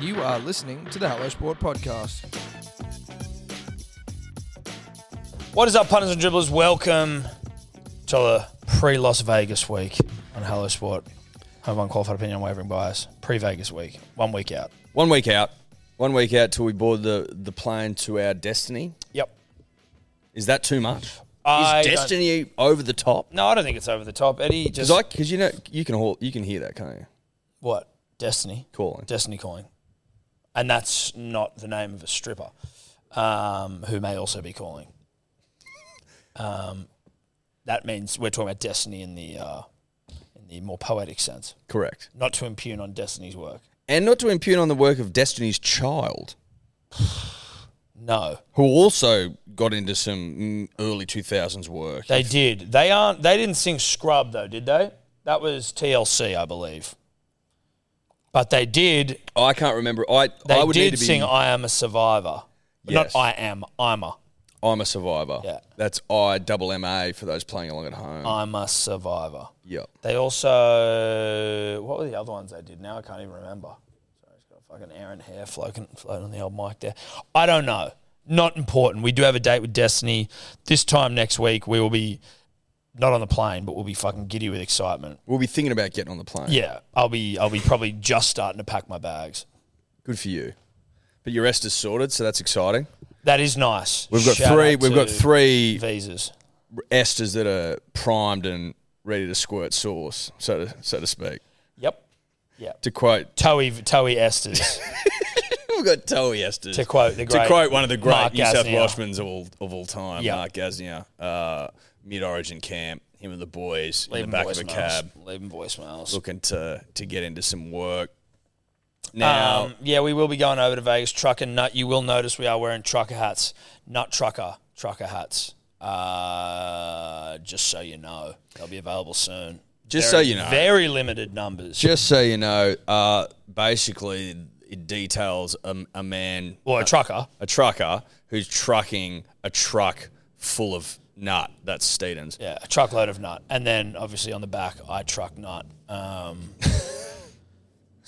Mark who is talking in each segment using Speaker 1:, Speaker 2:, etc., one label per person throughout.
Speaker 1: You are listening to the Hello Sport podcast.
Speaker 2: What is up, punters and dribblers? Welcome to the pre Las Vegas week on Hello Sport. Home unqualified opinion, wavering bias. Pre Vegas week, one week out.
Speaker 3: One week out. One week out till we board the, the plane to our destiny.
Speaker 2: Yep.
Speaker 3: Is that too much?
Speaker 2: I
Speaker 3: Is
Speaker 2: don't-
Speaker 3: destiny over the top?
Speaker 2: No, I don't think it's over the top, Eddie. Just
Speaker 3: Because I because you know you can haul, you can hear that, can't you?
Speaker 2: what Destiny
Speaker 3: Calling.
Speaker 2: Destiny calling, and that's not the name of a stripper um, who may also be calling. Um, that means we're talking about Destiny in the uh, in the more poetic sense,
Speaker 3: Correct.
Speaker 2: not to impugn on Destiny's work.
Speaker 3: And not to impugn on the work of Destiny's child,
Speaker 2: No.
Speaker 3: who also got into some mm, early two thousands work.
Speaker 2: They did. They aren't. They didn't sing Scrub though, did they? That was TLC, I believe. But they did.
Speaker 3: I can't remember. I
Speaker 2: They
Speaker 3: I would
Speaker 2: did
Speaker 3: need to be.
Speaker 2: sing "I Am a Survivor."
Speaker 3: Yes.
Speaker 2: Not "I Am." I'm a.
Speaker 3: I'm a survivor.
Speaker 2: Yeah. Uh.
Speaker 3: That's I double M A for those playing along at home.
Speaker 2: I'm a survivor.
Speaker 3: yep.
Speaker 2: They also. What were the other ones they did? Now I can't even remember. Sorry, it's got fucking Aaron Hair floating floating on the old mic there. I don't know. Not important. We do have a date with Destiny this time next week. We will be not on the plane, but we'll be fucking giddy with excitement.
Speaker 3: We'll be thinking about getting on the plane.
Speaker 2: Yeah, I'll be I'll be probably just starting to pack my bags.
Speaker 3: Good for you. But your rest is sorted, so that's exciting.
Speaker 2: That is nice.
Speaker 3: We've got
Speaker 2: Shout
Speaker 3: three.
Speaker 2: out
Speaker 3: We've got
Speaker 2: to
Speaker 3: three
Speaker 2: visas.
Speaker 3: esters that are primed and ready to squirt sauce, so to, so to speak.
Speaker 2: Yep. Yeah.
Speaker 3: To quote,
Speaker 2: Toey Toey Esters.
Speaker 3: we've got Toey esters.
Speaker 2: to quote the great
Speaker 3: to quote one of the great
Speaker 2: Mark
Speaker 3: New South
Speaker 2: Gasnier.
Speaker 3: Welshmans of all, of all time,
Speaker 2: Yeah.
Speaker 3: Mark Gasnier, uh, mid Origin camp, him and the boys
Speaker 2: Leave
Speaker 3: in
Speaker 2: them
Speaker 3: the back of a
Speaker 2: voicemails.
Speaker 3: cab,
Speaker 2: Leave them voicemails.
Speaker 3: looking to to get into some work. Now,
Speaker 2: Um, yeah, we will be going over to Vegas. Trucker Nut. You will notice we are wearing trucker hats, not trucker trucker hats. Uh, just so you know, they'll be available soon.
Speaker 3: Just
Speaker 2: Very-
Speaker 3: so you know.
Speaker 2: very limited numbers.
Speaker 3: just so you know, uh, basically it details a, a man
Speaker 2: Well, a trucker.
Speaker 3: a trucker who's trucking a truck full of nut. That's Steedens.
Speaker 2: Yeah, a truckload of nut. And then obviously on the back, I truck nut. Um,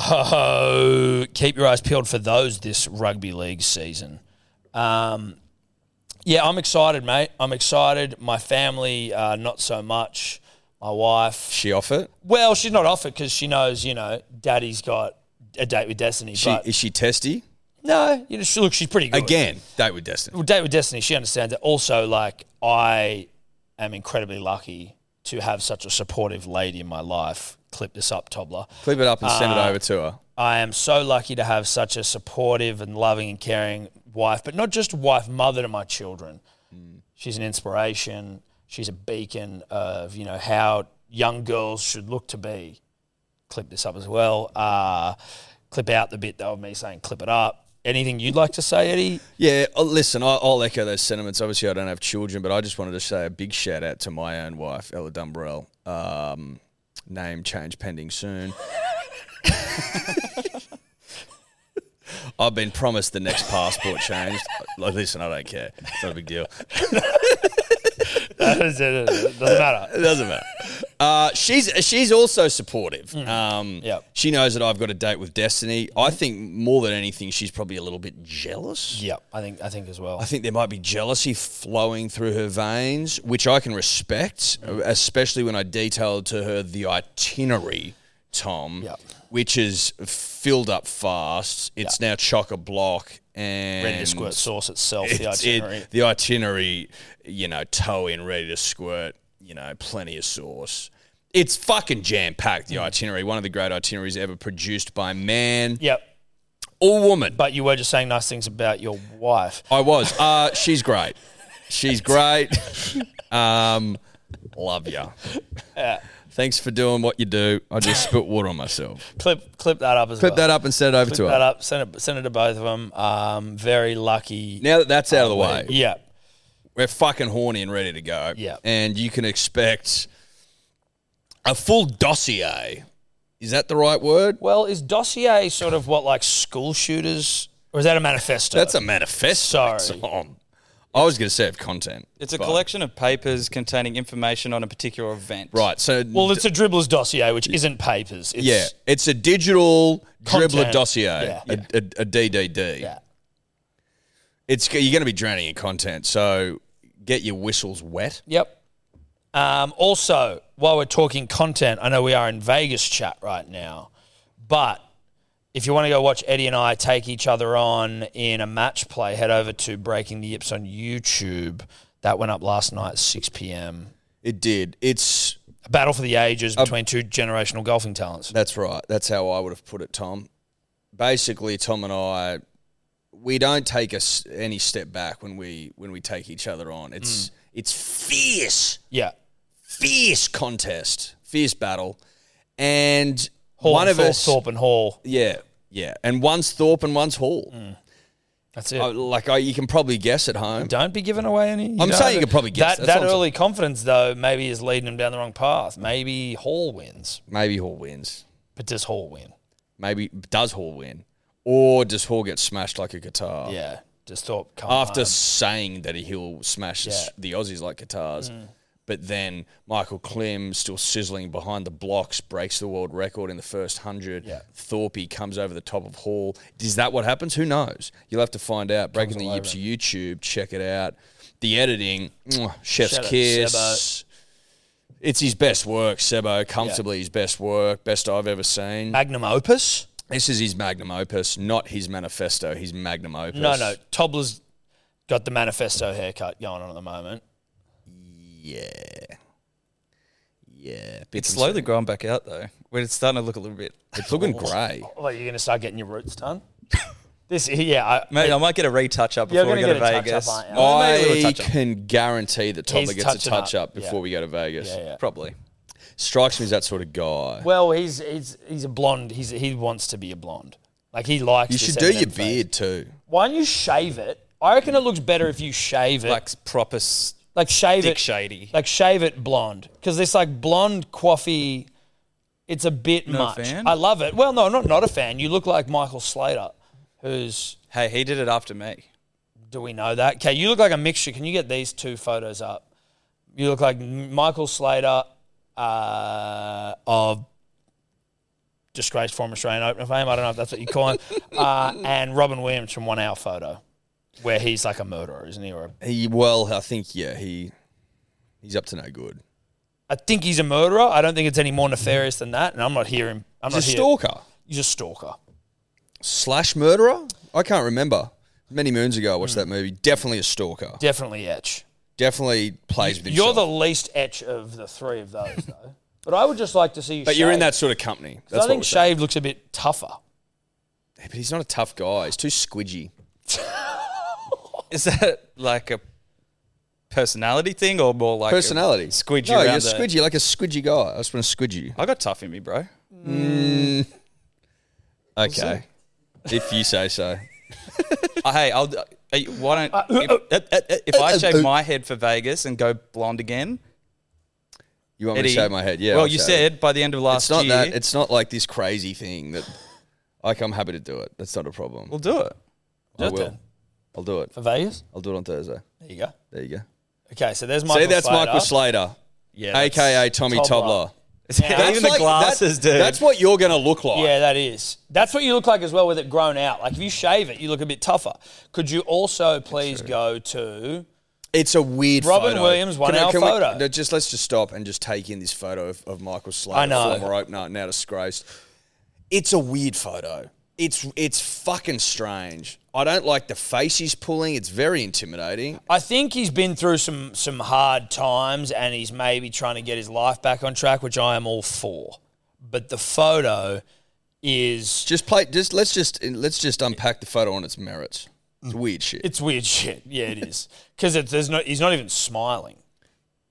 Speaker 2: so keep your eyes peeled for those this rugby league season. Um, yeah, I'm excited, mate. I'm excited. My family, uh, not so much. My wife,
Speaker 3: She off it.
Speaker 2: well, she's not off it because she knows, you know, daddy's got a date with Destiny.
Speaker 3: She,
Speaker 2: but
Speaker 3: is she testy?
Speaker 2: no, you know, she, look, she's pretty good.
Speaker 3: Again, date with Destiny.
Speaker 2: well, date with destiny. She understands that. Also, like I am incredibly lucky to have such a supportive lady in my life. Clip this up, toddler.
Speaker 3: Clip it up and send
Speaker 2: Ah.
Speaker 3: it over to her.
Speaker 2: I am so lucky to have such a supportive and loving and caring wife, but not just wife, mother to my children. She's an inspiration. She's a beacon of you know how young girls should look to be. Clip this up as well. Uh, clip out the bit though of me saying clip it up. Anything you'd like to say, Eddie?
Speaker 3: Yeah, oh, listen, I, I'll echo those sentiments. Obviously, I don't have children, but I just wanted to say a big shout out to my own wife, Ella Dumbrell. Um, name change pending soon. I've been promised the next passport changed. Like, listen, I don't care. It's not a big deal.
Speaker 2: Doesn't matter.
Speaker 3: It doesn't matter. Uh, she's she's also supportive. Um,
Speaker 2: Mm. Yep.
Speaker 3: She knows that I've got a date with Destiny. I think more than anything, she's probably a little bit jealous.
Speaker 2: Yep, I think I think as well.
Speaker 3: I think there might be jealousy flowing through her veins, which I can respect, especially when I detailed to her the itinerary, Tom,
Speaker 2: Yep.
Speaker 3: which is filled up fast. It's now chock a block and
Speaker 2: Ready to squirt sauce itself, the
Speaker 3: it's- it-
Speaker 2: itinerary.
Speaker 3: the itinerary, you know, toe in, ready to squirt, you know, plenty of sauce. It's fucking jam packed,
Speaker 2: Mm.
Speaker 3: the itinerary. One of the great itineraries ever produced by man
Speaker 2: yep.
Speaker 3: or woman.
Speaker 2: But you were just saying nice things about your wife.
Speaker 3: I was. Uh, she's great. She's great. um, love ya. Thanks for doing what you do. I just spit water on myself.
Speaker 2: Clip clip that up as
Speaker 3: Clip
Speaker 2: well.
Speaker 3: that up and send it over to
Speaker 2: Clip that
Speaker 3: her.
Speaker 2: up. Send it send it to both of them. Um, very lucky.
Speaker 3: Now that that's out of the way,
Speaker 2: Yeah.
Speaker 3: we're fucking horny and ready to go.
Speaker 2: Yeah.
Speaker 3: And you can expect a full dossier. Is that the right word?
Speaker 2: Well, is dossier sort of what like school shooters, or is that a manifesto?
Speaker 3: That's a manifesto.
Speaker 2: Sorry.
Speaker 3: Tom. I was going to say of content.
Speaker 4: It's a
Speaker 3: but-
Speaker 4: collection of papers containing information on a particular event.
Speaker 3: Right. So
Speaker 2: Well, it's a dribbler's dossier, which isn't papers. It's,
Speaker 3: yeah, it's a digital dribbler
Speaker 2: Content.
Speaker 3: dossier,
Speaker 2: Yeah.
Speaker 3: a, a, a DDD.
Speaker 2: Yeah.
Speaker 3: It's you're going to be drowning in content, so get your whistles wet.
Speaker 2: Yep. Um, also, while we're talking content, I know we are in Vegas chat right now, but if you want to go watch Eddie and I take each other on in a match play, head over to Breaking the Yips on YouTube. That went up last night at 6 p.m.
Speaker 3: It did. It's
Speaker 2: A battle for the ages between two generational golfing talents.
Speaker 3: That's right. That's how I would have put it, Tom. Basically, Tom and I, we don't take us any step back when we when we take each other on.
Speaker 2: Mm.
Speaker 3: It's it's fierce,
Speaker 2: Yeah.
Speaker 3: fierce contest, fierce battle, and
Speaker 2: Hall
Speaker 3: one
Speaker 2: and
Speaker 3: of
Speaker 2: Thorpe,
Speaker 3: us,
Speaker 2: Thorpe and Hall.
Speaker 3: yeah, yeah, and one's Thorpe and one's Hall.
Speaker 2: Mm. That's it.
Speaker 3: I- like I, you can probably guess at home.
Speaker 2: Don't be giving away any.
Speaker 3: Oh, I'm saying you could probably guess.
Speaker 2: that.
Speaker 3: That's
Speaker 2: That
Speaker 3: what I'm
Speaker 2: early confidence, though, maybe is leading him down the wrong path. Maybe Hall wins,
Speaker 3: Maybe Hall wins.
Speaker 2: but does Hall win?
Speaker 3: Maybe does Hall win, or does Hall get smashed like a guitar?
Speaker 2: Yeah, Oh. just thought come
Speaker 3: after
Speaker 2: home.
Speaker 3: saying that he'll smash
Speaker 2: Um, Yeah. Mm.
Speaker 3: the Aussies like guitars. But then Michael Klim, still sizzling behind the blocks, breaks the world record in the first 100.
Speaker 2: Yeah.
Speaker 3: Thorpe comes over the top of Hall. Is that what happens? Who knows? You'll have to find out. Breaking the Yips YouTube. Check it out. The editing, mwah, chef's
Speaker 2: Shout out to
Speaker 3: kiss.
Speaker 2: Sebo.
Speaker 3: It's his best work, Sebo. Comfortably his best work. Best I've ever seen.
Speaker 2: magnum opus.
Speaker 3: This is his magnum opus, not his manifesto, his magnum opus.
Speaker 2: No, no, Tobler's got the manifesto haircut going on at the moment.
Speaker 3: Yeah. Yeah.
Speaker 4: It's slowly growing back out though. But It's starting to look a little bit.
Speaker 3: It's looking grey.
Speaker 2: Oh, you're gonna start getting your roots done. this, yeah, I,
Speaker 4: Mate, I might get a retouch up
Speaker 2: You're
Speaker 4: before we go
Speaker 2: gonna
Speaker 4: to
Speaker 2: get a touch-up,
Speaker 4: Vegas.
Speaker 2: aren't you?
Speaker 4: Well, maybe a little
Speaker 3: I
Speaker 4: touch-up.
Speaker 3: can guarantee that
Speaker 2: He's
Speaker 3: Tobler gets a
Speaker 2: touching up.
Speaker 3: touch up before
Speaker 2: Yeah.
Speaker 3: we go to Vegas.
Speaker 2: yeah, yeah.
Speaker 4: Probably.
Speaker 3: Strikes me as that sort of guy.
Speaker 2: Well, he's he's he's a blonde. He's he wants to be a blonde. Like he likes.
Speaker 3: you
Speaker 2: this
Speaker 3: should do your
Speaker 2: Eminem face.
Speaker 3: beard too.
Speaker 2: Why don't you shave it? I reckon it looks better if you shave it. Like,
Speaker 4: Like proper s-
Speaker 2: shave
Speaker 4: Dick
Speaker 2: it.
Speaker 4: Shady.
Speaker 2: Like shave it blonde. Because this like blonde coffee, it's a bit
Speaker 4: Not
Speaker 2: much.
Speaker 4: a fan?
Speaker 2: I love it. Well, no, not not a fan. You look like Michael Slater, who's
Speaker 4: Hey, he did it after me.
Speaker 2: do we know that? Okay, you look like a mixture. Can you get these two photos up? You look like Michael Slater uh, of disgraced former Australian opener fame. I don't know if that's what you call him. uh, and Robin Williams from One Hour Photo, where he's like a murderer, isn't he? Or a,
Speaker 3: He, well, I think yeah, he he's up to no good.
Speaker 2: I think he's a murderer. I don't think it's any more nefarious than that. And I'm not hearing. I'm
Speaker 3: He's a
Speaker 2: not here-
Speaker 3: stalker
Speaker 2: He's a stalker.
Speaker 3: slash murderer. I can't remember. Many moons ago, I
Speaker 2: Hmm.
Speaker 3: watched that movie. Definitely a stalker.
Speaker 2: Definitely etch.
Speaker 3: Definitely plays with
Speaker 2: You're
Speaker 3: himself.
Speaker 2: the least etch of the three of those, though. but I would just like to see. You
Speaker 3: but you're in
Speaker 2: shave.
Speaker 3: that sort of company. That's
Speaker 2: I
Speaker 3: what
Speaker 2: think
Speaker 3: we're saying.
Speaker 2: shave looks a bit tougher.
Speaker 3: But he's not a tough guy. He's too squidgy.
Speaker 4: Is that like a personality thing or more like a
Speaker 3: personality.
Speaker 4: Squidgy
Speaker 3: No,
Speaker 4: around
Speaker 3: you're
Speaker 4: the-
Speaker 3: squidgy, like a squidgy guy. I just want to squidgy.
Speaker 4: I got tough in me, bro.
Speaker 3: Okay. if you say so.
Speaker 4: Uh, hey, I'll. uh, hey, Why don't if, uh, uh, uh, if I shave my head for Vegas and go blonde again?
Speaker 3: You want me
Speaker 4: Eddie,
Speaker 3: to shave my head? Yeah.
Speaker 4: Well,
Speaker 3: I'll
Speaker 4: you
Speaker 3: shave it.
Speaker 4: said by the end of last
Speaker 3: it's not
Speaker 4: year,
Speaker 3: that. It's not like this crazy thing that. Like I'm happy to do it. That's not a problem.
Speaker 4: we'll do it.
Speaker 3: I
Speaker 2: it
Speaker 3: will.
Speaker 2: then.
Speaker 3: I'll do it.
Speaker 2: for Vegas.
Speaker 3: I'll do it on Thursday.
Speaker 2: There you go.
Speaker 3: There you go.
Speaker 2: Okay, so there's Michael.
Speaker 3: See, that's
Speaker 2: Slater.
Speaker 3: Michael Slater,
Speaker 4: Yeah,
Speaker 3: aka Tommy
Speaker 2: Tobler.
Speaker 3: Tobler.
Speaker 2: That's
Speaker 4: even the
Speaker 3: like- that-
Speaker 4: glasses, dude.
Speaker 3: That's what you're gonna look like.
Speaker 2: Yeah, that is. That's what you look like as well with it grown out. Like if you shave it, you look a bit tougher. Could you also please go to?
Speaker 3: It's a weird
Speaker 2: Robin
Speaker 3: photo.
Speaker 2: Williams, one
Speaker 3: Can I-
Speaker 2: hour
Speaker 3: can we-
Speaker 2: photo.
Speaker 3: no, just let's just stop and just take in this photo of, of Michael Slater,
Speaker 2: I know.
Speaker 3: former opener, now disgraced. It's a weird photo. It's it's fucking strange. I don't like the face he's pulling. It's very intimidating.
Speaker 2: I think he's been through some some hard times, and he's maybe trying to get his life back on track, which I am all for. But the photo is
Speaker 3: Just play. Just let's just let's just unpack the photo on its merits. It's weird shit.
Speaker 2: it's weird shit. Yeah, it is because there's no he's not even smiling.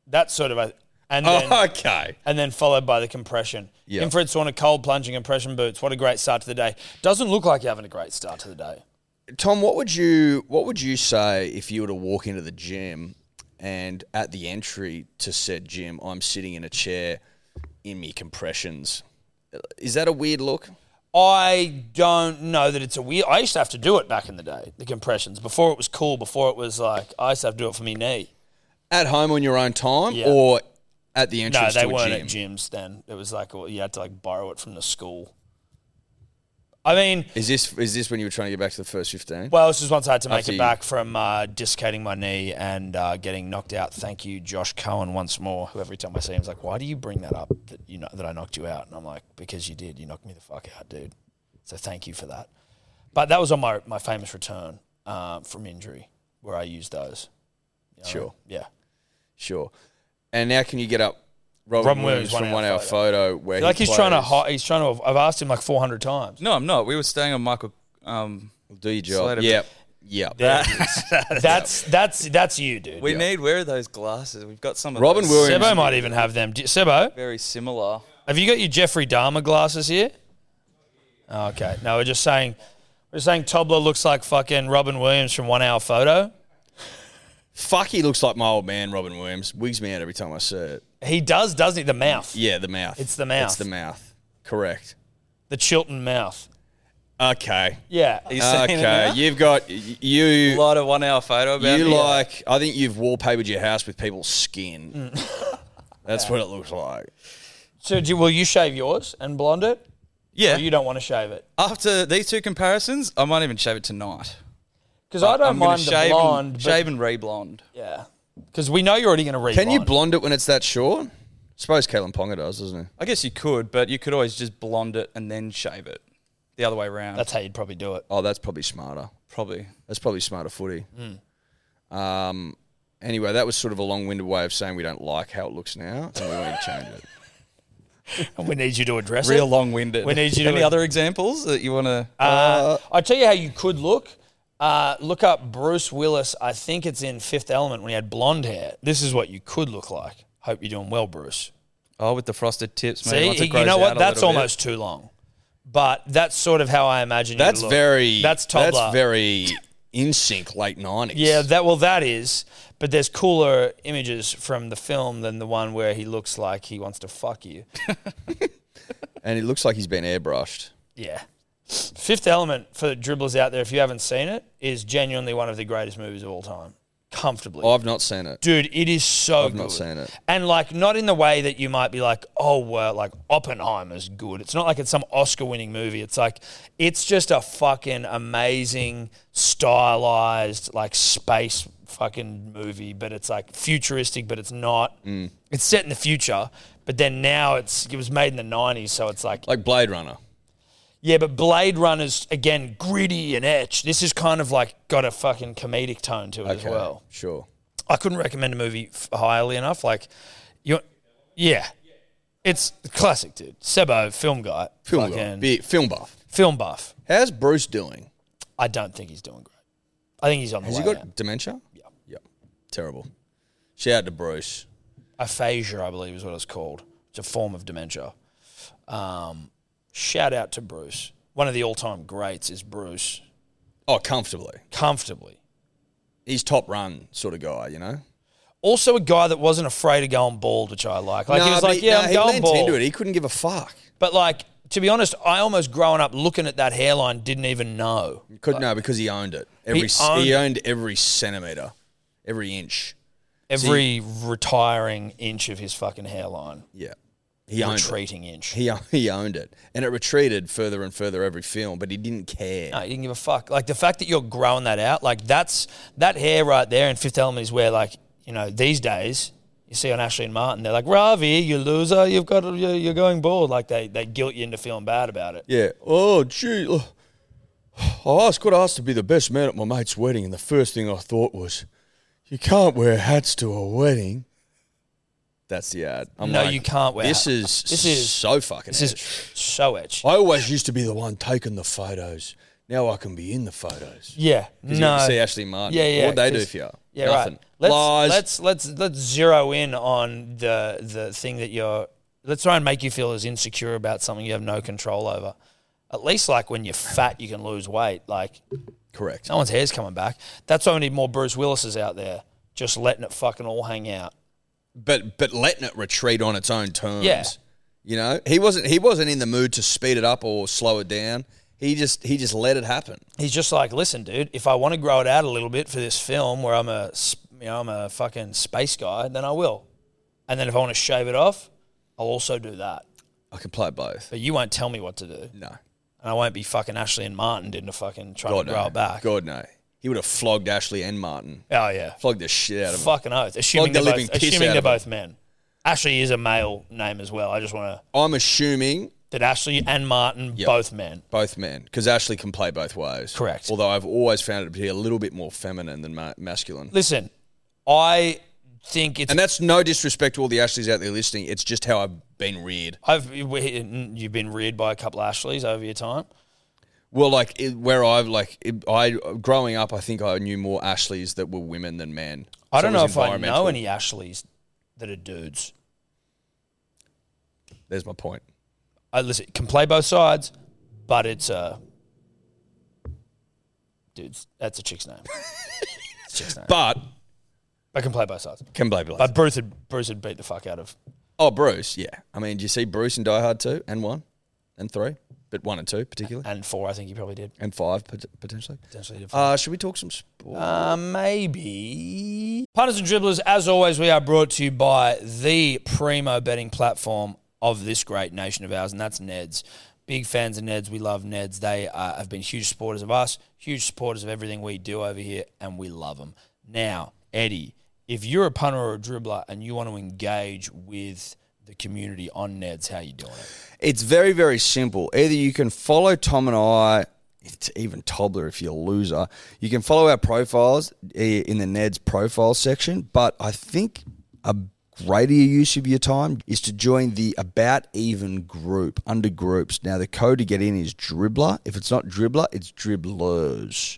Speaker 2: That sort of a and
Speaker 3: Oh,
Speaker 2: then,
Speaker 3: okay.
Speaker 2: and then followed by the compression.
Speaker 3: Yeah.
Speaker 2: Infrared sauna, cold plunging compression boots. What a great start to the day. Doesn't look like you're having a great start to the day.
Speaker 3: Tom, what would you what would you say if you were to walk into the gym and at the entry to said gym, I'm sitting in a chair in me compressions? Is that a weird look?
Speaker 2: I don't know that it's a weird. I used to have to do it back in the day, the compressions. Before it was cool, before it was like, I used to have to do it for me knee.
Speaker 3: At home on your own time
Speaker 2: Yeah.
Speaker 3: or at the
Speaker 2: No,
Speaker 3: entrance
Speaker 2: they
Speaker 3: to a
Speaker 2: weren't
Speaker 3: gym?
Speaker 2: at gyms then. It was like, well, you had to like borrow it from the school. I mean,
Speaker 3: Is this is this when you were trying to get back to the first fifteen?
Speaker 2: Well, this is once I had to make
Speaker 3: After
Speaker 2: it
Speaker 3: you-
Speaker 2: back from uh, dislocating my knee and uh, getting knocked out. Thank you, Josh Cohen, once more. Who every time I see him is like, "Why do you bring that up? That you know that I knocked you out?" And I'm like, "Because you did. You knocked me the fuck out, dude. So thank you for that." But that was on my my famous return uh, from injury where I used those. You know what I mean?
Speaker 3: Sure.
Speaker 2: Yeah.
Speaker 3: Sure. And now can you get up Robin,
Speaker 2: Robin
Speaker 3: Williams,
Speaker 2: Williams,
Speaker 3: from one hour photo, where
Speaker 2: like
Speaker 3: he
Speaker 2: he's trying to
Speaker 3: plays-
Speaker 2: hi- he's trying to. I've asked him like 400 times.
Speaker 4: No, I'm not. We were staying on Michael. Um,
Speaker 3: do your job.
Speaker 4: Slater.
Speaker 3: Yep. Yep.
Speaker 2: That's that's that's you, dude.
Speaker 4: we need. Where are those glasses? We've got some. Of
Speaker 3: Robin
Speaker 4: those
Speaker 3: Williams.
Speaker 2: Sebo might even have them. Do- Sebo,
Speaker 4: Very similar.
Speaker 2: Have you got your Jeffrey Dahmer glasses here? Oh, okay. No, we're just saying, we're just saying Tobler looks like fucking Robin Williams from One Hour Photo.
Speaker 3: Fuck, he looks like my old man, Robin Williams. Wigs me out every time I see it.
Speaker 2: He does, doesn't he? The mouth,
Speaker 3: Yeah, the mouth.
Speaker 2: It's the mouth.
Speaker 3: It's the mouth. Correct.
Speaker 2: the Chilton mouth.
Speaker 3: Okay.
Speaker 2: Yeah.
Speaker 4: Are you seeing it
Speaker 3: Okay.
Speaker 4: now?
Speaker 3: You've got y- you.
Speaker 4: A lot of one-hour photo about uh,
Speaker 3: You
Speaker 4: me.
Speaker 3: like, I think you've wallpapered your house with people's skin. That's what it looks like.
Speaker 2: So, do, will you shave yours and blonde it?
Speaker 4: Yeah.
Speaker 2: Or you don't want to shave it?
Speaker 4: After these two comparisons, I might even shave it tonight.
Speaker 2: Because I don't
Speaker 4: I'm gonna
Speaker 2: mind the
Speaker 4: shave
Speaker 2: blonde.
Speaker 4: and,
Speaker 2: but-
Speaker 4: shave and re-blonde.
Speaker 2: yeah. Because we know you're already going to read.
Speaker 3: Can you blonde it when it's that short? suppose Caitlin Ponga does, doesn't he?
Speaker 4: I guess you could, but you could always just blonde it and then shave it. The other way around.
Speaker 2: That's how you'd probably do it.
Speaker 3: Oh, that's probably smarter.
Speaker 4: probably.
Speaker 3: That's probably smarter footy. Um, anyway, that was sort of a long-winded way of saying we don't like how it looks now, and we want to change it.
Speaker 2: And we need you to address
Speaker 4: Real
Speaker 2: it.
Speaker 4: long-winded.
Speaker 2: We need you to-
Speaker 4: Any other examples that you want to?
Speaker 2: Uh, I tell you how you could look. Uh, look up Bruce Willis. I think it's in Fifth Element when he had blonde hair. This is what you could look like. Hope you're doing well, Bruce.
Speaker 4: oh, with the frosted tips. Maybe
Speaker 2: See,
Speaker 4: once it
Speaker 2: you
Speaker 4: grows
Speaker 2: know
Speaker 4: out
Speaker 2: what?
Speaker 4: a
Speaker 2: That's
Speaker 4: little bit.
Speaker 2: almost too long. But that's sort of how I imagine.
Speaker 3: That's
Speaker 2: you look.
Speaker 3: very.
Speaker 2: That's toddler.
Speaker 3: That's very in sync late nineties.
Speaker 2: Yeah, that well, that is. But there's cooler images from the film than the one where he looks like he wants to fuck you.
Speaker 3: and it looks like he's been airbrushed.
Speaker 2: Yeah. Fifth Element for the dribblers out there, if you haven't seen it, is genuinely one of the greatest movies of all time, comfortably.
Speaker 3: I've not seen it.
Speaker 2: Dude, it is so
Speaker 3: I've
Speaker 2: good.
Speaker 3: not seen it.
Speaker 2: And like not in the way that you might be like, oh well, like Oppenheimer's good. It's not like it's some Oscar winning movie. It's like it's just a fucking amazing, stylized, like space fucking movie, but it's like futuristic, but it's not.
Speaker 3: Mm.
Speaker 2: It's set in the future, but then now it's it was made in the nineties, so it's like
Speaker 3: Like Blade Runner.
Speaker 2: yeah, but Blade Runner's again gritty and etched. This is kind of like got a fucking comedic tone to it as
Speaker 3: Okay,
Speaker 2: well.
Speaker 3: Sure.
Speaker 2: I couldn't recommend a movie f- highly enough. Like, you, yeah, it's classic, dude. Sebo, film guy,
Speaker 3: Film guy.
Speaker 2: fucking
Speaker 3: Be, film buff.
Speaker 2: film buff.
Speaker 3: How's Bruce doing?
Speaker 2: I don't think he's doing great. I think he's on the
Speaker 3: Has
Speaker 2: way.
Speaker 3: he got
Speaker 2: down.
Speaker 3: dementia? Yeah. Yep. Terrible. Shout out to Bruce.
Speaker 2: aphasia, I believe, is what it's called. It's a form of dementia. Um, shout out to Bruce. One of the all-time greats is Bruce.
Speaker 3: Oh, comfortably.
Speaker 2: Comfortably,
Speaker 3: He's top run sort of guy, you know.
Speaker 2: also a guy that wasn't afraid of going bald, which I like. Like he
Speaker 3: Nah,
Speaker 2: was
Speaker 3: but
Speaker 2: like, "Yeah,
Speaker 3: nah,
Speaker 2: I'm
Speaker 3: he
Speaker 2: going
Speaker 3: lent
Speaker 2: bald."
Speaker 3: into it. He couldn't give a fuck.
Speaker 2: But like, to be honest, I almost growing up looking at that hairline didn't even know.
Speaker 3: Could no, because he owned it. Every he
Speaker 2: owned
Speaker 3: owned, he
Speaker 2: it.
Speaker 3: owned every centimeter, every inch.
Speaker 2: every retiring inch of his fucking hairline,
Speaker 3: Yeah, he owned
Speaker 2: retreating inch.
Speaker 3: it. He o- he owned it, and it retreated further and further every film. But he didn't care.
Speaker 2: no, he didn't give a fuck. Like the fact that you're growing that out, like that's that hair right there in Fifth Element is where, like, you know, these days you see on Ashley and Martin, they're like, Ravi, you loser, you've got you're you're going bald. Like they they guilt you into feeling bad about it.
Speaker 3: Yeah. Oh, gee. look. I asked, got asked to be the best man at my mate's wedding, and the first thing I thought was, "You can't wear hats to a wedding." That's the ad. I'm
Speaker 2: No,
Speaker 3: like,
Speaker 2: you can't wear
Speaker 3: This
Speaker 2: hat-
Speaker 3: is
Speaker 2: This is-
Speaker 3: so fucking.
Speaker 2: This is
Speaker 3: edgy.
Speaker 2: so etch.
Speaker 3: I always used to be the one taking the photos. Now I can be in the photos.
Speaker 2: Yeah,
Speaker 3: Because you get to
Speaker 2: no.
Speaker 3: see Ashley Martin.
Speaker 2: Yeah, yeah.
Speaker 3: What'd they do
Speaker 2: 'cause-
Speaker 3: for you?
Speaker 2: Yeah,
Speaker 3: Nothing.
Speaker 2: right. Let's,
Speaker 3: Lies.
Speaker 2: Let's let's let's zero in on the the thing that you're. Let's try and make you feel as insecure about something you have no control over. At least, like when you're fat, you can lose weight. Like
Speaker 3: Correct.
Speaker 2: no one's hair's coming back. That's why we need more Bruce Willis's out there, just letting it fucking all hang out.
Speaker 3: But but letting it retreat on its own terms.
Speaker 2: Yeah.
Speaker 3: You know, he wasn't he wasn't in the mood to speed it up or slow it down. He just he just let it happen.
Speaker 2: he's just like, listen, dude, if I want to grow it out a little bit for this film where I'm a, s- you know, I'm a fucking space guy, then I will. And then if I want to shave it off, I'll also do that.
Speaker 3: I can play both.
Speaker 2: But you won't tell me what to do, and
Speaker 3: No,
Speaker 2: I won't be fucking Ashley and Martin didn't fucking try
Speaker 3: God
Speaker 2: to grow
Speaker 3: no,
Speaker 2: it back.
Speaker 3: God no. He would have flogged Ashley and Martin,
Speaker 2: Oh yeah,
Speaker 3: flogged the shit out of him.
Speaker 2: fucking oath. Assuming
Speaker 3: the
Speaker 2: they're
Speaker 3: living
Speaker 2: both,
Speaker 3: piss
Speaker 2: assuming
Speaker 3: out
Speaker 2: they're
Speaker 3: of 'em.
Speaker 2: both men. Ashley is a male name as well. I just want to
Speaker 3: I'm assuming
Speaker 2: that Ashley and Martin both men.
Speaker 3: both men because Ashley can play both ways.
Speaker 2: Correct.
Speaker 3: Although I've always found it to be a little bit more feminine than ma- masculine.
Speaker 2: Listen, I think it's
Speaker 3: And that's no disrespect to all the Ashleys out there listening. It's just how I've been reared.
Speaker 2: I've we- you've been reared by a couple of Ashleys over your time.
Speaker 3: Well, like it, where I've like it, I growing up, I think I knew more Ashleys that were women than men.
Speaker 2: I
Speaker 3: So it
Speaker 2: don't
Speaker 3: was
Speaker 2: know if I
Speaker 3: environmental.
Speaker 2: know any Ashleys that are dudes.
Speaker 3: There's my point.
Speaker 2: I listen can play both sides, but it's uh dudes. That's a chick's name. it's a chick's name.
Speaker 3: But
Speaker 2: I can play both sides.
Speaker 3: can play both.
Speaker 2: But Bruce would Bruce would beat the fuck out of.
Speaker 3: oh, Bruce, yeah. I mean, do you see Bruce in Die Hard two and one, and three, but one and two particularly,
Speaker 2: And four, I think he probably did.
Speaker 3: and five pot- potentially.
Speaker 2: Potentially did four.
Speaker 3: Uh, should we talk some sport?
Speaker 2: Uh, maybe. Punters and dribblers, as always, we are brought to you by the primo betting platform of this great nation of ours, and that's Neds. Big fans of Neds. We love Neds. They uh, have been huge supporters of us, huge supporters of everything we do over here, and we love them. Now, Eddie, if you're a punter or a dribbler and you want to engage with the community on Neds, how you doing it?
Speaker 3: It's very, very simple. Either you can follow Tom and I, it's even toddler if you're a loser. You can follow our profiles eh, in the Ned's profile section, but I think a greater use of your time is to join the About Even group under groups. Now, the code to get in is Dribbler. If it's not Dribbler, it's Dribblers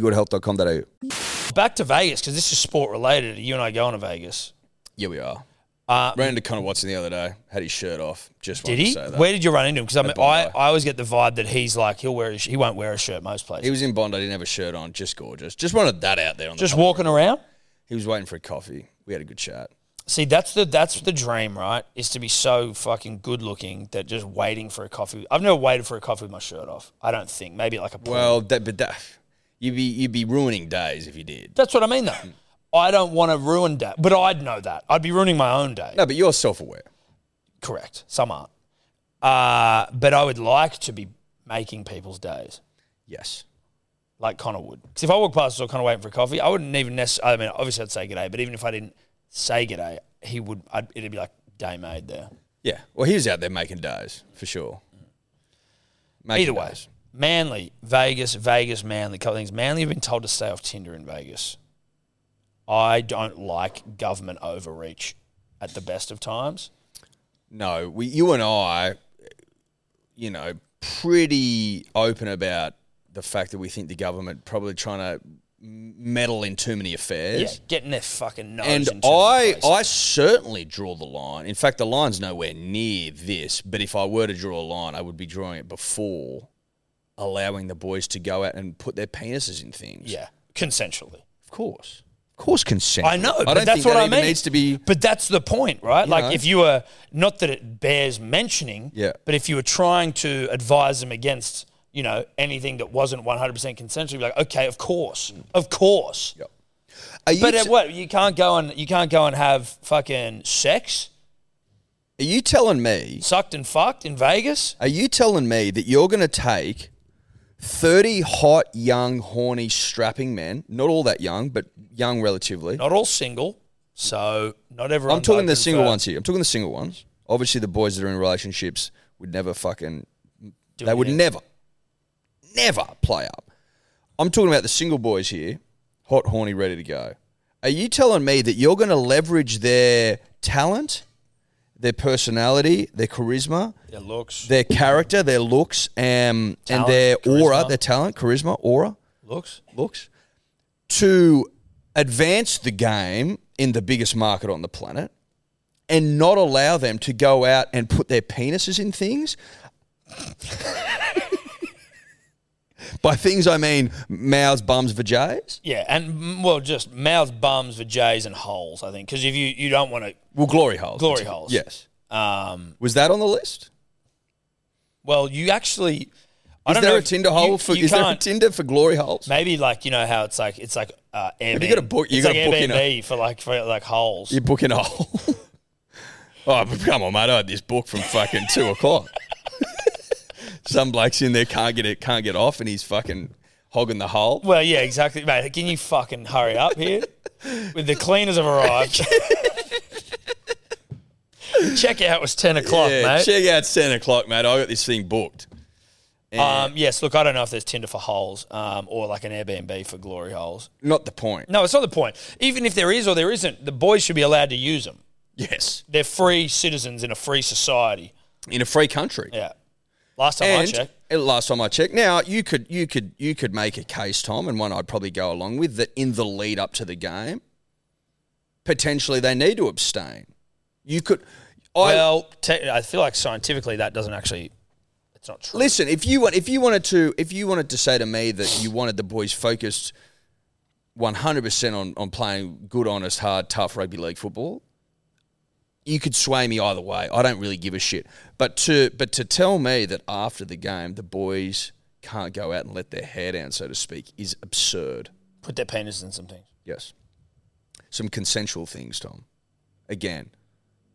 Speaker 3: BeGoodHealth.com.au.
Speaker 2: Back to Vegas because this is sport related. You and I going to Vegas.
Speaker 3: Yeah, we are.
Speaker 2: Uh,
Speaker 3: Ran into Connor Watson the other day. Had his shirt off. Just
Speaker 2: did
Speaker 3: wanted to
Speaker 2: he?
Speaker 3: say that.
Speaker 2: Where did you run into him? Because I, mean,
Speaker 3: Bondi.
Speaker 2: I I always get the vibe that he's like he'll wear his, he won't wear a shirt most places.
Speaker 3: he was in Bond. I didn't have a shirt on. Just gorgeous. Just wanted that out there. On
Speaker 2: Just
Speaker 3: the public.
Speaker 2: walking around.
Speaker 3: He was waiting for a coffee. We had a good chat.
Speaker 2: See, that's the that's the dream, right? Is to be so fucking good looking that just waiting for a coffee. I've never waited for a coffee with my shirt off. I don't think. Maybe like a pool.
Speaker 3: Well, that, but that you'd be you'd be ruining days if you did.
Speaker 2: that's what I mean though. I don't want to ruin that, but I'd know that. I'd be ruining my own day.
Speaker 3: No, but you're self aware.
Speaker 2: Correct. Some aren't. Uh, but I would like to be making people's days.
Speaker 3: Yes.
Speaker 2: like Connor would. Because if I walk past the door, Connor waiting for a coffee, I wouldn't even necessarily. I mean, obviously I'd say good day, but even if I didn't say good day, he would. I'd, it'd be like day made there.
Speaker 3: Yeah. Well, he was out there making days for sure. Making
Speaker 2: Either way,
Speaker 3: days.
Speaker 2: Manly, Vegas, Vegas, Manly. A couple of things. Manly have been told to stay off Tinder in Vegas. I don't like government overreach at the best of times.
Speaker 3: No, we, you and I, you know, pretty open about the fact that we think the government probably trying to meddle in too many affairs.
Speaker 2: Yeah, getting their fucking nose.
Speaker 3: And
Speaker 2: into
Speaker 3: I,
Speaker 2: the place.
Speaker 3: I certainly draw the line. In fact, the line's nowhere near this. But if I were to draw a line, I would be drawing it before allowing the boys to go out and put their penises in things.
Speaker 2: yeah, consensually.
Speaker 3: of course, of course, consent.
Speaker 2: I know,
Speaker 3: I
Speaker 2: but
Speaker 3: don't
Speaker 2: that's
Speaker 3: think
Speaker 2: what
Speaker 3: that
Speaker 2: I
Speaker 3: even
Speaker 2: mean.
Speaker 3: Needs to be.
Speaker 2: but that's the point, right? Like,
Speaker 3: know.
Speaker 2: if you were not that it bears mentioning,
Speaker 3: Yeah.
Speaker 2: But if you were trying to advise them against, you know, anything that wasn't one hundred percent consensual, you'd be like, okay, of course, of course.
Speaker 3: Are you,
Speaker 2: But
Speaker 3: t-
Speaker 2: at what you can't go and you can't go and have fucking sex,
Speaker 3: are you telling me?
Speaker 2: sucked and fucked in Vegas.
Speaker 3: Are you telling me that you're going to take 30 hot, young, horny, strapping men, not all that young, but young relatively?
Speaker 2: Not all single, so not everyone.
Speaker 3: I'm talking the
Speaker 2: open
Speaker 3: single
Speaker 2: for
Speaker 3: ones here. I'm talking the single ones. Obviously, the boys that are in relationships would never fucking,
Speaker 2: doing
Speaker 3: they would
Speaker 2: it.
Speaker 3: never, never play up. I'm talking about the single boys here, hot, horny, ready to go. Are you telling me that you're going to leverage their talent, their personality, their charisma,
Speaker 2: Their looks,
Speaker 3: their character, their looks, um, and
Speaker 2: Talent,
Speaker 3: their aura,
Speaker 2: charisma.
Speaker 3: their talent, charisma, aura,
Speaker 2: looks.
Speaker 3: looks, to advance the game in the biggest market on the planet and not allow them to go out and put their penises in things. By things, I mean mouths, bums, vajays.
Speaker 2: Yeah, and mm, well, just mouths, bums, vajays, and holes. I think because if you you don't want to,
Speaker 3: Well, glory holes.
Speaker 2: Glory holes.
Speaker 3: Yes.
Speaker 2: um,
Speaker 3: Was that on the list?
Speaker 2: well, you actually. Is I
Speaker 3: Is
Speaker 2: don't
Speaker 3: there
Speaker 2: know
Speaker 3: a
Speaker 2: if-
Speaker 3: Tinder
Speaker 2: you-
Speaker 3: hole for?
Speaker 2: you
Speaker 3: Is there a
Speaker 2: can't-
Speaker 3: Tinder for glory holes?
Speaker 2: Maybe like you know how it's like it's like uh, Airbnb.
Speaker 3: you got to book- you
Speaker 2: it's
Speaker 3: got
Speaker 2: like
Speaker 3: to book in a-
Speaker 2: Airbnb for like for like holes.
Speaker 3: You're booking a hole. oh, but come on, mate! I had this book from fucking two o'clock. Some bloke's in there can't get it, can't get off, and he's fucking hogging the hole.
Speaker 2: Well, yeah, exactly, mate. Can you fucking hurry up here? With the cleaners have arrived. Checkout was ten o'clock,
Speaker 3: yeah,
Speaker 2: mate.
Speaker 3: check out ten o'clock, mate. I got this thing booked.
Speaker 2: um, yes, look, I don't know if there's Tinder for holes, um, or like an Airbnb for glory holes.
Speaker 3: Not the point.
Speaker 2: No, it's not the point. Even if there is or there isn't, the boys should be allowed to use them.
Speaker 3: Yes,
Speaker 2: They're free citizens in a free society.
Speaker 3: in a free country.
Speaker 2: Yeah. Last time I
Speaker 3: And
Speaker 2: checked.
Speaker 3: and last time I checked, now you could you could you could make a case, Tom, and one I'd probably go along with that in the lead up to the game, potentially they need to abstain. You could, I
Speaker 2: well, te- I feel like scientifically that doesn't actually. It's not true.
Speaker 3: Listen, if you want, if you wanted to, if you wanted to say to me that you wanted the boys focused one hundred percent on on playing good, honest, hard, tough rugby league football, you could sway me either way. I don't really give a shit. But to but to tell me that after the game the boys can't go out and let their hair down, so to speak, is absurd.
Speaker 2: Put their penis in some things.
Speaker 3: Yes, some consensual things, Tom. Again,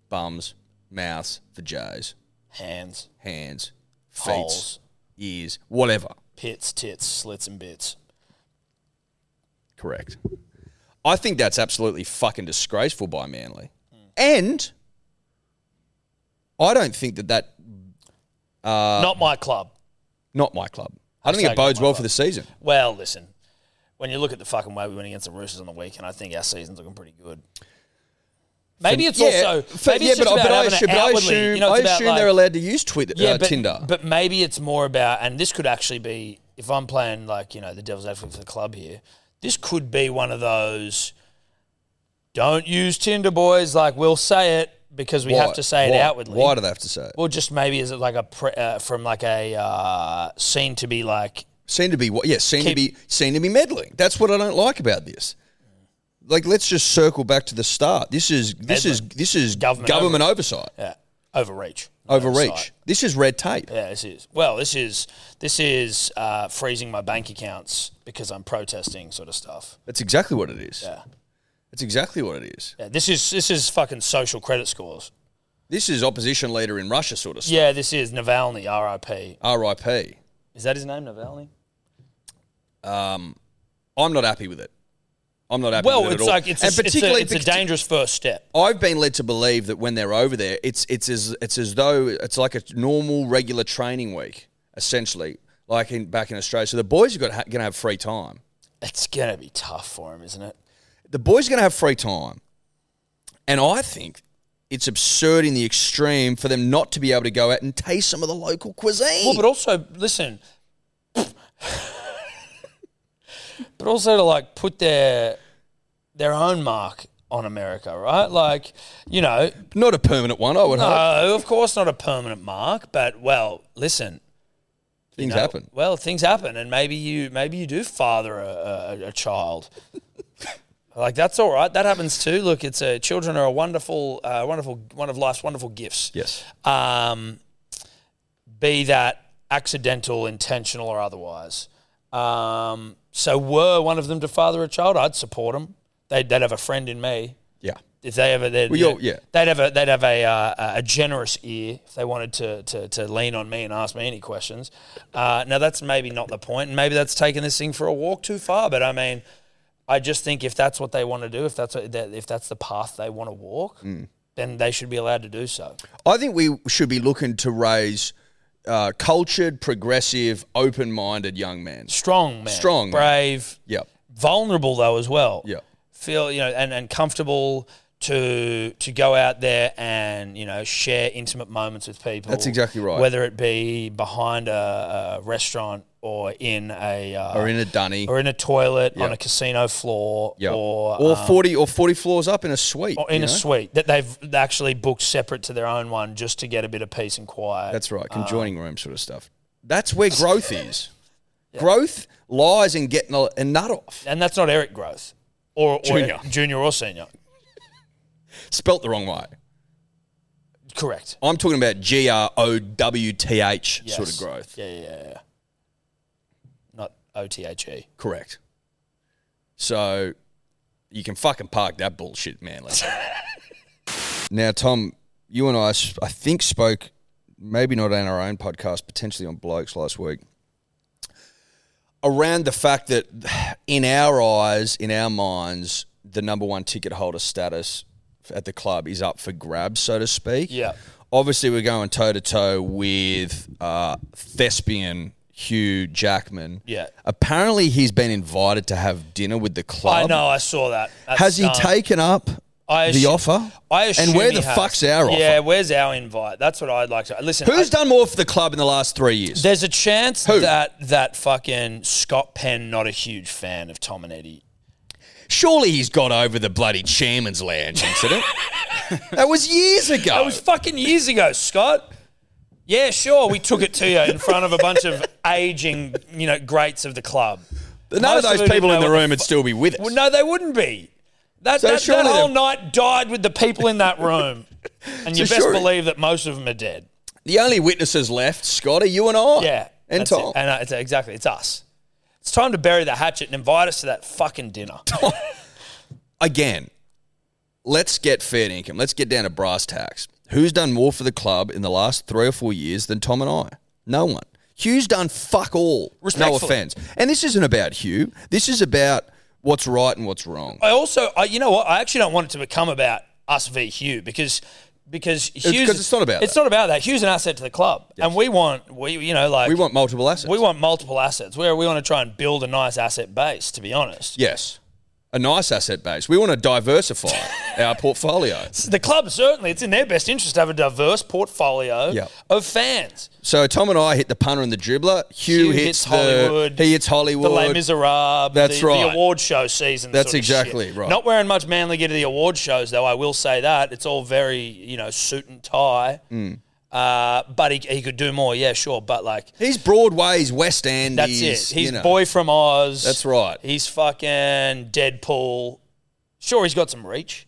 Speaker 3: bums, mouths, vajays,
Speaker 2: Hands,
Speaker 3: hands, feet,
Speaker 2: holes,
Speaker 3: ears, whatever.
Speaker 2: pits, tits, slits, and bits.
Speaker 3: Correct. I think that's absolutely fucking disgraceful by Manly. And I don't think that that Uh,
Speaker 2: not my club.
Speaker 3: not my club. I don't think
Speaker 2: Hashtag
Speaker 3: it bodes
Speaker 2: not my
Speaker 3: well
Speaker 2: club.
Speaker 3: for the season.
Speaker 2: Well, listen. When you look at the fucking way we went against the Roosters on the weekend, I think our season's looking pretty good. Maybe it's
Speaker 3: Yeah,
Speaker 2: also
Speaker 3: for-
Speaker 2: maybe it's just
Speaker 3: but,
Speaker 2: about
Speaker 3: but I
Speaker 2: having
Speaker 3: assume,
Speaker 2: it
Speaker 3: but I
Speaker 2: outwardly.
Speaker 3: assume,
Speaker 2: you know, it's
Speaker 3: I
Speaker 2: about
Speaker 3: assume
Speaker 2: like-
Speaker 3: they're allowed to use Twitter, uh,
Speaker 2: but,
Speaker 3: Tinder.
Speaker 2: But maybe it's more about, and this could actually be, if I'm playing like, you know, the devil's advocate for the club here, this could be one of those don't use Tinder, boys. Like, we'll say it because we have
Speaker 3: Why?
Speaker 2: to say
Speaker 3: Why?
Speaker 2: it outwardly.
Speaker 3: Why do they have to say it?
Speaker 2: well, just maybe is it like a, pre- uh, from like a uh, scene to be like,
Speaker 3: Seem to be what? Yes, seem to
Speaker 2: Keep-
Speaker 3: be seem to be meddling. That's what I don't like about this. Like, let's just circle back to the start. This is this is this is government,
Speaker 2: Government
Speaker 3: oversight,
Speaker 2: yeah, uh, overreach. not
Speaker 3: overreach.
Speaker 2: oversight.
Speaker 3: This is red tape.
Speaker 2: Yeah, this is. Well, this is this is uh, freezing my bank accounts because I'm protesting, sort of stuff.
Speaker 3: That's exactly what it is.
Speaker 2: Yeah.
Speaker 3: That's exactly what it is.
Speaker 2: Yeah, this is this is fucking social credit scores.
Speaker 3: This is opposition leader in Russia sort of stuff.
Speaker 2: Yeah, this is Navalny, R.I.P.
Speaker 3: RIP.
Speaker 2: Is that his name, Navalny?
Speaker 3: I'm not happy with it. I'm not happy
Speaker 2: Well,
Speaker 3: with it
Speaker 2: it's
Speaker 3: at all.
Speaker 2: like it's, a,
Speaker 3: and
Speaker 2: it's, a,
Speaker 3: particularly
Speaker 2: it's a
Speaker 3: partic-
Speaker 2: dangerous first step.
Speaker 3: I've been led to believe that when they're over there, it's it's as it's as though it's like a normal regular training week essentially. like in back in Australia. So the boys are going to have free time.
Speaker 2: It's gonna be tough for him, isn't it?
Speaker 3: the boys are going to have free time. And I think it's absurd in the extreme for them not to be able to go out and taste some of the local cuisine.
Speaker 2: Well, but also listen. but also to like put their their own mark on America, right? Like, you know,
Speaker 3: not a permanent one, I would hope.
Speaker 2: no, of course not a permanent mark, but well, listen, you
Speaker 3: Things
Speaker 2: know,
Speaker 3: happen.
Speaker 2: Well, things happen, and maybe you maybe you do father a, a, a child. like that's all right. That happens too. Look, it's a children are a wonderful, uh, wonderful one of life's wonderful gifts.
Speaker 3: Yes.
Speaker 2: Um, be that accidental, intentional, or otherwise. Um, so were one of them to father a child, I'd support them. They'd, they'd have a friend in me
Speaker 3: Yeah.
Speaker 2: if they ever they'd,
Speaker 3: Well, you're-
Speaker 2: yeah,
Speaker 3: yeah.
Speaker 2: they'd have a they'd have a uh, a generous ear if they wanted to, to to lean on me and ask me any questions. Uh, now that's maybe not the point, and maybe that's taking this thing for a walk too far. But I mean, I just think if that's what they want to do, if that's what, that, if that's the path they want to walk,
Speaker 3: Mm.
Speaker 2: then they should be allowed to do so.
Speaker 3: I think we should be looking to raise uh, cultured, progressive, open minded young men.
Speaker 2: Strong man,
Speaker 3: Strong man.
Speaker 2: brave,
Speaker 3: Yep.
Speaker 2: vulnerable though as well.
Speaker 3: Yeah.
Speaker 2: feel you know and, and comfortable to to go out there and you know share intimate moments with people.
Speaker 3: That's exactly right.
Speaker 2: Whether it be behind a, a restaurant or in a uh,
Speaker 3: Or in a dunny.
Speaker 2: or in a toilet on
Speaker 3: Yeah.
Speaker 2: a casino floor
Speaker 3: yeah.
Speaker 2: or
Speaker 3: or
Speaker 2: um,
Speaker 3: 40 or 40 floors up in a suite.
Speaker 2: or in
Speaker 3: you
Speaker 2: a
Speaker 3: know?
Speaker 2: suite that they've actually booked separate to their own one just to get a bit of peace and quiet.
Speaker 3: That's right, conjoining room sort of stuff. That's where growth is. Growth lies in getting a, a nut off.
Speaker 2: and that's not Eric Growth or, or
Speaker 3: Junior.
Speaker 2: junior or senior.
Speaker 3: Spelt the wrong way.
Speaker 2: Correct.
Speaker 3: I'm talking about G R O W T H
Speaker 2: Yes.
Speaker 3: sort of growth.
Speaker 2: Yeah, yeah, yeah, yeah. Not O T H E.
Speaker 3: Correct. So you can fucking park that bullshit, man. Let's- now, Tom, you and I, s- I think, spoke maybe not on our own podcast, potentially on Blokes last week, around the fact that in our eyes, in our minds, the number one ticket holder status at the club is up for grabs, so to speak.
Speaker 2: Yeah.
Speaker 3: Obviously, we're going toe to toe with uh, thespian Hugh Jackman.
Speaker 2: Yeah.
Speaker 3: Apparently, he's been invited to have dinner with the club.
Speaker 2: I know, I saw that. That's
Speaker 3: Um, Has he
Speaker 2: dumb.
Speaker 3: taken up
Speaker 2: I
Speaker 3: the
Speaker 2: assu-
Speaker 3: offer?
Speaker 2: I assume
Speaker 3: and where
Speaker 2: he
Speaker 3: the
Speaker 2: has.
Speaker 3: fuck's our
Speaker 2: Yeah,
Speaker 3: offer?
Speaker 2: where's our invite? That's what I'd like to. Listen,
Speaker 3: Who's
Speaker 2: I-
Speaker 3: done more for the club in the last three years?
Speaker 2: there's a chance
Speaker 3: Who?
Speaker 2: that that fucking Scott Penn not a huge fan of Tom and Eddie.
Speaker 3: Surely he's got over the bloody chairman's lounge incident. that was years ago.
Speaker 2: That was fucking years ago, Scott. Yeah, sure, we took it to you in front of a bunch of aging, you know, greats of the club.
Speaker 3: None of
Speaker 2: most of
Speaker 3: those
Speaker 2: them
Speaker 3: people in
Speaker 2: know
Speaker 3: the
Speaker 2: what
Speaker 3: room would still be with us.
Speaker 2: Well, no, they wouldn't be. That,
Speaker 3: So
Speaker 2: that, that
Speaker 3: surely
Speaker 2: whole
Speaker 3: they've-
Speaker 2: night died with the people in that room, and you
Speaker 3: So
Speaker 2: best
Speaker 3: surely-
Speaker 2: believe that most of them are dead.
Speaker 3: The only witnesses left, Scott, are you and I.
Speaker 2: Yeah.
Speaker 3: Oh, And
Speaker 2: that's
Speaker 3: Tom.
Speaker 2: It. And uh, it's, exactly, it's us. It's time to bury the hatchet and invite us to that fucking dinner.
Speaker 3: Again, let's get fair income. Let's get down to brass tacks. Who's done more for the club in the last three or four years than Tom and I? No one. Hugh's done fuck all. No
Speaker 2: Respectfully.
Speaker 3: offense. And this isn't about Hugh. This is about what's right and what's wrong.
Speaker 2: I also, I, you know what? I actually don't want it to become about us v Hugh because because Hugh's
Speaker 3: 'cause it's not about
Speaker 2: it's
Speaker 3: that.
Speaker 2: not about that. Hugh's an asset to the club, and we want we you know like
Speaker 3: We want multiple assets.
Speaker 2: we want multiple assets. Where we want to try and build a nice asset base. To be honest,
Speaker 3: yes. A nice asset base. We want to diversify our portfolio.
Speaker 2: the club certainly it's in their best interest to have a diverse portfolio
Speaker 3: Yeah.
Speaker 2: of fans.
Speaker 3: So Tom and I hit the punter and the dribbler. Hugh,
Speaker 2: Hugh
Speaker 3: hits,
Speaker 2: hits
Speaker 3: the-
Speaker 2: Hollywood.
Speaker 3: He hits Hollywood.
Speaker 2: The Les Miserables.
Speaker 3: That's
Speaker 2: the,
Speaker 3: right.
Speaker 2: The award show season.
Speaker 3: That's
Speaker 2: sort of shit.
Speaker 3: exactly right.
Speaker 2: Not wearing much manly gear to the award shows, though. I will say that it's all very you know suit and tie.
Speaker 3: Hmm.
Speaker 2: Uh, but he, he could do more. Yeah, sure. But like
Speaker 3: He's Broadway's West End.
Speaker 2: that's
Speaker 3: he's,
Speaker 2: it. He's
Speaker 3: you know,
Speaker 2: boy from Oz.
Speaker 3: That's right.
Speaker 2: He's fucking Deadpool. Sure, he's got some reach.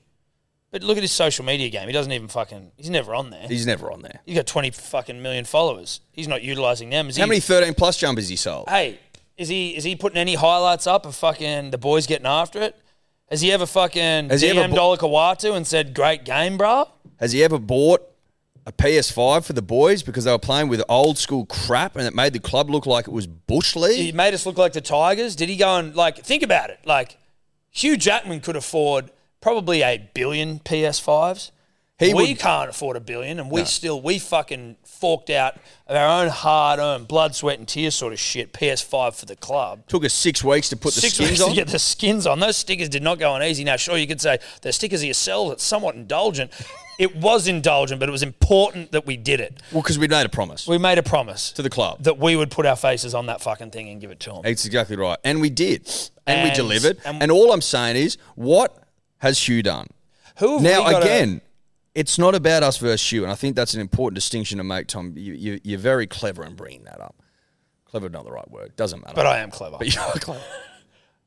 Speaker 2: But look at his social media game. He doesn't even fucking. He's never on there.
Speaker 3: He's never on there.
Speaker 2: He's got twenty fucking million followers. He's not utilizing them. Is
Speaker 3: How
Speaker 2: he,
Speaker 3: many 13 plus jumpers he sold?
Speaker 2: hey, is he is he putting any highlights up of fucking the boys getting after it? Has he ever fucking
Speaker 3: Has he ever
Speaker 2: DM'd
Speaker 3: bo-
Speaker 2: Ola Kawatu and said, "Great game, bruh?
Speaker 3: Has he ever bought a PS5 for the boys because they were playing with old school crap and it made the club look like it was bush
Speaker 2: He
Speaker 3: league?
Speaker 2: made us look like the Tigers. Did he go and like think about it? Like Hugh Jackman could afford probably a billion PS5s.
Speaker 3: He
Speaker 2: we
Speaker 3: would-
Speaker 2: can't afford a billion, and we still we fucking forked out of our own hard-earned blood, sweat, and tears sort of shit. PS5 for the club.
Speaker 3: Took us six weeks to put the
Speaker 2: Six
Speaker 3: skins
Speaker 2: weeks
Speaker 3: on.
Speaker 2: to get the skins on. Those stickers did not go on easy. Now, sure, you could say the stickers are yourselves. It's somewhat indulgent. it was indulgent, but it was important that we did it.
Speaker 3: Well, because we made a promise
Speaker 2: We made a promise
Speaker 3: to the club.
Speaker 2: that we would put our faces on that fucking thing and give it to them.
Speaker 3: It's exactly right. And we did. And, we
Speaker 2: And-
Speaker 3: delivered. And,
Speaker 2: and-
Speaker 3: all I'm saying is, what has Hugh done?
Speaker 2: Who have
Speaker 3: Now,
Speaker 2: we got a-
Speaker 3: again, it's not about us versus Hugh. And I think that's an important distinction to make, Tom. You, you, you're very clever in bringing that up. Clever, not the right word. Doesn't matter.
Speaker 2: but I am clever.
Speaker 3: But you are clever.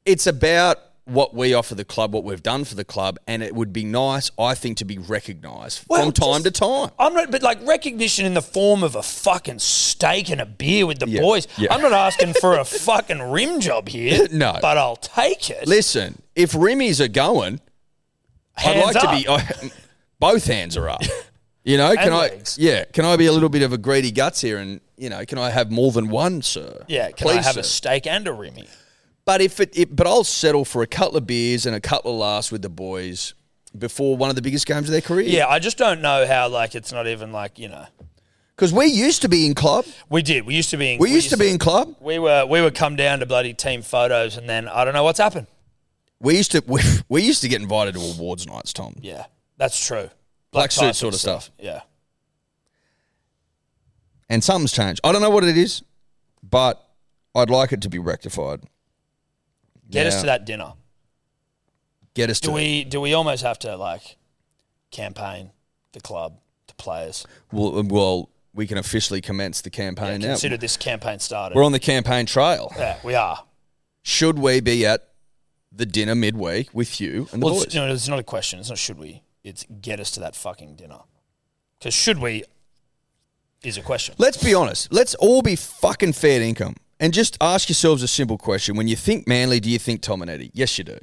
Speaker 3: It's about what we offer the club, what we've done for the club, and it would be nice, I think, to be recognised
Speaker 2: Well,
Speaker 3: from time
Speaker 2: just-
Speaker 3: to time.
Speaker 2: I'm not, but like recognition in the form of a fucking steak and a beer with the
Speaker 3: Yeah,
Speaker 2: boys.
Speaker 3: yeah.
Speaker 2: I'm not asking for a fucking rim job here.
Speaker 3: No.
Speaker 2: but I'll take it.
Speaker 3: Listen, if Rimmies are going,
Speaker 2: Hands
Speaker 3: I'd like
Speaker 2: up.
Speaker 3: to be. I, both hands are up. You know, can I?
Speaker 2: legs.
Speaker 3: Yeah, can I be a little bit of a greedy guts here, and you know, can I have more than one, sir?
Speaker 2: yeah, can I
Speaker 3: Please,
Speaker 2: have
Speaker 3: sir.
Speaker 2: a steak and a rimmy?
Speaker 3: But if it, it, but I'll settle for a couple of beers and a couple of laughs with the boys before one of the biggest games of their career.
Speaker 2: Yeah, I just don't know how. Like, it's not even like you know.
Speaker 3: because we used to be in club.
Speaker 2: We did. We used to be. In,
Speaker 3: We used to be in club.
Speaker 2: We were. We would come down to bloody team photos, and then I don't know what's happened.
Speaker 3: We used to we, we used to get invited to awards nights, Tom.
Speaker 2: Yeah, that's true.
Speaker 3: Black suit
Speaker 2: Tyson
Speaker 3: sort of
Speaker 2: stuff.
Speaker 3: stuff.
Speaker 2: Yeah.
Speaker 3: And something's changed. I don't know what it is, but I'd like it to be rectified.
Speaker 2: Get
Speaker 3: Yeah.
Speaker 2: us to that dinner.
Speaker 3: Get us
Speaker 2: Do
Speaker 3: to it.
Speaker 2: we? Do we almost have to like campaign the club, the players?
Speaker 3: Well, um, well, we can officially commence the campaign now.
Speaker 2: Consider this campaign started.
Speaker 3: We're on the campaign trail.
Speaker 2: yeah, we are.
Speaker 3: Should we be at the dinner midweek with you and the
Speaker 2: Well,
Speaker 3: boys?
Speaker 2: it's, no, it's not a question. It's not should we. It's get us to that fucking dinner. Because should we is a question.
Speaker 3: Let's be honest. Let's all be fucking fair income and just ask yourselves a simple question. When you think Manly, do you think Tom and Eddie? Yes, you do.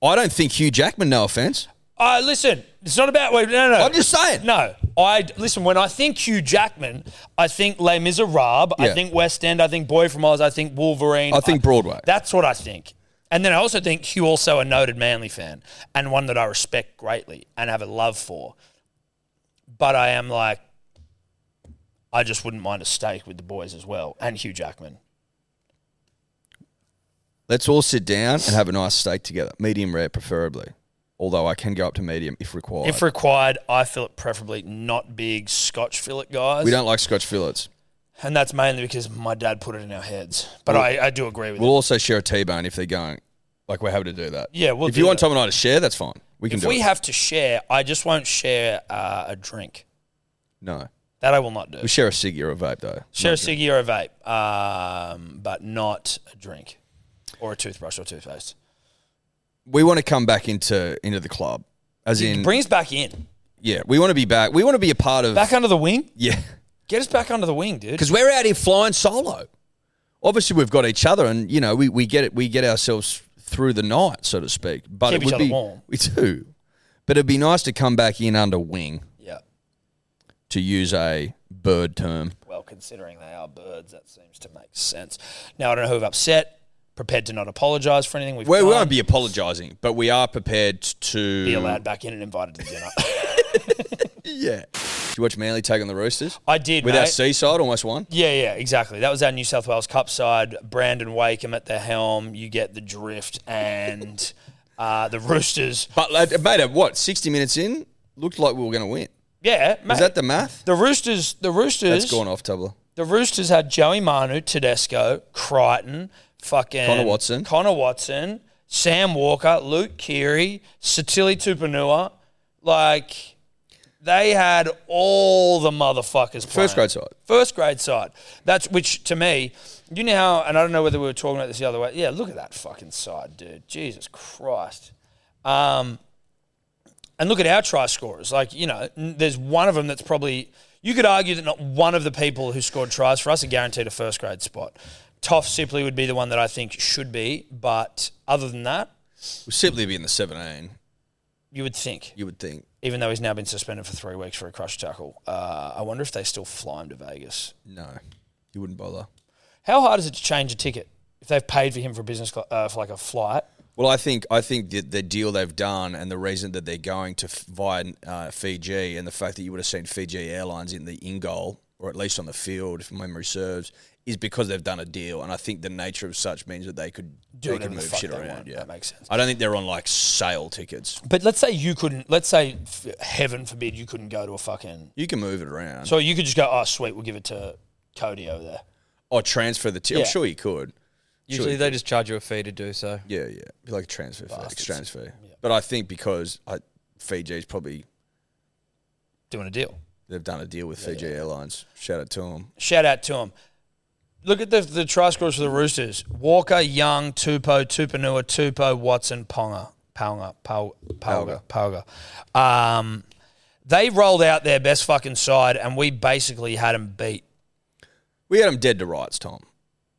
Speaker 3: I don't think Hugh Jackman. No offense.
Speaker 2: Uh, listen, it's not about. Wait, no, no.
Speaker 3: I'm just saying.
Speaker 2: No, I listen. When I think Hugh Jackman, I think Les Miserables.
Speaker 3: Yeah.
Speaker 2: I think West End. I think Boy from Oz. I think Wolverine.
Speaker 3: I think Broadway.
Speaker 2: That's what I think. And then I also think Hugh also a noted Manly fan and one that I respect greatly and have a love for. But I am like, I just wouldn't mind a steak with the boys as well and Hugh Jackman.
Speaker 3: Let's all sit down and have a nice steak together, medium rare preferably. Although I can go up to medium if required.
Speaker 2: If required, I fillet preferably not big Scotch fillet guys.
Speaker 3: we don't like scotch fillets.
Speaker 2: and that's mainly because my dad put it in our heads. But I, I do agree with
Speaker 3: We'll
Speaker 2: it.
Speaker 3: also share a T-bone if they're going. Like we're happy to do that.
Speaker 2: Yeah, we'll
Speaker 3: if you
Speaker 2: do
Speaker 3: want
Speaker 2: that.
Speaker 3: Tom and I to share, that's fine. We can
Speaker 2: If
Speaker 3: do
Speaker 2: we
Speaker 3: it.
Speaker 2: have to share, I just won't share uh, a drink.
Speaker 3: no,
Speaker 2: That I will not do.
Speaker 3: we share a cig or a vape though.
Speaker 2: Share a ciggy or a vape, um, but not a drink or a toothbrush or toothpaste.
Speaker 3: We want to come back into into the club, as in
Speaker 2: Bring us back in,
Speaker 3: yeah. We want to be back. We want to be a part of
Speaker 2: back under the wing.
Speaker 3: yeah.
Speaker 2: Get us back under the wing, dude.
Speaker 3: Because we're out here flying solo. Obviously, we've got each other, and you know we, we get it. We get ourselves through the night, so to speak. But
Speaker 2: Keep
Speaker 3: it
Speaker 2: each
Speaker 3: would
Speaker 2: other
Speaker 3: be
Speaker 2: warm.
Speaker 3: we do. But it'd be nice to come back in under wing,
Speaker 2: Yeah.
Speaker 3: to use a bird term.
Speaker 2: Well, considering they are birds, that seems to make sense. Now I don't know who've upset. Prepared to not apologise for anything. We've
Speaker 3: We, we
Speaker 2: done.
Speaker 3: won't be apologising, but we are prepared to
Speaker 2: be allowed back in and invited to dinner.
Speaker 3: Yeah. Did you watch Manly take on the Roosters?
Speaker 2: I did.
Speaker 3: With our
Speaker 2: mate.
Speaker 3: seaside, almost won.
Speaker 2: Yeah, yeah, exactly. That was our New South Wales Cup side. Brandon Wakeham at the helm. You get the drift, and uh, the Roosters.
Speaker 3: But uh, mate, at what sixty minutes in, looked like we were going to win.
Speaker 2: Yeah, mate.
Speaker 3: Is that the math?
Speaker 2: the Roosters? The Roosters.
Speaker 3: That's gone off tableau.
Speaker 2: The Roosters had Joey Manu, Tedesco, Crichton, fucking
Speaker 3: Connor Watson.
Speaker 2: Connor Watson, Sam Walker, Luke Keary, Satili Tupanua. Like they had all the motherfuckers. playing.
Speaker 3: First grade side.
Speaker 2: First grade side. That's which to me, you know how, and I don't know whether we were talking about this the other way. Yeah, look at that fucking side, dude. Jesus Christ. Um, and look at our try scorers. Like, you know, n- there's one of them that's probably, you could argue that not one of the people who scored tries for us are guaranteed a first grade spot. Toff Sipley would be the one that I think should be, but other than that,
Speaker 3: We'll simply be in the seventeen.
Speaker 2: you would think,
Speaker 3: You would think.
Speaker 2: even though he's now been suspended for three weeks for a crush tackle. Uh, I wonder if they still fly him to Vegas.
Speaker 3: No, you wouldn't bother.
Speaker 2: How hard is it to change a ticket if they've paid for him for a business cl- uh, for like a flight?
Speaker 3: Well, I think I think that the deal they've done and the reason that they're going to f- via uh, Fiji and the fact that you would have seen Fiji Airlines in the in goal or at least on the field, if memory serves, is because they've done a deal. And I think the nature of such means that they could
Speaker 2: Do
Speaker 3: they
Speaker 2: whatever
Speaker 3: could
Speaker 2: the
Speaker 3: move
Speaker 2: fuck
Speaker 3: shit
Speaker 2: they
Speaker 3: around.
Speaker 2: want.
Speaker 3: Yeah,
Speaker 2: That makes sense.
Speaker 3: I don't think they're on like sale tickets.
Speaker 2: But let's say you couldn't. Let's say, f- heaven forbid, you couldn't go to a fucking.
Speaker 3: You can move it around
Speaker 2: So you could just go, oh sweet, we'll give it to Cody over there.
Speaker 3: or Oh, transfer the ticket.
Speaker 2: Yeah.
Speaker 3: I'm sure you could.
Speaker 4: Usually they just charge you a fee to do so.
Speaker 3: Yeah, yeah. Be like a transfer fee, exchange fee. But I think because I, Fiji's probably
Speaker 4: Doing a deal.
Speaker 3: they've done a deal with Fiji Airlines. Shout out to them.
Speaker 2: Shout out to him. Look at the the try scores for the Roosters: Walker, Young, Tupo, Tupanua, Tupo, Watson, Ponga, Ponga, Pol- Polga, Polga. Um, they rolled out their best fucking side, and we basically had them beat.
Speaker 3: We had them dead to rights, Tom.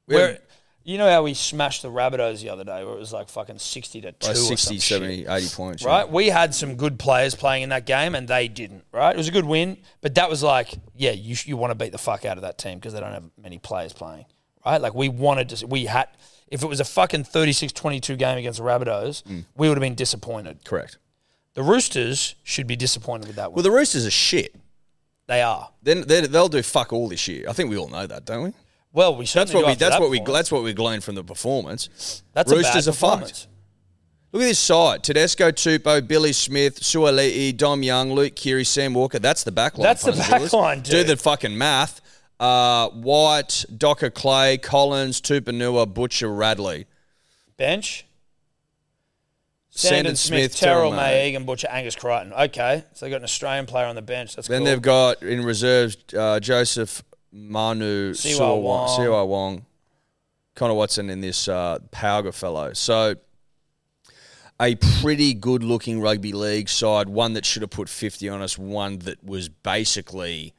Speaker 3: We had
Speaker 2: Where, you know how we smashed the Rabbitohs the other day, where it was like fucking sixty to two,
Speaker 3: 'em by
Speaker 2: or some
Speaker 3: 60, 70,
Speaker 2: shit,
Speaker 3: 80 points. yeah.
Speaker 2: right? We had some good players playing in that game, and they didn't. Right? It was a good win, but that was like, yeah, you you want to beat the fuck out of that team because they don't have many players playing, right? Like we wanted to, we had. If it was a fucking 36-22 game against the Rabbitohs,
Speaker 3: Mm.
Speaker 2: we would have been disappointed.
Speaker 3: Correct.
Speaker 2: The Roosters should be disappointed with that
Speaker 3: Well,
Speaker 2: win.
Speaker 3: the Roosters are shit.
Speaker 2: they are.
Speaker 3: Then they- they'll do fuck all this year. I think we all know that, don't we?
Speaker 2: Well, we
Speaker 3: That's
Speaker 2: certainly
Speaker 3: what
Speaker 2: do
Speaker 3: we.
Speaker 2: after
Speaker 3: That's
Speaker 2: that
Speaker 3: what we.
Speaker 2: point.
Speaker 3: That's what we gleaned from the performance.
Speaker 2: That's
Speaker 3: Roosters
Speaker 2: a
Speaker 3: are
Speaker 2: bad
Speaker 3: fucked.
Speaker 2: performance.
Speaker 3: Look at this side: Tedesco, Tupo, Billy Smith, Sualee, Dom Young, Luke Keary, Sam Walker. That's the back line.
Speaker 2: That's the
Speaker 3: punters,
Speaker 2: back
Speaker 3: drillers.
Speaker 2: line,
Speaker 3: Do
Speaker 2: dude.
Speaker 3: the fucking math. Uh, White, Docker, Clay, Collins, Tupanua, Butcher, Radley.
Speaker 2: Bench. Sandon
Speaker 3: Sandon
Speaker 2: Smith,
Speaker 3: Smith,
Speaker 2: Terrell
Speaker 3: Terrell
Speaker 2: May,
Speaker 3: May.
Speaker 2: Egan Butcher, Angus Crichton. Okay, so they've got an Australian player on the bench. That's
Speaker 3: Then
Speaker 2: cool.
Speaker 3: they've got in reserves uh, Joseph Manu,
Speaker 2: Siwa
Speaker 3: Siwa Wong,
Speaker 2: Wong.
Speaker 3: Siwa Wong, Connor Watson, and this uh, Pauga fellow. So a pretty good looking rugby league side, one that should have put 50 on us, one that was basically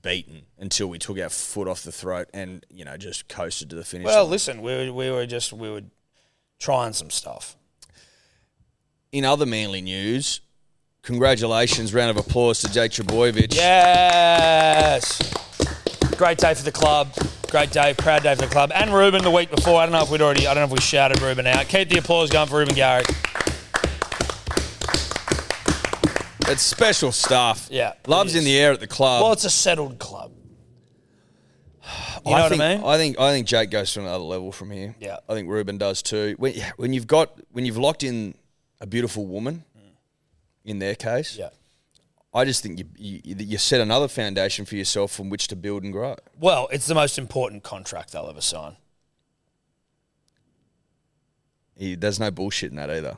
Speaker 3: beaten until we took our foot off the throat and, you know, just coasted to the finish
Speaker 2: Well,
Speaker 3: line.
Speaker 2: listen, we were, we were just we were trying some stuff.
Speaker 3: In other Manly news, congratulations, round of applause to Jake Trebojevic.
Speaker 2: Yes, great day for the club. Great day, proud day for the club. And Ruben the week before. I don't know if we'd already. I don't know if we shouted Ruben out. Keep the applause going for Ruben Gary.
Speaker 3: It's special stuff.
Speaker 2: Yeah, it
Speaker 3: Love's in
Speaker 2: is.
Speaker 3: the air at the club.
Speaker 2: Well, it's a settled club. You know
Speaker 3: I
Speaker 2: what
Speaker 3: think,
Speaker 2: I mean?
Speaker 3: think I think Jake goes to another level from here.
Speaker 2: Yeah.
Speaker 3: I think Ruben does too. When yeah, when you've got when you've locked in a beautiful woman, in their case,
Speaker 2: yeah.
Speaker 3: I just think you, you that you set another foundation for yourself from which to build and grow.
Speaker 2: Well, it's the most important contract they'll ever sign.
Speaker 3: You- there's no bullshit in that either.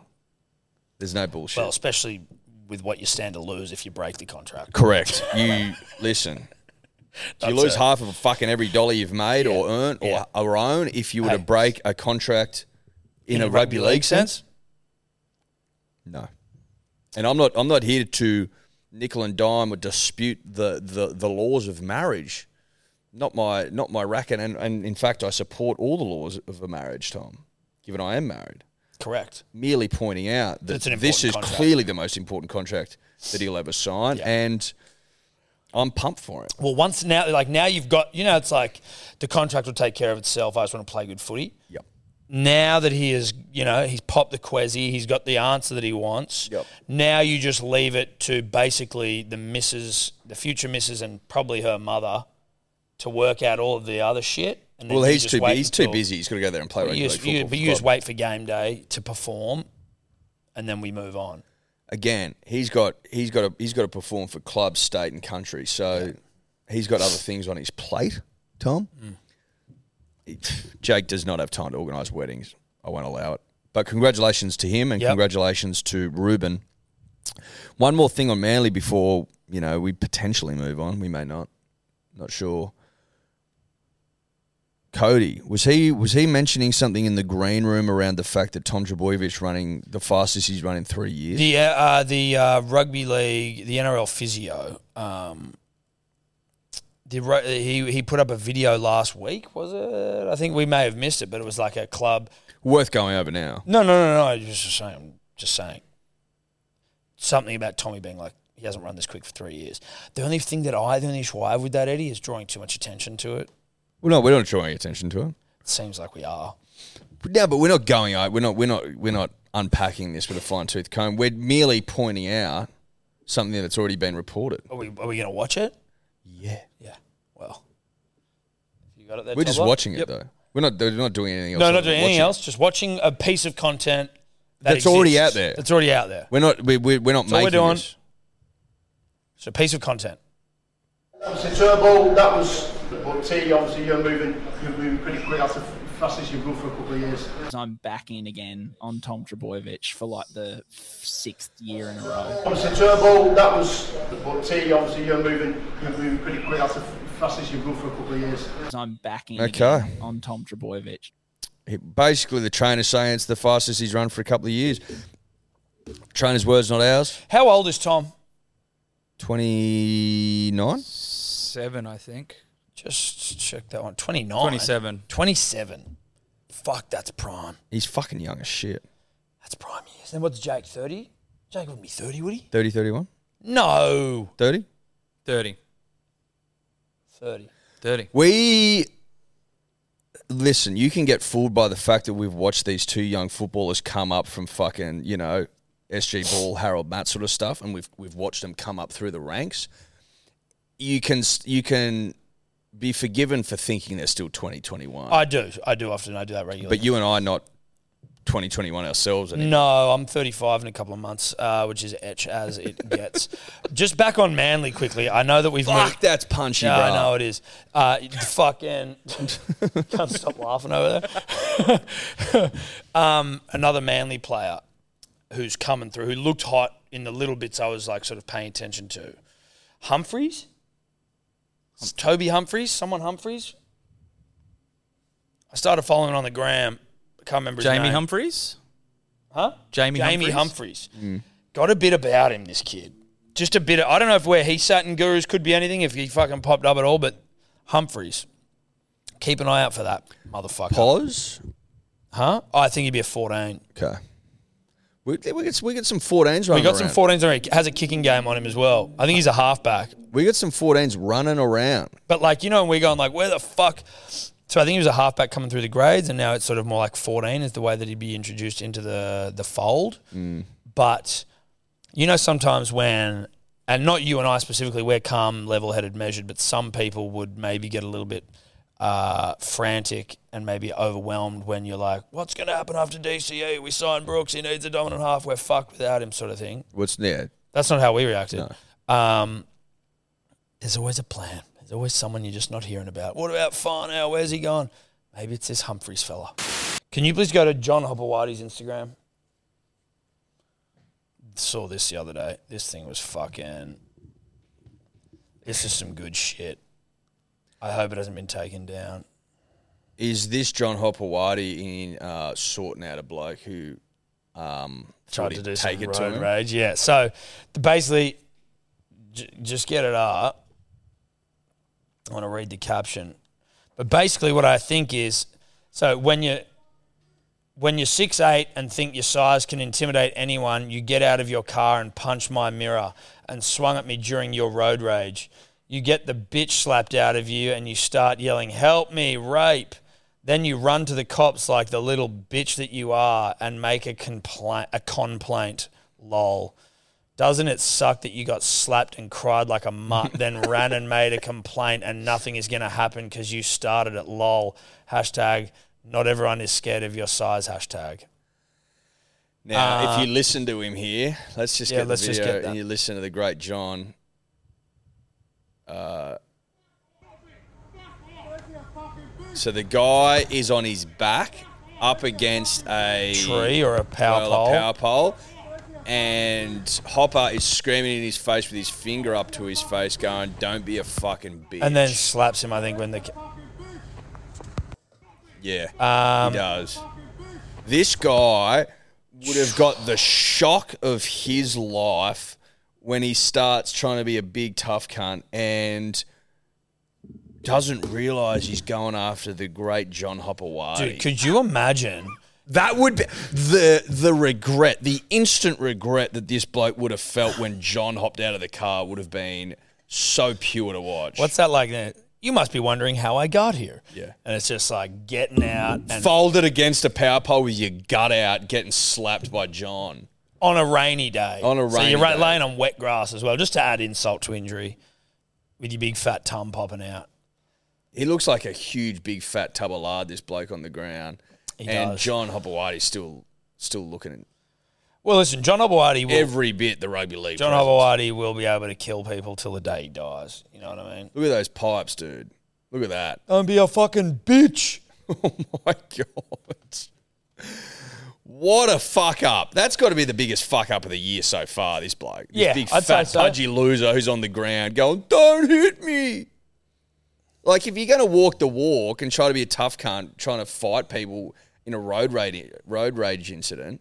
Speaker 3: There's no bullshit.
Speaker 2: Well, especially with what you stand to lose if you break the contract.
Speaker 3: Correct. You listen. You lose half of fucking every dollar you've made or earned or,
Speaker 2: Yeah.
Speaker 3: or own if you were
Speaker 2: Hey.
Speaker 3: to break a contract in, a rugby, league sense. No. And I'm not I'm not here to nickel and dime or dispute the, the, the laws of marriage. Not my not my racket and, and in fact I support all the laws of a marriage, Tom, given I am married.
Speaker 2: Correct.
Speaker 3: Merely pointing out that
Speaker 2: It's an important
Speaker 3: this is
Speaker 2: contract.
Speaker 3: clearly the most important contract that he'll ever sign and I'm pumped for it.
Speaker 2: Well, once now, like now you've got, you know, it's like the contract will take care of itself. I just want to play good footy.
Speaker 3: Yep.
Speaker 2: Now that he is, you know, he's popped the quezzy, he's got the answer that he wants.
Speaker 3: Yep.
Speaker 2: Now you just leave it to basically the missus, the future missus, and probably her mother to work out all of the other shit. And then
Speaker 3: Well
Speaker 2: you
Speaker 3: he's
Speaker 2: just
Speaker 3: too
Speaker 2: wait
Speaker 3: bu- he's too
Speaker 2: until-
Speaker 3: busy, he's gotta go there and play rugby
Speaker 2: You
Speaker 3: league
Speaker 2: just, you,
Speaker 3: football.
Speaker 2: but you
Speaker 3: for
Speaker 2: just
Speaker 3: God.
Speaker 2: wait for game day to perform, and then we move on.
Speaker 3: again, he's got he's got to, he's got to perform for club, state, and country. So he's got other things on his plate. Tom, It- Jake does not have time to organise weddings. I won't allow it. But congratulations to him and
Speaker 2: Yep.
Speaker 3: congratulations to Ruben. One more thing on Manly before you know we potentially move on. We may not. Not sure. Cody was he was he mentioning something in the green room around the fact that Tom Trebojevic running the fastest he's run in three years?
Speaker 2: The uh, uh, the uh, rugby league, the NRL physio. Um, the ru- he he put up a video last week. Was it? I think we may have missed it, but it was like a club.
Speaker 3: worth going over now.
Speaker 2: No, no, no, no. I was just saying. I'm Just saying. Something about Tommy being like he hasn't run this quick for three years. The only thing that I, the only issue I have with that Eddie is drawing too much attention to it.
Speaker 3: Well, no, we're not drawing attention to it.
Speaker 2: It seems like we are.
Speaker 3: No, but we're not going. o- We're not. We're not. We're not unpacking this with a fine tooth comb. We're merely pointing out something that's already been reported.
Speaker 2: Are we, are we going to watch it?
Speaker 3: Yeah,
Speaker 2: Yeah. Well, you got it there.
Speaker 3: we're just
Speaker 2: Tobler?
Speaker 3: watching it
Speaker 2: Oh, Yep.
Speaker 3: though. We're not. We're not doing anything else.
Speaker 2: No,
Speaker 3: other
Speaker 2: not
Speaker 3: than
Speaker 2: doing anything
Speaker 3: watching it.
Speaker 2: else. Just watching a piece of content that
Speaker 3: That's already
Speaker 2: exists.
Speaker 3: out there.
Speaker 2: That's already out there.
Speaker 3: We're not. We're, we're, we're not
Speaker 2: all
Speaker 3: making.
Speaker 2: we're doing.
Speaker 3: this.
Speaker 2: It's a piece of content.
Speaker 5: Obviously, Turbo, that was. But T, obviously, you're moving, you're moving pretty quick. That's the fastest you've run for a couple of years.
Speaker 6: I'm back in again on Tom Trebojevic for like the sixth year in a row.
Speaker 5: Obviously, Turbo, that was. But T, obviously, you're moving, you're moving pretty quick. That's the fastest you've run for a couple of years.
Speaker 6: I'm back in
Speaker 3: Okay.
Speaker 6: again on Tom Trebojevic.
Speaker 3: He- Basically, the trainer's saying it's the fastest he's run for a couple of years. Trainer's words, not ours.
Speaker 2: How old is Tom?
Speaker 3: Twenty nine.
Speaker 4: Seven, I think.
Speaker 2: Just check that one. 29.
Speaker 4: 27.
Speaker 2: 27. Fuck, that's prime.
Speaker 3: He's fucking young as shit.
Speaker 2: That's prime years. Then what's Jake, 30? Jake wouldn't be 30, would he?
Speaker 3: 30, 31?
Speaker 2: No.
Speaker 3: 30?
Speaker 4: 30.
Speaker 2: 30.
Speaker 4: 30.
Speaker 3: We listen. You can get fooled by the fact that we've watched these two young footballers come up from fucking you know SG Ball, Harold Matt sort of stuff, and we've we've watched them come up through the ranks. You can s- you can be forgiven for thinking they're still twenty twenty one,
Speaker 2: I do. I do often. I do that regularly.
Speaker 3: but you and I not twenty twenty one ourselves. Anymore.
Speaker 2: No, I'm 35 in a couple of months, uh, which is etch as it gets. Just back on Manly quickly. I know that we've moved.
Speaker 3: Fuck, that's punchy,
Speaker 2: No,
Speaker 3: bro.
Speaker 2: Mm. I know it is. Uh, fucking can't stop laughing over there. um, another Manly player who's coming through, who looked hot in the little bits I was like sort of paying attention to. Humphreys, Toby Humphreys, someone Humphreys. I started following on the gram. I can't remember his
Speaker 4: Jamie
Speaker 2: name.
Speaker 4: Humphreys?
Speaker 2: Huh?
Speaker 4: Jamie
Speaker 2: Jamie
Speaker 4: Humphries?
Speaker 2: Humphreys. Got a bit about him, this kid. Just a bit. Of, I don't know if where he sat in Gurus could be anything if he fucking popped up at all, but Humphreys. Keep an eye out for that motherfucker.
Speaker 3: Pause.
Speaker 2: huh? Oh, I think he'd be a 14.
Speaker 3: Okay. We, we get we get some 14s.
Speaker 2: We
Speaker 3: running
Speaker 2: got some
Speaker 3: around.
Speaker 2: 14s already. Has a kicking game on him as well. I think he's a halfback.
Speaker 3: We got some 14s running around.
Speaker 2: But like, you know, when we're going like, where the fuck? So I think he was a halfback coming through the grades, and now it's sort of more like 14 is the way that he'd be introduced into the the fold. But you know, sometimes when and not you and I specifically, we're calm, level headed, measured, but some people would maybe get a little bit uh, frantic and maybe overwhelmed when you're like, what's going to happen after DCE? We signed Brooks, he needs a dominant half, we're fucked without him, sort of thing.
Speaker 3: What's yeah?
Speaker 2: That's not how we reacted. Um, there's always a plan. There's always someone you're just not hearing about. What about Farnow? Where's he gone? Maybe it's this Humphreys fella. Can you please go to John Hopewadi's Instagram? Saw this the other day. This thing was fucking. This is some good shit. I hope it hasn't been taken down.
Speaker 3: Is this John Hopewadi in uh, sorting out a bloke who um,
Speaker 2: tried to
Speaker 3: sort
Speaker 2: do
Speaker 3: of
Speaker 2: some road rage. Yeah. So basically, j- just get it up. I want to read the caption, but basically, what I think is, so when you when you're six eight and think your size can intimidate anyone, you get out of your car and punch my mirror and swung at me during your road rage. You get the bitch slapped out of you and you start yelling, "Help me, rape!" Then you run to the cops like the little bitch that you are and make a complaint. A complaint. Lol. Doesn't it suck that you got slapped and cried like a mutt, then ran and made a complaint, and nothing is going to happen because you started it? Lol. Hashtag. Not everyone is scared of your size. Hashtag.
Speaker 3: Now, if you listen to him here, let's just
Speaker 2: Uh, Yeah,
Speaker 3: get the
Speaker 2: let's just
Speaker 3: video
Speaker 2: get that.
Speaker 3: and you listen to the great John. Uh, so the guy is on his back, up against a
Speaker 2: Tree or a power
Speaker 3: well,
Speaker 2: pole.
Speaker 3: a power pole, and Hopper is screaming in his face with his finger up to his face, going, "Don't be a fucking bitch."
Speaker 2: and then slaps him. I think when the
Speaker 3: Yeah,
Speaker 2: Um,
Speaker 3: he does. This guy would have got the shock of his life when he starts trying to be a big tough cunt and doesn't realize he's going after the great John Hopewadi.
Speaker 2: dude, could you imagine?
Speaker 3: that would be the the regret, the instant regret that this bloke would have felt when John hopped out of the car would have been so pure to watch.
Speaker 2: What's that like? Then you must be wondering how I got here.
Speaker 3: Yeah.
Speaker 2: And it's just like getting out and
Speaker 3: Folded against a power pole with your gut out, getting slapped by John.
Speaker 2: on a rainy day.
Speaker 3: On a
Speaker 2: So you're
Speaker 3: rainy
Speaker 2: right,
Speaker 3: day.
Speaker 2: laying on wet grass as well, just to add insult to injury with your big fat tum popping out.
Speaker 3: He looks like a huge, big, fat tub of lard. This bloke on the ground, and
Speaker 2: does.
Speaker 3: John Hopewadi's still still looking at
Speaker 2: Well, listen, John Obawadi will
Speaker 3: every bit the rugby league.
Speaker 2: John
Speaker 3: presence.
Speaker 2: Obawadi will be able to kill people till the day he dies. You know what I mean?
Speaker 3: Look at those pipes, dude. Look at that.
Speaker 2: Don't be a fucking bitch.
Speaker 3: Oh my god. What a fuck up. That's got to be the biggest fuck up of the year so far, this bloke. This
Speaker 2: Yeah,
Speaker 3: big
Speaker 2: I'd say
Speaker 3: fat
Speaker 2: so.
Speaker 3: pudgy loser who's on the ground going, Don't hit me. Like if you're gonna walk the walk and try to be a tough cunt trying to fight people in a road rage road rage incident,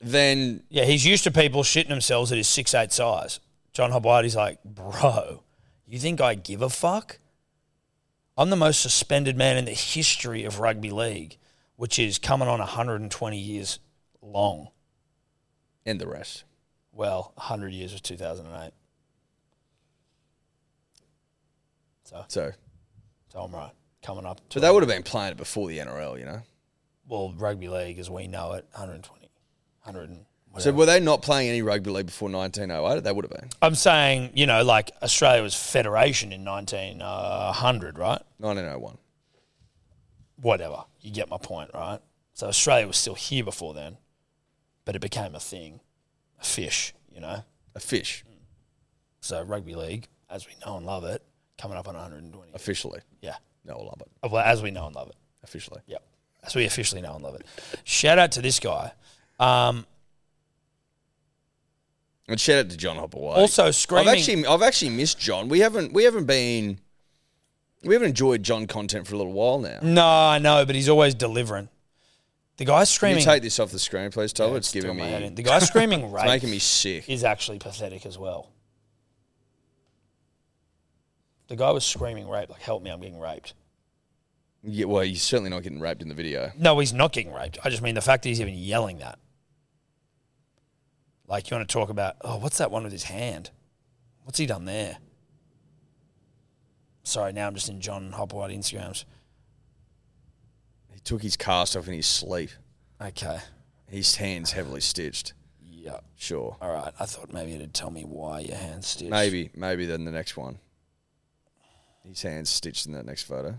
Speaker 3: then
Speaker 2: Yeah, he's used to people shitting themselves at his six eight size. John Hobwadi's like, bro, you think I give a fuck? I'm the most suspended man in the history of rugby league, which is coming on 120 years long.
Speaker 3: end the rest.
Speaker 2: Well, 100 years was 2008,
Speaker 3: So
Speaker 2: so I'm right. Coming up,
Speaker 3: so they would have been playing it before the NRL, you know?
Speaker 2: well, rugby league as we know it, 120, 100. And
Speaker 3: So were they not playing any rugby league before 1908? They would have been.
Speaker 2: I'm saying, you know, like Australia was federation in 1900, right?
Speaker 3: 1901.
Speaker 2: whatever. You get my point, right? So Australia was still here before then, but it became a thing, a fish, you know.
Speaker 3: A fish,
Speaker 2: So rugby league, as we know and love it, coming up on 120.
Speaker 3: officially.
Speaker 2: Yeah,
Speaker 3: No, I love it.
Speaker 2: well, as we know and love it.
Speaker 3: Officially.
Speaker 2: Yep, as we officially know and love it. Shout out to this guy. Um,
Speaker 3: And shout out to John Hopperway.
Speaker 2: also
Speaker 3: I've
Speaker 2: screaming.
Speaker 3: actually I've actually missed John. We haven't we haven't been we haven't enjoyed John content for a little while now. Can
Speaker 2: no, I know, but he's always delivering. The guy
Speaker 3: you
Speaker 2: screaming.
Speaker 3: take this off the screen, please, Toby?
Speaker 2: Yeah,
Speaker 3: it's
Speaker 2: still
Speaker 3: giving
Speaker 2: my head
Speaker 3: me
Speaker 2: in. the guy screaming
Speaker 3: it's
Speaker 2: rape
Speaker 3: making me sick.
Speaker 2: is actually pathetic as well. The guy was screaming rape, like "Help me! I'm getting raped."
Speaker 3: Yeah, well, you're certainly not getting raped in the video.
Speaker 2: No, he's not getting raped. I just mean the fact that he's even yelling that. Like, you want to talk about, oh, what's that one with his hand? What's he done there? Sorry, now I'm just in John Hopwhite Instagrams.
Speaker 3: He took his cast off in his sleep.
Speaker 2: Okay.
Speaker 3: His hands heavily stitched.
Speaker 2: Yeah.
Speaker 3: Sure.
Speaker 2: All right. I thought maybe it'd tell me why your hand's stitched.
Speaker 3: Maybe, maybe then the next one. His hands stitched in that next photo.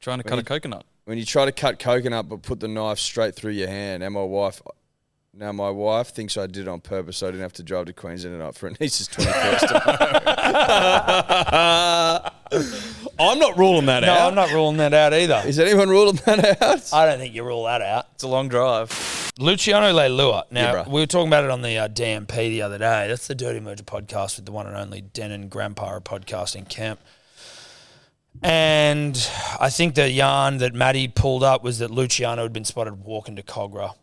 Speaker 4: Trying to cut a coconut.
Speaker 3: when you try to cut coconut but put the knife straight through your hand. And my wife, now my wife thinks I did it on purpose, so I didn't have to drive to Queensland tonight for her niece's twenty first. I'm not ruling that
Speaker 2: No, I'm not ruling that out either.
Speaker 3: Is anyone ruling that out?
Speaker 2: I don't think you rule that out.
Speaker 4: It's a long drive.
Speaker 2: Luciano Leilua. Now,
Speaker 3: Yeah, bruh.
Speaker 2: we were talking about it on the uh, DMP the other day. That's the Dirty Merger podcast with the one and only Denon Grandpa of Podcasting Camp. And I think the yarn that Maddie pulled up was that Luciano had been spotted walking to Cogra.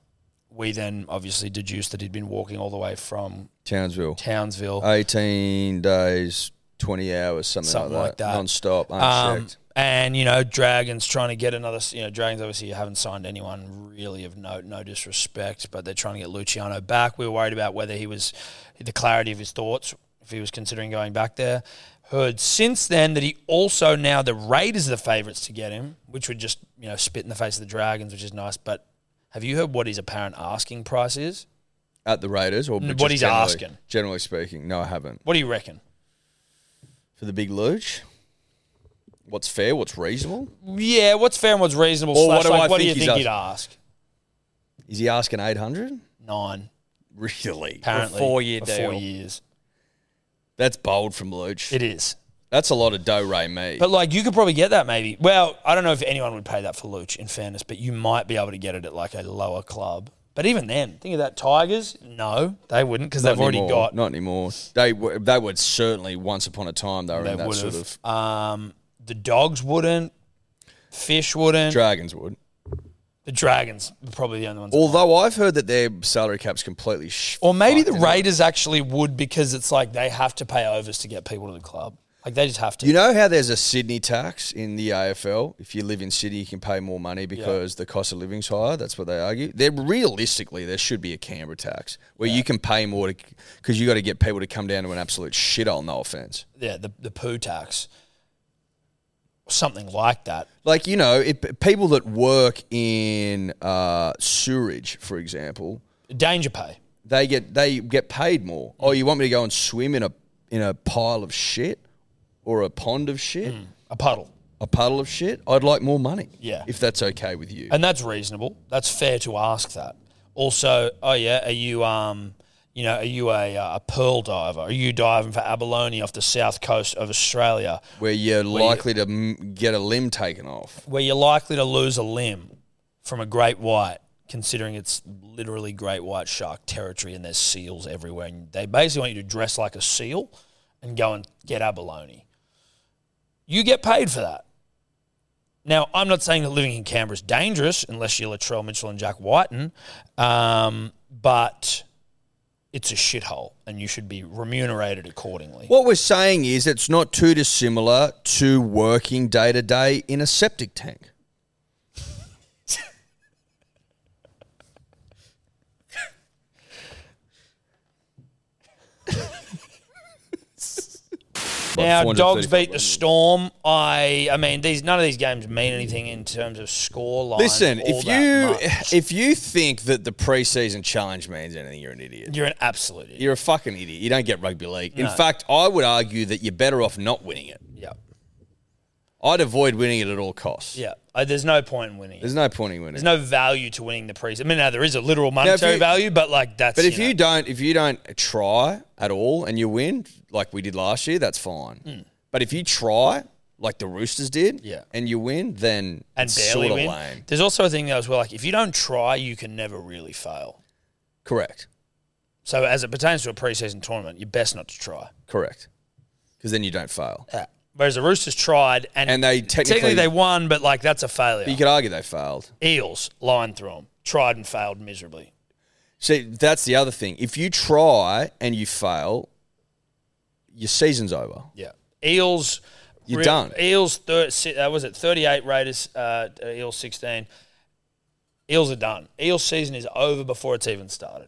Speaker 2: We then obviously deduced that he'd been walking all the way from
Speaker 3: Townsville,
Speaker 2: Townsville.
Speaker 3: eighteen days, twenty hours, something,
Speaker 2: Something like
Speaker 3: like that,
Speaker 2: that.
Speaker 3: non-stop,
Speaker 2: Um,
Speaker 3: unchecked.
Speaker 2: and you know, Dragons trying to get another. You know, Dragons obviously haven't signed anyone really of note. No disrespect, but they're trying to get Luciano back. We were worried about whether he was the clarity of his thoughts if he was considering going back there. Heard since then that he also now the Raiders are the favourites to get him, which would just you know spit in the face of the Dragons, which is nice. But have you heard what his apparent asking price is?
Speaker 3: at the Raiders, or
Speaker 2: What
Speaker 3: just
Speaker 2: he's
Speaker 3: generally-
Speaker 2: asking.
Speaker 3: Generally speaking, no, I haven't.
Speaker 2: What do you reckon?
Speaker 3: For the big luge, what's fair? What's reasonable?
Speaker 2: Yeah, what's fair and what's reasonable?
Speaker 3: Or
Speaker 2: slash,
Speaker 3: what do
Speaker 2: like,
Speaker 3: I
Speaker 2: what do you
Speaker 3: think he's
Speaker 2: think he'd ask?
Speaker 3: Is he asking eight hundred?
Speaker 2: Nine,
Speaker 3: Really?
Speaker 2: apparently,
Speaker 4: four-year
Speaker 2: for Four
Speaker 4: deal.
Speaker 2: years.
Speaker 3: That's bold from Luch.
Speaker 2: It is.
Speaker 3: That's a lot of dough, Ray me.
Speaker 2: But like you could probably get that maybe. Well, I don't know if anyone would pay that for Luch in fairness, but you might be able to get it at like a lower club. But even then, think of that Tigers. No, they wouldn't because they've already
Speaker 3: anymore.
Speaker 2: got.
Speaker 3: Not anymore. They were, they would certainly once upon a time they were
Speaker 2: they
Speaker 3: in that
Speaker 2: would have.
Speaker 3: sort of
Speaker 2: Um, the dogs wouldn't. Fish wouldn't.
Speaker 3: dragons would.
Speaker 2: the dragons are probably the only ones.
Speaker 3: Although I've heard that their salary cap's completely. Sh-
Speaker 2: or maybe
Speaker 3: fucked,
Speaker 2: the
Speaker 3: isn't it?
Speaker 2: Raiders actually would because it's like they have to pay overs to get people to the club. Like they just have to.
Speaker 3: You know how there's a Sydney tax in the AFL. If you live in Sydney, you can pay more money because the cost of living's higher. That's what they argue. There realistically, there should be a Canberra tax where you can pay more because you got to get people to come down to an absolute shithole. No offense.
Speaker 2: yeah, the the poo tax. something like that.
Speaker 3: Like you know, it, people that work in uh, sewerage, for example,
Speaker 2: Danger pay.
Speaker 3: they get they get paid more. Oh, you want me to go and swim in a in a pile of shit or a pond of shit,
Speaker 2: A puddle.
Speaker 3: a puddle of shit? I'd like more money.
Speaker 2: Mm. Yeah.
Speaker 3: if that's okay with you.
Speaker 2: And that's reasonable. That's fair to ask that. Also, oh yeah, are you um, you know, are you a, uh, a pearl diver? Are you diving for abalone off the south coast of Australia,
Speaker 3: where you're likely to m- get a limb taken off.
Speaker 2: where you're likely to lose a limb from a great white, considering it's literally great white shark territory and there's seals everywhere, and they basically want you to dress like a seal and go and get abalone. You get paid for that. Now, I'm not saying that living in Canberra is dangerous unless you're Latrell Mitchell and Jack Whiten, um, but it's a shithole and you should be remunerated accordingly.
Speaker 3: What we're saying is it's not too dissimilar to working day to day in a septic tank.
Speaker 2: Now,
Speaker 3: 435
Speaker 2: dogs beat the storm. I, I mean, these none of these games mean anything in terms of score line.
Speaker 3: Listen,
Speaker 2: all
Speaker 3: if
Speaker 2: that
Speaker 3: you
Speaker 2: much.
Speaker 3: if you think that the preseason challenge means anything, you're an idiot.
Speaker 2: you're an absolute idiot.
Speaker 3: You're a fucking idiot. You don't get rugby league. In fact, I would argue that you're better off not winning it.
Speaker 2: Yeah,
Speaker 3: I'd avoid winning it at all costs.
Speaker 2: yeah. Uh, there's no point in winning. it.
Speaker 3: There's no point in winning.
Speaker 2: There's no value to winning the preseason. I mean, no, there is a literal monetary
Speaker 3: you-
Speaker 2: value, but like that's.
Speaker 3: But if
Speaker 2: know,
Speaker 3: you don't, if you don't try at all and you win, like we did last year, that's fine. But if you try, like the Roosters did,
Speaker 2: Hmm. Yeah.
Speaker 3: and you win, then
Speaker 2: and
Speaker 3: it's
Speaker 2: barely
Speaker 3: sorta
Speaker 2: win,
Speaker 3: lame.
Speaker 2: there's also a thing though as well. Like if you don't try, you can never really fail.
Speaker 3: Correct,
Speaker 2: So as it pertains to a preseason tournament, you're best not to try.
Speaker 3: correct, because then you don't fail.
Speaker 2: Whereas the Roosters tried, and,
Speaker 3: And they technically-
Speaker 2: they won, but like that's a failure.
Speaker 3: You could argue they failed.
Speaker 2: Eels line through them, tried and failed miserably.
Speaker 3: See, that's the other thing. If you try and you fail, your season's over.
Speaker 2: Yeah. Eels.
Speaker 3: You're done.
Speaker 2: Eels, thir- si- uh, was it 38 Raiders, uh, Eels 16. Eels are done. Eels season is over before it's even started.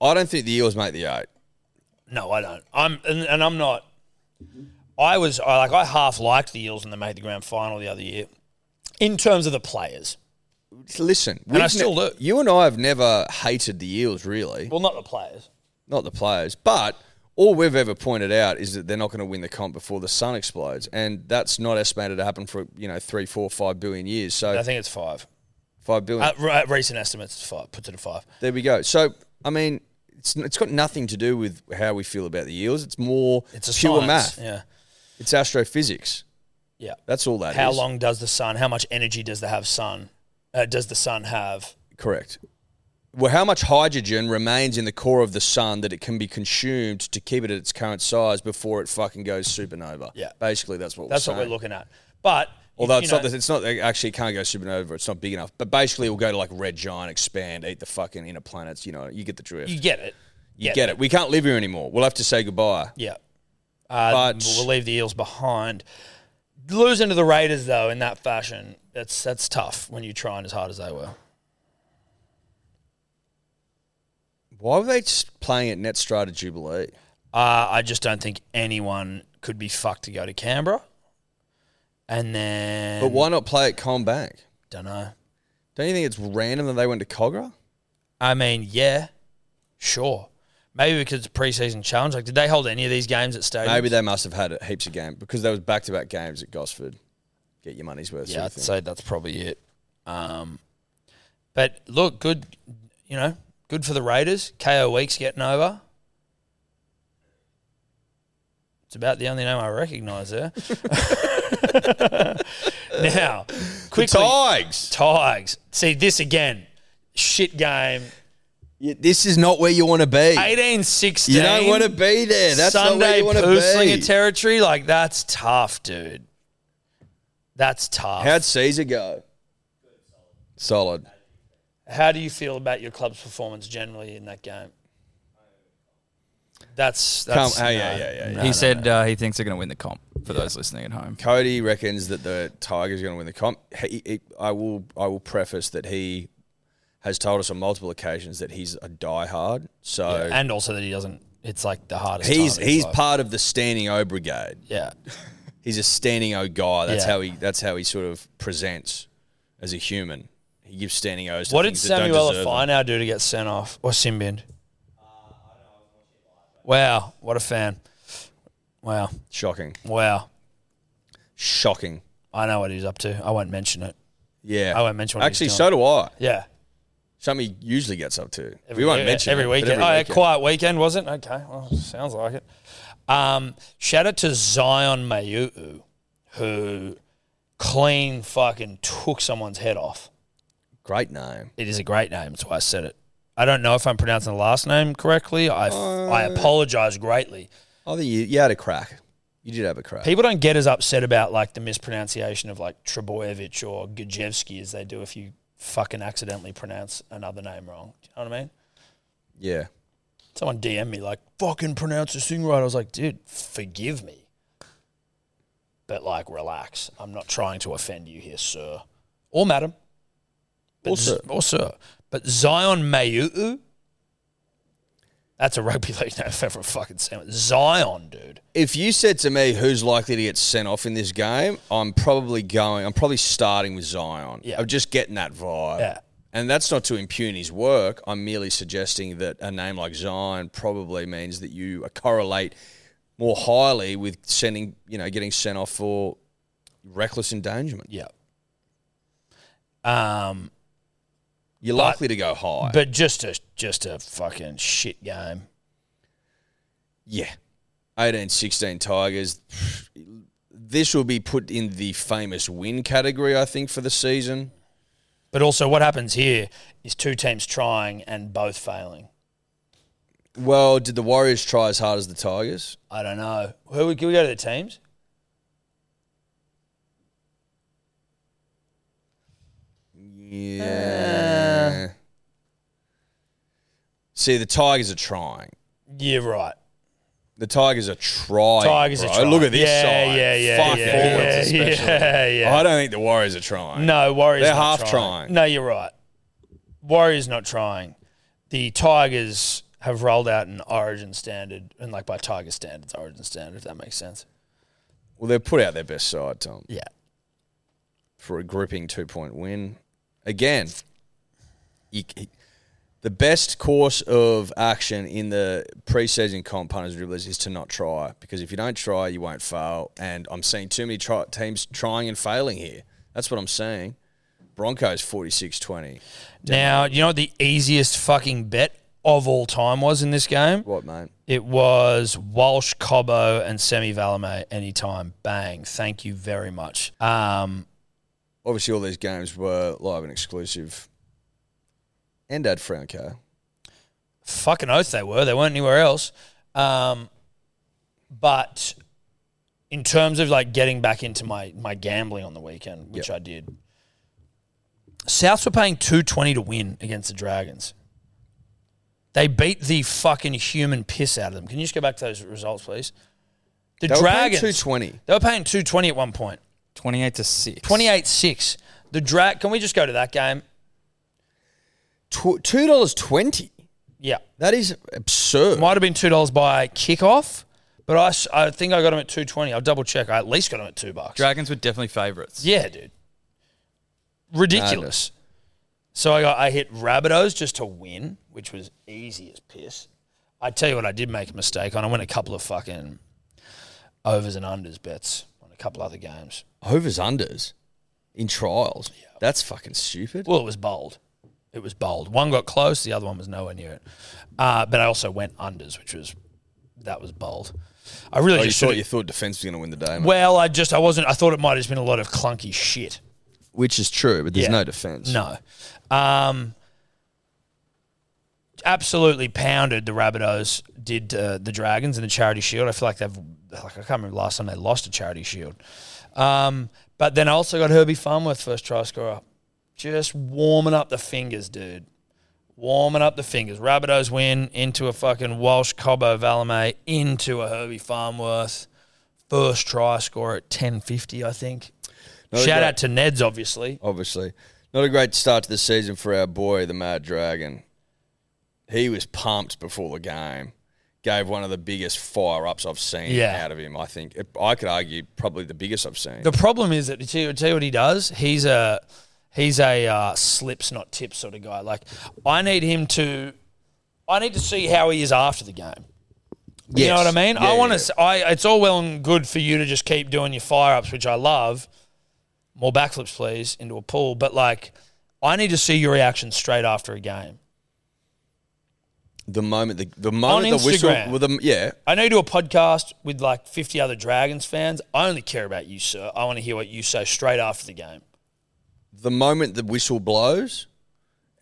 Speaker 3: I don't think the Eels make the eight.
Speaker 2: No, I don't. I'm and, and I'm not. I was I, like I half liked the Eels when they made the grand final the other year, in terms of the players.
Speaker 3: Listen,
Speaker 2: And I
Speaker 3: we've
Speaker 2: still do.
Speaker 3: You and I have never hated the Eels, really.
Speaker 2: Well, not the players.
Speaker 3: not the players. But all we've ever pointed out is that they're not going to win the comp before the sun explodes, and that's not estimated to happen for you know three, four, five billion years. So
Speaker 2: I think it's five.
Speaker 3: five billion.
Speaker 2: Uh, re- recent estimates it's five. Puts it at five.
Speaker 3: there we go. So I mean, it's it's got nothing to do with how we feel about the Eels. It's more
Speaker 2: It's a
Speaker 3: pure
Speaker 2: science.
Speaker 3: math.
Speaker 2: Yeah,
Speaker 3: It's astrophysics.
Speaker 2: yeah.
Speaker 3: That's all that is.
Speaker 2: How long does the sun? How much energy does the have sun? Uh, does the sun have?
Speaker 3: Correct. Well, how much hydrogen remains in the core of the sun that it can be consumed to keep it at its current size before it fucking goes supernova?
Speaker 2: Yeah.
Speaker 3: Basically, that's what
Speaker 2: That's
Speaker 3: we're
Speaker 2: what we're
Speaker 3: saying.
Speaker 2: looking at. But
Speaker 3: Although
Speaker 2: you
Speaker 3: it's
Speaker 2: know,
Speaker 3: not, it's not actually it can't go supernova. It's not big enough. But basically, we'll go to like red giant, expand, eat the fucking inner planets. You know, you get the drift.
Speaker 2: you
Speaker 3: You,
Speaker 2: get it.
Speaker 3: get it. We can't live here anymore. We'll have to say goodbye.
Speaker 2: Yeah. Uh,
Speaker 3: But-
Speaker 2: we'll leave the Eels behind. Losing to the Raiders though in that fashion, that's that's tough when you're trying as hard as they were.
Speaker 3: Why were they just playing at Net Strata Jubilee?
Speaker 2: Uh, I just don't think anyone could be fucked to go to Canberra. And then
Speaker 3: But why not play at Combank?
Speaker 2: Don't know.
Speaker 3: Don't you think it's random that they went to Cogra?
Speaker 2: I mean, yeah, sure. Maybe because it's a preseason challenge. Like, did they hold any of these games at stadium?
Speaker 3: Maybe they must have had heaps of games because there was back to back games at Gosford. Get your money's worth.
Speaker 2: Yeah,
Speaker 3: Yeah,
Speaker 2: I'd say that's probably it. Um, but look, good, you know, good for the Raiders. KO Weeks getting over. It's about the only name I recognise there. now, quickly,
Speaker 3: Tigers.
Speaker 2: Tigers. See this again. Shit game.
Speaker 3: Yeah, This is not where you want to be.
Speaker 2: Eighteen sixteen.
Speaker 3: You don't want to be there. That's not where
Speaker 2: Sunday
Speaker 3: you want to
Speaker 2: Pooslinger
Speaker 3: be.
Speaker 2: territory. Like that's tough, dude. That's tough.
Speaker 3: How'd Caesar go? Solid.
Speaker 2: How do you feel about your club's performance generally in that game? That's that's
Speaker 3: Come- oh, yeah,
Speaker 2: no,
Speaker 3: yeah, yeah, yeah.
Speaker 2: no,
Speaker 4: he
Speaker 2: no,
Speaker 4: said
Speaker 2: no.
Speaker 4: Uh, he thinks they're going to win the comp. For those listening at home,
Speaker 3: Cody reckons that the Tigers are going to win the comp. He, he- I will. I will preface that he has told us on multiple occasions that he's a diehard. So
Speaker 2: and also that he doesn't. It's like the hardest.
Speaker 3: he's
Speaker 2: time of his
Speaker 3: he's
Speaker 2: life.
Speaker 3: part of the standing O brigade.
Speaker 2: yeah.
Speaker 3: he's a standing o guy. That's
Speaker 2: Yeah.
Speaker 3: how he that's how he sort of presents as a human. He gives standing o's. To
Speaker 2: What did
Speaker 3: things that don't
Speaker 2: Samuel
Speaker 3: deserve them.
Speaker 2: Finau do to get sent off or Simbin? Wow, what a fan! Wow,
Speaker 3: Shocking,
Speaker 2: wow.
Speaker 3: shocking.
Speaker 2: I know what he's up to. I won't mention it.
Speaker 3: Yeah,
Speaker 2: Oh, I won't mention what he's
Speaker 3: Actually,
Speaker 2: doing.
Speaker 3: so do I.
Speaker 2: Yeah,
Speaker 3: Something he usually gets up to.
Speaker 2: Every-
Speaker 3: we won't mention
Speaker 2: every
Speaker 3: it, but
Speaker 2: weekend.
Speaker 3: every
Speaker 2: oh, a
Speaker 3: weekend.
Speaker 2: quiet weekend was it? Okay, well, sounds like it. Um, shout out to Zion Mayuu, who clean fucking took someone's head off.
Speaker 3: Great name.
Speaker 2: It is a great name. That's why I said it. I don't know if I'm pronouncing the last name correctly. I, I
Speaker 3: Uh,
Speaker 2: apologize greatly.
Speaker 3: I think you, you had a crack. You did have a crack.
Speaker 2: People don't get as upset about like the mispronunciation of like Trebojevic or Gajewski as they do if you fucking accidentally pronounce another name wrong. Do you know what I mean?
Speaker 3: yeah.
Speaker 2: Someone DM me like, "Fucking pronounce this thing right." I was like, "Dude, forgive me, but like, relax. I'm not trying to offend you here, sir or madam, but
Speaker 3: Or
Speaker 2: Z-
Speaker 3: sir.
Speaker 2: or sir." But Zion Mayuu, that's a rugby league name if I ever fucking sandwich. Zion, dude.
Speaker 3: If you said to me who's likely to get sent off in this game, I'm probably going. I'm probably starting with Zion.
Speaker 2: Yeah.
Speaker 3: I'm just getting that vibe.
Speaker 2: Yeah.
Speaker 3: And that's not to impugn his work. I'm merely suggesting that a name like Zion probably means that you uh, correlate more highly with sending, you know, getting sent off for reckless endangerment.
Speaker 2: Yeah. Um,
Speaker 3: You're likely to go high.
Speaker 2: but just a just a fucking shit game.
Speaker 3: Yeah. 18 16 Tigers. This will be put in the famous win category, I think, for the season.
Speaker 2: But also, what happens here is two teams trying and both failing.
Speaker 3: Well, did the Warriors try as hard as the Tigers?
Speaker 2: I don't know. Who we, can we go to the teams?
Speaker 3: Yeah.
Speaker 2: Uh.
Speaker 3: See, the Tigers are trying.
Speaker 2: Yeah, right.
Speaker 3: The Tigers are trying.
Speaker 2: Tigers
Speaker 3: bro.
Speaker 2: are trying.
Speaker 3: Look at this
Speaker 2: yeah,
Speaker 3: side.
Speaker 2: Yeah, yeah,
Speaker 3: Fuck
Speaker 2: yeah,
Speaker 3: forwards
Speaker 2: yeah,
Speaker 3: especially.
Speaker 2: yeah, yeah.
Speaker 3: I don't think the Warriors are trying.
Speaker 2: No, Warriors.
Speaker 3: They're
Speaker 2: not
Speaker 3: half trying.
Speaker 2: No, you're right. Warriors not trying. The Tigers have rolled out an Origin standard, and like by Tiger standards, Origin standard. If that makes sense.
Speaker 3: Well, they've put out their best side, Tom,
Speaker 2: Yeah.
Speaker 3: for a gripping two point win. Again, you, the best course of action in the preseason comp punters and dribblers is to not try because if you don't try, you won't fail. And I'm seeing too many try- teams trying and failing here. That's what I'm seeing. Broncos 46 20.
Speaker 2: Now you know what the easiest fucking bet of all time was in this game.
Speaker 3: What, mate?
Speaker 2: It was Walsh, Cobbo, and Semi Valame anytime. Bang. Thank you very much. Um,
Speaker 3: Obviously, all these games were live and exclusive and ad Franco.
Speaker 2: fucking oath they were. They weren't anywhere else. Um, but in terms of like getting back into my my gambling on the weekend, which I did, Souths were paying two twenty to win against the Dragons. They beat the fucking human piss out of them. Can you just go back to those results, please? The
Speaker 3: They were paying
Speaker 2: Dragons
Speaker 3: 220.
Speaker 2: They were paying two twenty at one point.
Speaker 4: 28 to 6.
Speaker 2: 28 6. The drag. Can we just go to that game?
Speaker 3: Tw- $2.20.
Speaker 2: Yeah.
Speaker 3: That is absurd.
Speaker 2: Might have been $2 by kickoff, but I s- I, think I got them at 220. I'll double check. I at least got them at 2 bucks.
Speaker 4: Dragons were definitely favourites.
Speaker 2: yeah, dude. Ridiculous. So I got I hit Rabbitohs just to win, which was easy as piss. I tell you what, I did make a mistake on. I went a couple of fucking overs and unders bets on a couple other games.
Speaker 3: Overs, unders in trials. That's fucking stupid.
Speaker 2: Well, it was bold. It was bold. One got close, the other one was nowhere near it. Uh, but I also went unders, which was that was bold. I really
Speaker 3: Oh, you
Speaker 2: just
Speaker 3: thought
Speaker 2: should've-
Speaker 3: you thought defense was going to win the day, mate.
Speaker 2: well, I just I wasn't. I thought it might have just been a lot of clunky shit.
Speaker 3: which is true, but there's
Speaker 2: Yeah.
Speaker 3: no defense.
Speaker 2: No, um, absolutely pounded the Rabbitohs. Did uh, the Dragons in the Charity Shield? I feel like they've like I can't remember the last time they lost a Charity Shield. Um, but then I also got Herbie Farmworth first try scorer, just warming up the fingers, dude. Warming up the fingers. Rabbitohs win into a fucking Walsh Cobbo Valame into a Herbie Farmworth first try scorer at ten fifty, I think.
Speaker 3: Another
Speaker 2: Shout
Speaker 3: great-
Speaker 2: out to Neds, obviously.
Speaker 3: obviously. Not a great start to the season for our boy, the Mad Dragon. He was pumped before the game. gave one of the biggest fire ups I've seen
Speaker 2: Yeah.
Speaker 3: out of him. I think I could argue probably the biggest I've seen.
Speaker 2: The problem is that tell you, tell you what he does. He's a he's a uh, slips not tips sort of guy. Like I need him to, I need to see how he is after the game. You know what I mean? I want to. I it's all well and good for you to just keep doing your fire ups, which I love. More backflips, please, into a pool. But like, I need to see your reaction straight after a game.
Speaker 3: the moment the, the moment
Speaker 2: On
Speaker 3: the whistle,
Speaker 2: Instagram.
Speaker 3: well, the, yeah,
Speaker 2: I know you do a podcast with like 50 other Dragons fans. I only care about you, sir. I want to hear what you say straight after the game.
Speaker 3: the moment the whistle blows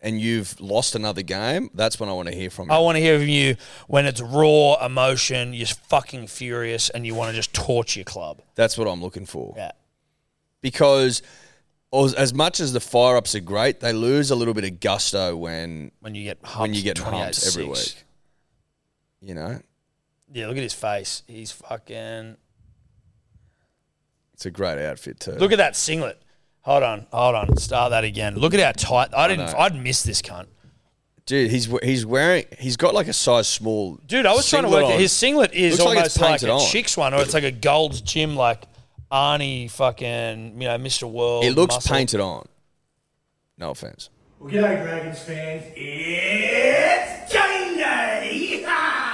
Speaker 3: and you've lost another game, that's when I want to hear from you.
Speaker 2: I want to hear from you when it's raw emotion, you're fucking furious, and you want to just torch your club.
Speaker 3: That's what I'm looking for.
Speaker 2: Yeah.
Speaker 3: Because as, as much as the fire ups are great, they lose a little bit of gusto when
Speaker 2: When you get humped
Speaker 3: when you get
Speaker 2: 28
Speaker 3: humps every
Speaker 2: six.
Speaker 3: week. You know,
Speaker 2: Yeah, look at his face. He's fucking.
Speaker 3: it's a great outfit too.
Speaker 2: Look at that singlet. Hold on, hold on. Start that again. Look at how tight. I didn't.
Speaker 3: know.
Speaker 2: I'd miss this cunt.
Speaker 3: dude, he's we- he's wearing he's got like a size small.
Speaker 2: Dude, I was trying to
Speaker 3: singlet
Speaker 2: work
Speaker 3: on.
Speaker 2: it. His singlet is
Speaker 3: Looks like it's
Speaker 2: almost like,
Speaker 3: painted
Speaker 2: a
Speaker 3: on.
Speaker 2: chick's one, or it's like a Gold's Gym, like Arnie fucking, you know, Mr. World.
Speaker 3: It looks
Speaker 2: muscle.
Speaker 3: painted on. No offense.
Speaker 7: Well, g'day, Dragons fans. It's game day!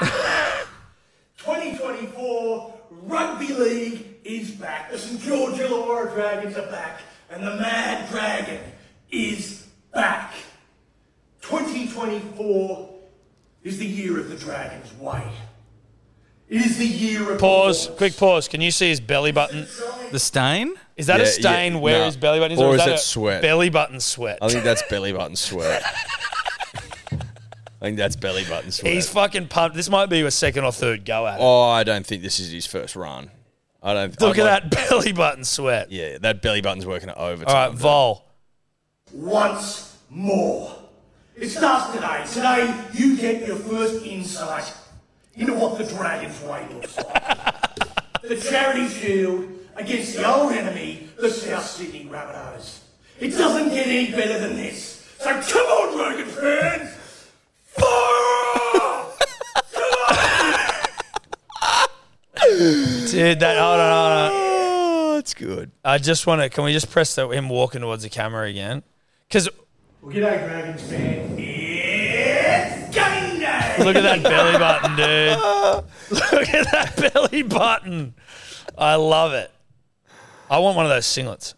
Speaker 7: 2024 Rugby League is back. The St. George Illawarra Dragons are back, and the Mad Dragon is back. 2024 is the year of the Dragon's way. It is the year of
Speaker 2: Pause.
Speaker 7: the Hawks.
Speaker 2: Quick pause. Can you see his belly button?
Speaker 4: The stain?
Speaker 2: Is that a
Speaker 3: Yeah, yeah,
Speaker 2: stain where
Speaker 3: nah.
Speaker 2: his belly button is,
Speaker 3: Or
Speaker 2: or,
Speaker 3: is
Speaker 2: is that
Speaker 3: it
Speaker 2: a
Speaker 3: sweat?
Speaker 2: Belly button sweat.
Speaker 3: I think that's belly button sweat. I think that's belly button sweat.
Speaker 2: He's fucking pumped. This might be a second or third go at it.
Speaker 3: oh, I don't think this is his first run. I don't.
Speaker 2: Look
Speaker 3: I'd
Speaker 2: at
Speaker 3: Oh, like-
Speaker 2: that belly button sweat.
Speaker 3: Yeah, that belly button's working at overtime.
Speaker 2: All right,
Speaker 3: dude.
Speaker 2: Vol.
Speaker 7: once more. It starts today. Today, you get your first insight into what the Dragon's Way looks like. the Charity Shield against the old enemy, the South Sydney Rabbitohs. It doesn't get any better than this. So come on, Dragon fans! Fire!
Speaker 2: Dude, that. Hold on, hold on.
Speaker 3: Oh, it's good.
Speaker 2: I just want to. Can we just press the, him walking towards the camera again? Because
Speaker 7: Well, g'day, Dragons fan. It's game day!
Speaker 2: look at that belly button, dude. Look at that belly button. I love it. I want one of those singlets.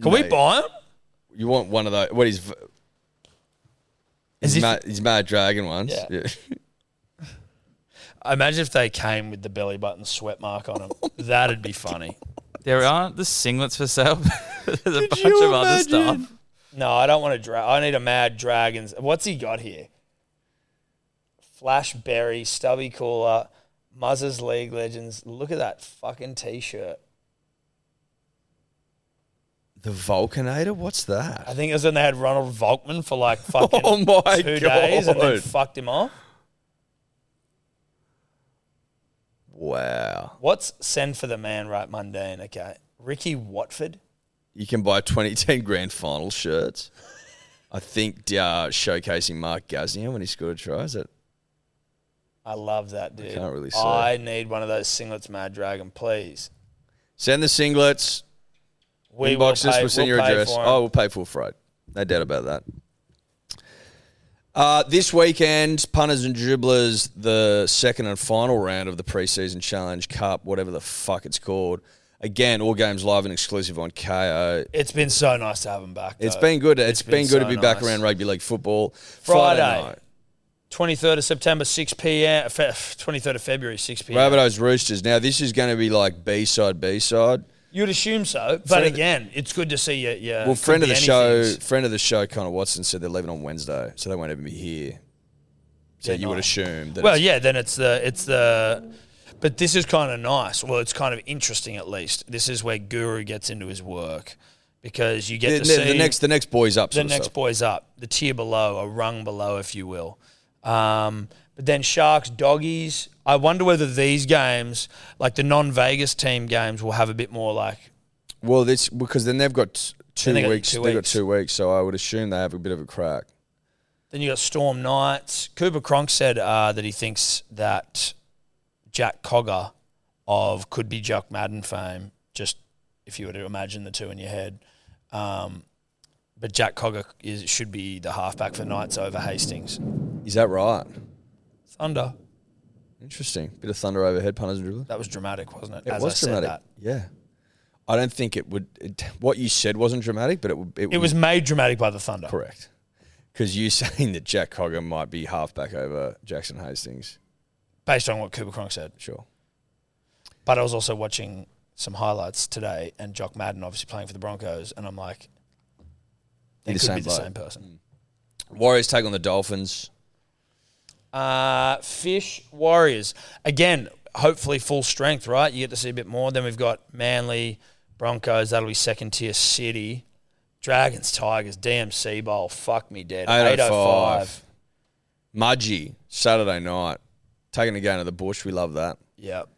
Speaker 2: Can we
Speaker 3: Mate.
Speaker 2: buy them?
Speaker 3: You want one of those? What is?
Speaker 2: Is
Speaker 3: His,
Speaker 2: if-
Speaker 3: mad, his mad dragon ones.
Speaker 2: Yeah.
Speaker 3: Yeah.
Speaker 2: Imagine if they came with the belly button sweat mark on them. That'd be funny.
Speaker 4: There aren't the singlets for sale. There's a bunch of other stuff.
Speaker 2: No, I don't want to drag. I need a mad dragons. What's he got here? Flash Berry, Stubby Cooler, Muzzers League Legends. Look at that fucking t-shirt.
Speaker 3: The Vulcanator. What's that?
Speaker 2: I think it was when they had Ronald Volkman for like fucking
Speaker 3: Oh
Speaker 2: two
Speaker 3: my
Speaker 2: days and then
Speaker 3: God.
Speaker 2: fucked him off.
Speaker 3: Wow.
Speaker 2: What's send for the man right mundane? Okay. Ricky Watford.
Speaker 3: You can buy 2010 grand final shirts. I think uh, showcasing Mark Gasnier when he scored a try. Is that
Speaker 2: I love that dude.
Speaker 3: can't really see.
Speaker 2: I need one of those singlets, Mad Dragon, please.
Speaker 3: Send the singlets.
Speaker 2: We will
Speaker 3: Inbox us.
Speaker 2: pay-
Speaker 3: we'll send
Speaker 2: we'll
Speaker 3: your
Speaker 2: pay
Speaker 3: address.
Speaker 2: for 'em.
Speaker 3: Oh, we'll pay full freight. No doubt about that. Uh, this weekend, punters and dribblers, the second and final round of the preseason challenge cup, whatever the fuck it's called. Again, all games live and exclusive on KO.
Speaker 2: It's been so nice to have him back.
Speaker 3: It's
Speaker 2: though.
Speaker 3: been good. it's been,
Speaker 2: been
Speaker 3: good
Speaker 2: so
Speaker 3: to be back
Speaker 2: nice.
Speaker 3: around rugby league football.
Speaker 2: Friday.
Speaker 3: night.
Speaker 2: 23rd of September, 6 p.m. Fe- 23rd of February, 6 p.m.
Speaker 3: Rabbitohs Roosters. Now this is going to be like B side, B
Speaker 2: Uh,
Speaker 3: side.
Speaker 2: You'd assume so, but
Speaker 3: Friend of-
Speaker 2: again, it's good to see you. Yeah,
Speaker 3: Well, friend of the show, friend of the show, Connor Watson said they're leaving on Wednesday, so they won't even be here. So
Speaker 2: They're
Speaker 3: you would
Speaker 2: not.
Speaker 3: assume that.
Speaker 2: Well,
Speaker 3: it's-
Speaker 2: yeah, then it's the it's the, but this is kind of nice. Well, it's kind of interesting at least. This is where Guru gets into his work because you get
Speaker 3: the,
Speaker 2: to
Speaker 3: the-
Speaker 2: see
Speaker 3: the next the next boys up.
Speaker 2: the
Speaker 3: sort of
Speaker 2: next
Speaker 3: stuff.
Speaker 2: boys up, the tier below, a rung below, if you will. Um, but then Sharks, Doggies. I wonder whether these games, like the non-Vegas team games, will have a bit more like
Speaker 3: Well, this because then they've got t- two
Speaker 2: Then they got
Speaker 3: weeks.
Speaker 2: two
Speaker 3: They've got
Speaker 2: weeks.
Speaker 3: two weeks, so I would assume they have a bit of a crack.
Speaker 2: Then you got Storm Knights. Cooper Cronk said uh, that he thinks that Jack Cogger of could be Jock Madden fame. Just if you were to imagine the two in your head, um, but Jack Cogger is, should be the halfback for Knights over Hastings.
Speaker 3: Is that right?
Speaker 2: Thunder.
Speaker 3: Interesting. Bit of thunder overhead, punters and dribblers.
Speaker 2: That was dramatic, wasn't it?
Speaker 3: It was dramatic. Yeah. I don't think it would. It, what you said wasn't dramatic, but it would. It,
Speaker 2: It was made dramatic by the Thunder.
Speaker 3: correct. Because you saying that Jack Cogger might be halfback over Jackson Hastings.
Speaker 2: based on what Cooper Cronk said.
Speaker 3: Sure.
Speaker 2: But I was also watching some highlights today, and Jock Madden obviously playing for the Broncos, and I'm like, they
Speaker 3: You're
Speaker 2: could
Speaker 3: the same
Speaker 2: be the
Speaker 3: bloke.
Speaker 2: same person.
Speaker 3: Warriors take on the Dolphins.
Speaker 2: Uh, Fish Warriors again. Hopefully, full strength, right? You get to see a bit more. Then we've got Manly Broncos. That'll be second tier City. Dragons, Tigers, DMC Bowl. Fuck me dead.
Speaker 3: 805. Mudgy, Saturday night. Taking a game to the bush. We love that.
Speaker 2: Yep.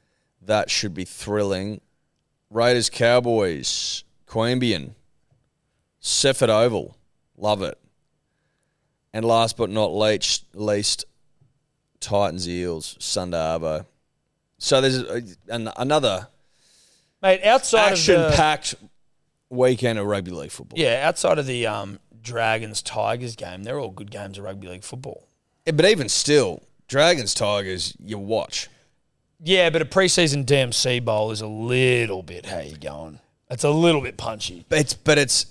Speaker 3: That should be thrilling. Raiders Cowboys, Queanbeyan, Sefford Oval. Love it. And last but not least, least Titans Eels, Sunday Arvo. So there's uh, an, another
Speaker 2: Mate, outside
Speaker 3: action
Speaker 2: of the,
Speaker 3: packed weekend of rugby league football.
Speaker 2: yeah, outside of the um, Dragons Tigers game, they're all good games of rugby league football.
Speaker 3: Yeah, But even still, Dragons Tigers, you watch.
Speaker 2: Yeah, but a preseason DMC bowl is a little bit how you going. It's a little bit punchy.
Speaker 3: But it's but it's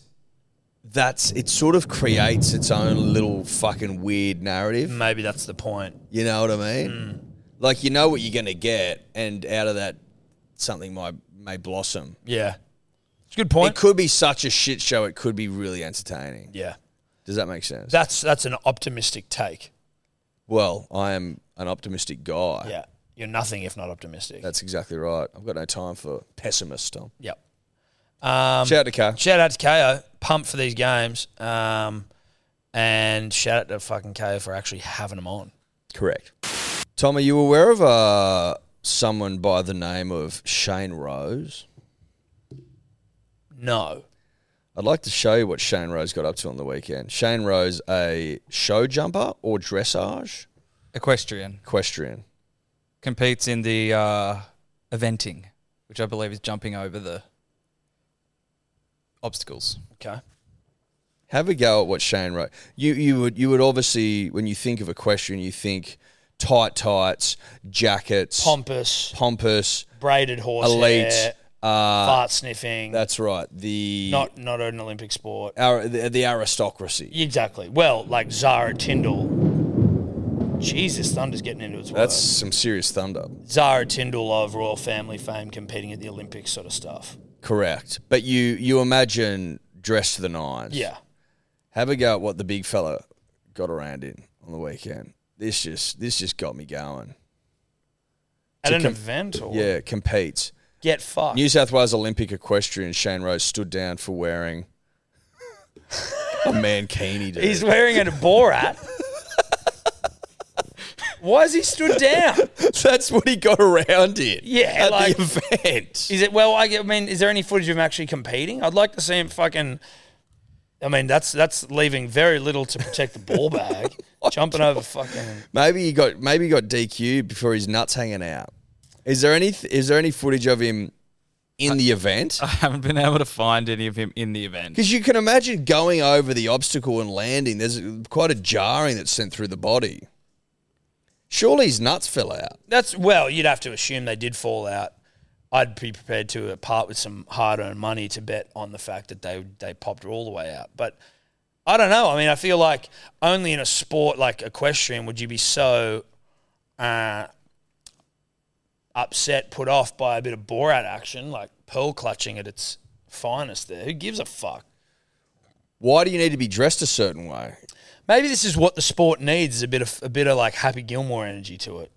Speaker 3: that's it sort of creates its own little fucking weird narrative.
Speaker 2: Maybe that's the point.
Speaker 3: You know what I mean?
Speaker 2: Mm.
Speaker 3: Like you know what you're gonna get, and out of that, something might may blossom.
Speaker 2: Yeah, it's a good
Speaker 3: It
Speaker 2: point.
Speaker 3: could be such a shit show. It could be really entertaining.
Speaker 2: yeah,
Speaker 3: Does that make sense?
Speaker 2: that's that's an optimistic take.
Speaker 3: well, I am an optimistic guy.
Speaker 2: Yeah, you're nothing if not optimistic.
Speaker 3: That's exactly right. I've got no time for pessimist, Tom.
Speaker 2: yep. Um,
Speaker 3: Shout out to Car.
Speaker 2: shout out to KO, pump for these games, um, and shout out to fucking KO for actually having them on.
Speaker 3: Correct. Tom, are you aware of uh, someone by the name of Shane Rose?
Speaker 2: No,
Speaker 3: I'd like to show you what Shane Rose got up to on the weekend. Shane Rose, a show jumper or dressage
Speaker 4: Equestrian
Speaker 3: equestrian.
Speaker 4: competes in the uh, eventing, which I believe is jumping over the obstacles.
Speaker 2: okay.
Speaker 3: Have a go at what Shane wrote. You you would you would obviously when you think of equestrian, you think tight tights, jackets,
Speaker 2: Pompous,
Speaker 3: pompous,
Speaker 2: braided horse,
Speaker 3: elite.
Speaker 2: hair,
Speaker 3: Uh,
Speaker 2: fart sniffing.
Speaker 3: that's right. The
Speaker 2: not not an Olympic sport.
Speaker 3: our, the, the aristocracy.
Speaker 2: Exactly. Well, like Zara Tyndall. Jesus, Thunder's getting into its
Speaker 3: That's
Speaker 2: words.
Speaker 3: some serious thunder.
Speaker 2: Zara Tyndall of royal family fame competing at the Olympics sort of stuff.
Speaker 3: Correct. But you you imagine dressed to the nines.
Speaker 2: Yeah.
Speaker 3: Have a go at what the big fella got around in on the weekend. This just this just got me going.
Speaker 2: At
Speaker 3: To
Speaker 2: an
Speaker 3: com-
Speaker 2: event or
Speaker 3: Yeah, competes.
Speaker 2: get fucked.
Speaker 3: New South Wales Olympic equestrian Shane Rose stood down for wearing a mankini. Dude.
Speaker 2: He's wearing a Borat. Why has he stood down?
Speaker 3: That's what he got around in.
Speaker 2: Yeah,
Speaker 3: at
Speaker 2: like-
Speaker 3: the event.
Speaker 2: Is it well? I get- I mean, is there any footage of him actually competing? I'd like to see him fucking. I mean, that's that's leaving very little to protect the ball bag, jumping over fucking.
Speaker 3: Maybe he got maybe he got DQ before his nuts hanging out. Is there any is there any footage of him in the event?
Speaker 4: I haven't been able to find any of him in the event.
Speaker 3: Because you can imagine going over the obstacle and landing. There's quite a jarring that's sent through the body. Surely his nuts fell out.
Speaker 2: That's well, you'd have to assume they did fall out. I'd be prepared to part with some hard-earned money to bet on the fact that they they popped all the way out. But I don't know. I mean, I feel like only in a sport like equestrian would you be so uh, upset, put off by a bit of Borat action, like pearl clutching at its finest. There, who gives a fuck?
Speaker 3: Why do you need to be dressed a certain way?
Speaker 2: Maybe this is what the sport needs: is a bit of a bit of like Happy Gilmore energy to it.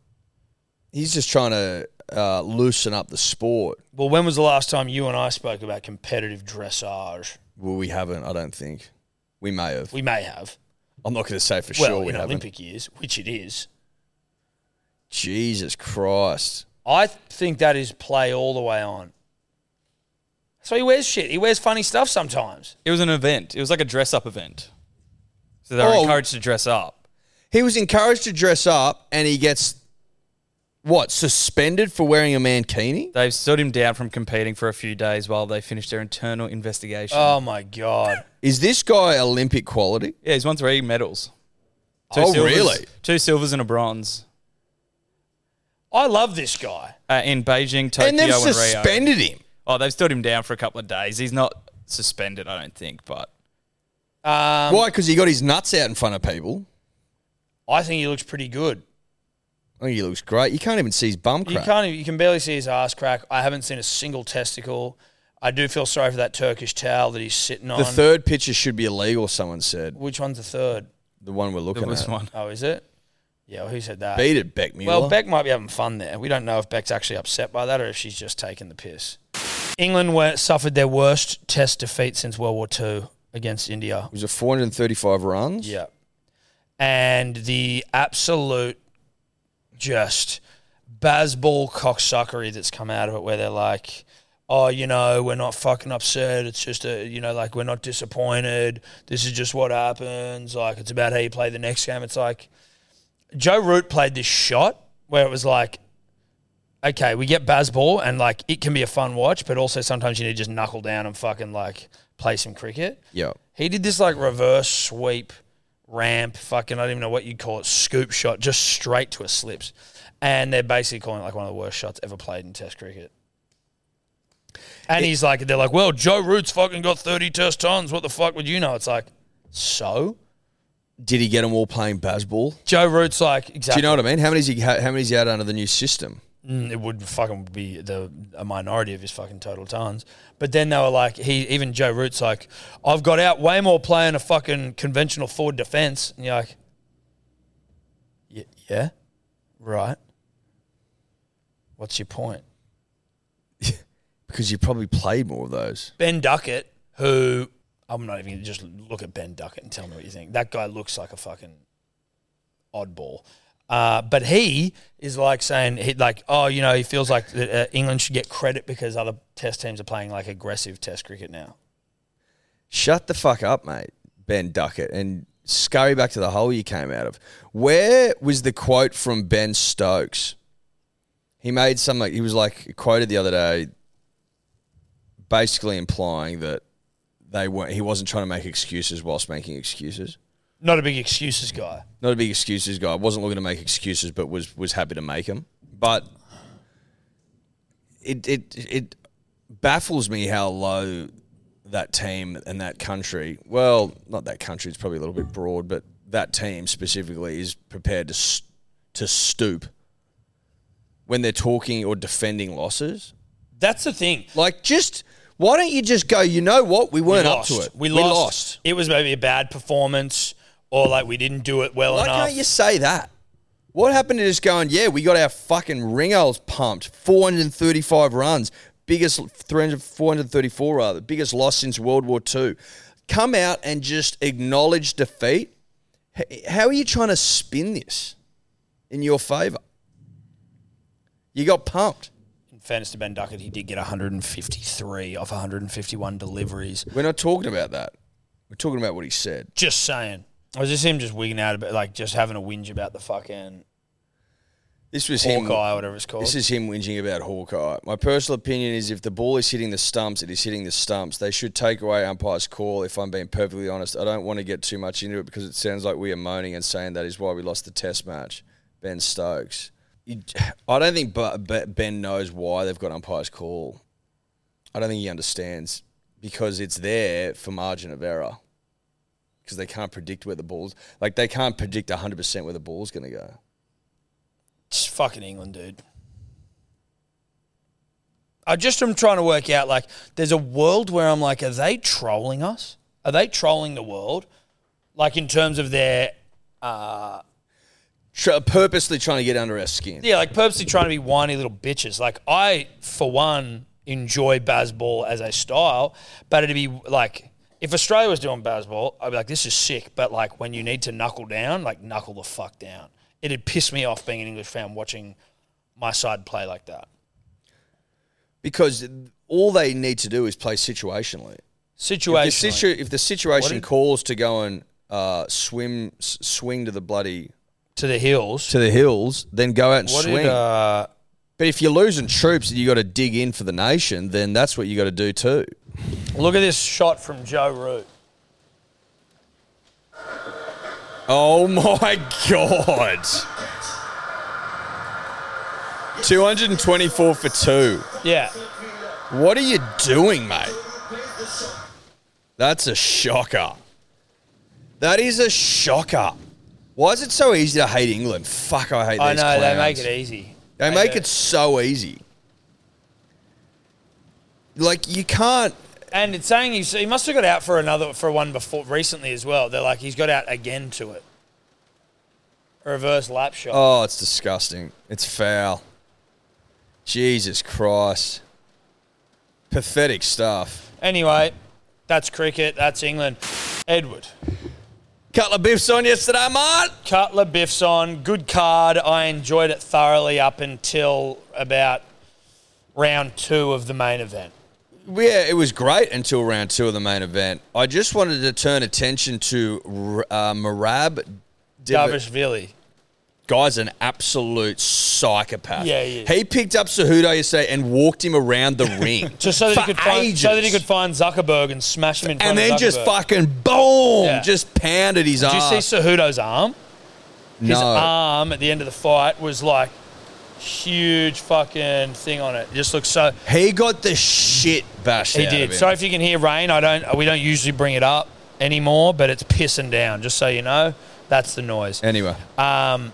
Speaker 3: He's just trying to uh, loosen up the sport.
Speaker 2: Well, when was the last time you and I spoke about competitive dressage?
Speaker 3: Well, we haven't. I don't think we may have.
Speaker 2: We may have.
Speaker 3: I'm not going to say for
Speaker 2: Well,
Speaker 3: sure we
Speaker 2: in
Speaker 3: haven't.
Speaker 2: Olympic years, which it is.
Speaker 3: Jesus Christ!
Speaker 2: I th- think that is play all the way on. So he wears shit. He wears funny stuff sometimes.
Speaker 4: It was an event. It was like a dress-up event. So So they're
Speaker 3: Oh.
Speaker 4: encouraged to dress up.
Speaker 3: He was encouraged to dress up, and he gets what suspended for wearing a mankini.
Speaker 4: They've stood him down from competing for a few days while they finish their internal investigation.
Speaker 2: Oh my god.
Speaker 3: Is this guy Olympic quality?
Speaker 4: yeah, he's won three medals. Two
Speaker 3: Oh,
Speaker 4: silvers-
Speaker 3: really?
Speaker 4: Two silvers and a bronze
Speaker 2: I love this guy.
Speaker 4: uh, in Beijing, Tokyo,
Speaker 3: and
Speaker 4: and,
Speaker 3: they've
Speaker 4: Rio.
Speaker 3: suspended him.
Speaker 4: Oh, they've stood him down for a couple of days. He's not suspended, I don't think, but
Speaker 2: Um,
Speaker 3: Why? Because he got his nuts out in front of people.
Speaker 2: I think he looks pretty good.
Speaker 3: I think Oh, he looks great. You can't even see his bum
Speaker 2: You
Speaker 3: crack.
Speaker 2: can't. You can barely see his ass crack. I haven't seen a single testicle. I do feel sorry for that Turkish towel that he's sitting on.
Speaker 3: the third picture should be illegal. Someone said
Speaker 2: Which one's the third?
Speaker 3: the one we're looking
Speaker 4: there was
Speaker 3: at.
Speaker 4: one.
Speaker 2: Oh, is it? Yeah, well, who said that?
Speaker 3: Beat it, Beck Mueller.
Speaker 2: Well, Beck might be having fun there. We don't know if Beck's actually upset by that or if she's just taking the piss. England were, suffered their worst test defeat since World War II against India.
Speaker 3: It was a 435 runs.
Speaker 2: Yeah. And the absolute just basball cocksuckery that's come out of it where they're like, oh, you know, we're not fucking upset. It's just a, you know, like we're not disappointed. This is just what happens. Like it's about how you play the next game. It's like Joe Root played this shot where it was like, okay, we get basball and like it can be a fun watch, but also sometimes you need to just knuckle down and fucking like play some cricket.
Speaker 3: Yeah.
Speaker 2: He did this like reverse sweep, ramp, fucking, I don't even know what you'd call it, scoop shot, just straight to a slips. And they're basically calling it like one of the worst shots ever played in Test cricket. And he's like, they're like, well, Joe Root's fucking got 30 Test tons. What the fuck would you know? It's like, so?
Speaker 3: Did he get them all playing baseball?
Speaker 2: Joe Root's like, exactly.
Speaker 3: Do you know what I mean? How many's he? How, how many's he had under the new system?
Speaker 2: Mm, it would fucking be the a minority of his fucking total tons. But then they were like, he even Joe Root's like, I've got out way more playing a fucking conventional forward defense, and you're like, yeah, yeah, right. What's your point?
Speaker 3: Because you probably played more of those.
Speaker 2: Ben Duckett, who I'm not even gonna just look at Ben Duckett and tell me what you think. That guy looks like a fucking oddball. Uh, but he is like saying, he, like, oh, you know, he feels like that, uh, England should get credit because other test teams are playing like aggressive test cricket now.
Speaker 3: Shut the fuck up, mate, Ben Duckett, and scurry back to the hole you came out of. Where was the quote from Ben Stokes? He made some. Like, he was like quoted the other day, basically implying that they weren't. He wasn't trying to make excuses whilst making excuses.
Speaker 2: Not a big excuses guy.
Speaker 3: not a big excuses guy. Wasn't looking to make excuses, but was was happy to make them. But it it it baffles me how low that team and that country. Well, not that country. It's probably a little bit broad, but that team specifically is prepared to s- to stoop when they're talking or defending losses.
Speaker 2: That's the thing.
Speaker 3: Like just. Why don't you just go? You know what? We weren't
Speaker 2: we
Speaker 3: up
Speaker 2: lost.
Speaker 3: to it.
Speaker 2: We lost. It was maybe a bad performance or like we didn't do it well
Speaker 3: Why
Speaker 2: enough.
Speaker 3: can't you say that? What happened to just going, yeah, we got our fucking ringholes pumped, 435 runs, biggest 300, 434 rather, biggest loss since World War II. Come out and just acknowledge defeat. H- How are you trying to spin this in your favour? You got pumped.
Speaker 2: In fairness to Ben Duckett, he did get 153 off 151 deliveries.
Speaker 3: We're not talking about that. We're talking about what he said.
Speaker 2: Just saying. I was just him just wigging out about like just having a whinge about the fucking
Speaker 3: This was him.
Speaker 2: Hawkeye or whatever it's called.
Speaker 3: This is him whinging about Hawkeye. My personal opinion is if the ball is hitting the stumps, it is hitting the stumps. They should take away umpire's call, if I'm being perfectly honest. I don't want to get too much into it because it sounds like we are moaning and saying that is why we lost the test match. Ben Stokes. You- I don't think Bu- Bu- Ben knows why they've got umpire's call. I don't think he understands because it's there for margin of error because they can't predict where the ball's like they can't predict 100% where the ball's going to go.
Speaker 2: It's fucking England, dude. I just am trying to work out like there's a world where I'm like, are they trolling us? Are they trolling the world? Like in terms of their
Speaker 3: Tr- purposely trying to get under our skin.
Speaker 2: yeah, like purposely trying to be whiny little bitches. Like I, for one, enjoy baseball as a style, but it'd be like if Australia was doing baseball, I'd be like, this is sick. But like when you need to knuckle down, like knuckle the fuck down. It'd piss me off being an English fan watching my side play like that.
Speaker 3: because all they need to do is play situationally. If the,
Speaker 2: Situation.
Speaker 3: situ- if the situation calls to go and
Speaker 8: uh, swim, s- swing to the bloody
Speaker 2: to the hills.
Speaker 8: to the hills, then go out and
Speaker 2: what
Speaker 8: swing.
Speaker 2: did uh,
Speaker 8: but if you're losing troops and you got to dig in for the nation, then that's what you got to do too.
Speaker 2: look at this shot from Joe Root?
Speaker 8: Oh my god!
Speaker 3: 224 for two.
Speaker 2: Yeah,
Speaker 3: What are you doing, mate? That's a shocker. That is a shocker. Why is it so easy to hate England? Fuck, I hate
Speaker 2: I
Speaker 3: these
Speaker 2: know they
Speaker 3: clowns.
Speaker 2: make it easy.
Speaker 3: They make
Speaker 2: do.
Speaker 3: it so easy. Like you can't.
Speaker 2: and it's saying he's, he must have got out for another for one before recently as well. They're like he's got out again to it. A reverse lap shot.
Speaker 3: Oh, it's disgusting. It's foul. Jesus Christ. Pathetic stuff.
Speaker 2: Anyway, that's cricket. That's England. Edward
Speaker 3: Couple of biffs on yesterday, mate.
Speaker 2: Cutler biffs on good card. I enjoyed it thoroughly up until about round two of the main event.
Speaker 3: Yeah, it was great until round two of the main event. I just wanted to turn attention to R- uh, Marab Div-
Speaker 2: Davishvili.
Speaker 3: Guy's an absolute psychopath.
Speaker 2: Yeah, he is.
Speaker 3: He picked up Cejudo yesterday and walked him around the ring.
Speaker 2: Just so that
Speaker 3: for
Speaker 2: he could find, so that he
Speaker 3: ages.
Speaker 2: could find Zuckerberg and smash him in front
Speaker 3: and
Speaker 2: of
Speaker 3: then just
Speaker 2: Zuckerberg.
Speaker 3: fucking boom,
Speaker 2: Yeah.
Speaker 3: just pounded his
Speaker 2: Did you
Speaker 3: ass.
Speaker 2: see Cejudo's arm? His
Speaker 3: No.
Speaker 2: arm um, at the end of the fight was like huge fucking thing on it. Just looks so
Speaker 3: he got the shit bashed.
Speaker 2: he
Speaker 3: out Of
Speaker 2: did.
Speaker 3: him.
Speaker 2: Sorry if you can hear rain. I don't. We don't usually bring it up anymore, but it's pissing down. Just so you know, that's the noise.
Speaker 3: anyway, um,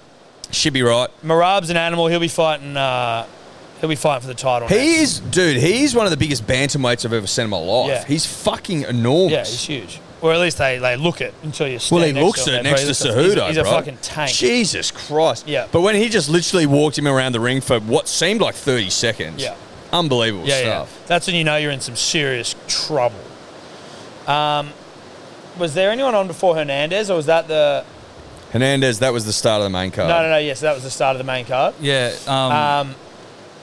Speaker 3: should be right.
Speaker 2: Marab's an animal. He'll be fighting. Uh, he'll be fighting for the title. next.
Speaker 3: He is, dude. He's one of the biggest bantamweights I've ever seen in my life.
Speaker 2: Yeah.
Speaker 3: He's fucking
Speaker 2: Yeah, he's
Speaker 3: enormous.
Speaker 2: huge. Or at least they, they look it until you.
Speaker 3: well,
Speaker 2: stand
Speaker 3: he
Speaker 2: next
Speaker 3: looks
Speaker 2: to
Speaker 3: at
Speaker 2: him.
Speaker 3: it
Speaker 2: They
Speaker 3: next to
Speaker 2: probably look-
Speaker 3: Cejudo,
Speaker 2: He's, a- he's a
Speaker 3: bro.
Speaker 2: fucking tank.
Speaker 3: Jesus Christ.
Speaker 2: Yeah.
Speaker 3: But when he just literally walked him around the ring for what seemed like 30 seconds.
Speaker 2: Yeah.
Speaker 3: Unbelievable
Speaker 2: yeah,
Speaker 3: stuff.
Speaker 2: yeah. That's when you know you're in some serious trouble. Um, was there anyone on before Hernandez, or was that the?
Speaker 3: Hernandez, that was the start of the main card. Hmm.
Speaker 2: No, no, no. Yes, that was the start of the main card.
Speaker 4: Yeah. Um,
Speaker 2: Um,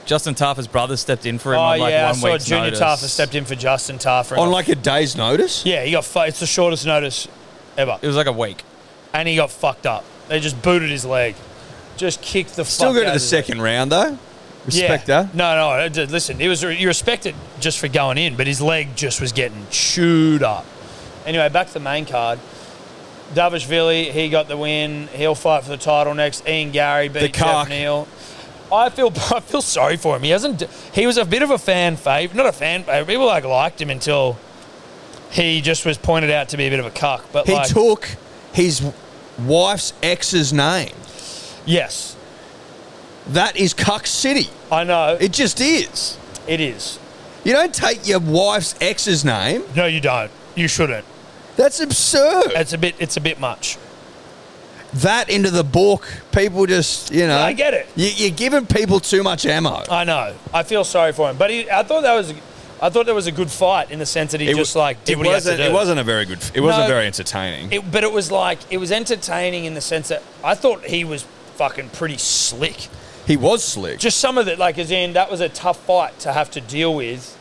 Speaker 4: Justin Tarfer's brother stepped in for him
Speaker 2: oh
Speaker 4: on like
Speaker 2: yeah, I
Speaker 4: one
Speaker 2: saw
Speaker 4: week's
Speaker 2: Junior
Speaker 4: notice.
Speaker 2: Tarfer stepped in for Justin Tarfer. and
Speaker 3: On
Speaker 2: got-
Speaker 3: like a day's notice?
Speaker 2: yeah, he got fu- it's the shortest notice ever,
Speaker 4: It was like a week.
Speaker 2: and he got fucked up. They just booted his leg, just kicked the.
Speaker 3: Still
Speaker 2: fuck
Speaker 3: go
Speaker 2: out
Speaker 3: to
Speaker 2: of
Speaker 3: the
Speaker 2: his leg.
Speaker 3: second round, though. Respect
Speaker 2: yeah.
Speaker 3: that.
Speaker 2: No, no. I did- Listen, it was you respect it just for going in, but his leg just was getting chewed up. Anyway, back to the main card. Davishvili, he got the win. He'll fight for the title next. Ian Gary beat Jeff
Speaker 3: cock.
Speaker 2: Neal. I feel I feel sorry for him. He hasn't. d- He was a bit of a fan favorite, not a fan favorite. People like liked him until he just was pointed out to be a bit of a cuck. But
Speaker 3: He
Speaker 2: like,
Speaker 3: took his wife's ex's name.
Speaker 2: yes,
Speaker 3: That is Cuck City.
Speaker 2: I know
Speaker 3: It just is.
Speaker 2: it is.
Speaker 3: You don't take your wife's ex's name.
Speaker 2: No, you don't. You shouldn't.
Speaker 3: That's absurd.
Speaker 2: It's a bit. It's a bit much.
Speaker 3: That into the book, people just, you know.
Speaker 2: I get it.
Speaker 3: You, you're giving people too much ammo.
Speaker 2: I know. I feel sorry for him, but he, I thought that was, I thought that was a good fight in the sense that he
Speaker 3: It
Speaker 2: just
Speaker 3: wa-
Speaker 2: like did
Speaker 3: it
Speaker 2: what he had to
Speaker 3: wasn't.
Speaker 2: do.
Speaker 3: It wasn't a very good. It wasn't
Speaker 2: No.
Speaker 3: very entertaining.
Speaker 2: It- but it was like it was entertaining in the sense that I thought he was fucking pretty slick.
Speaker 3: he was slick.
Speaker 2: Just some of it, like as in that was a tough fight to have to deal with,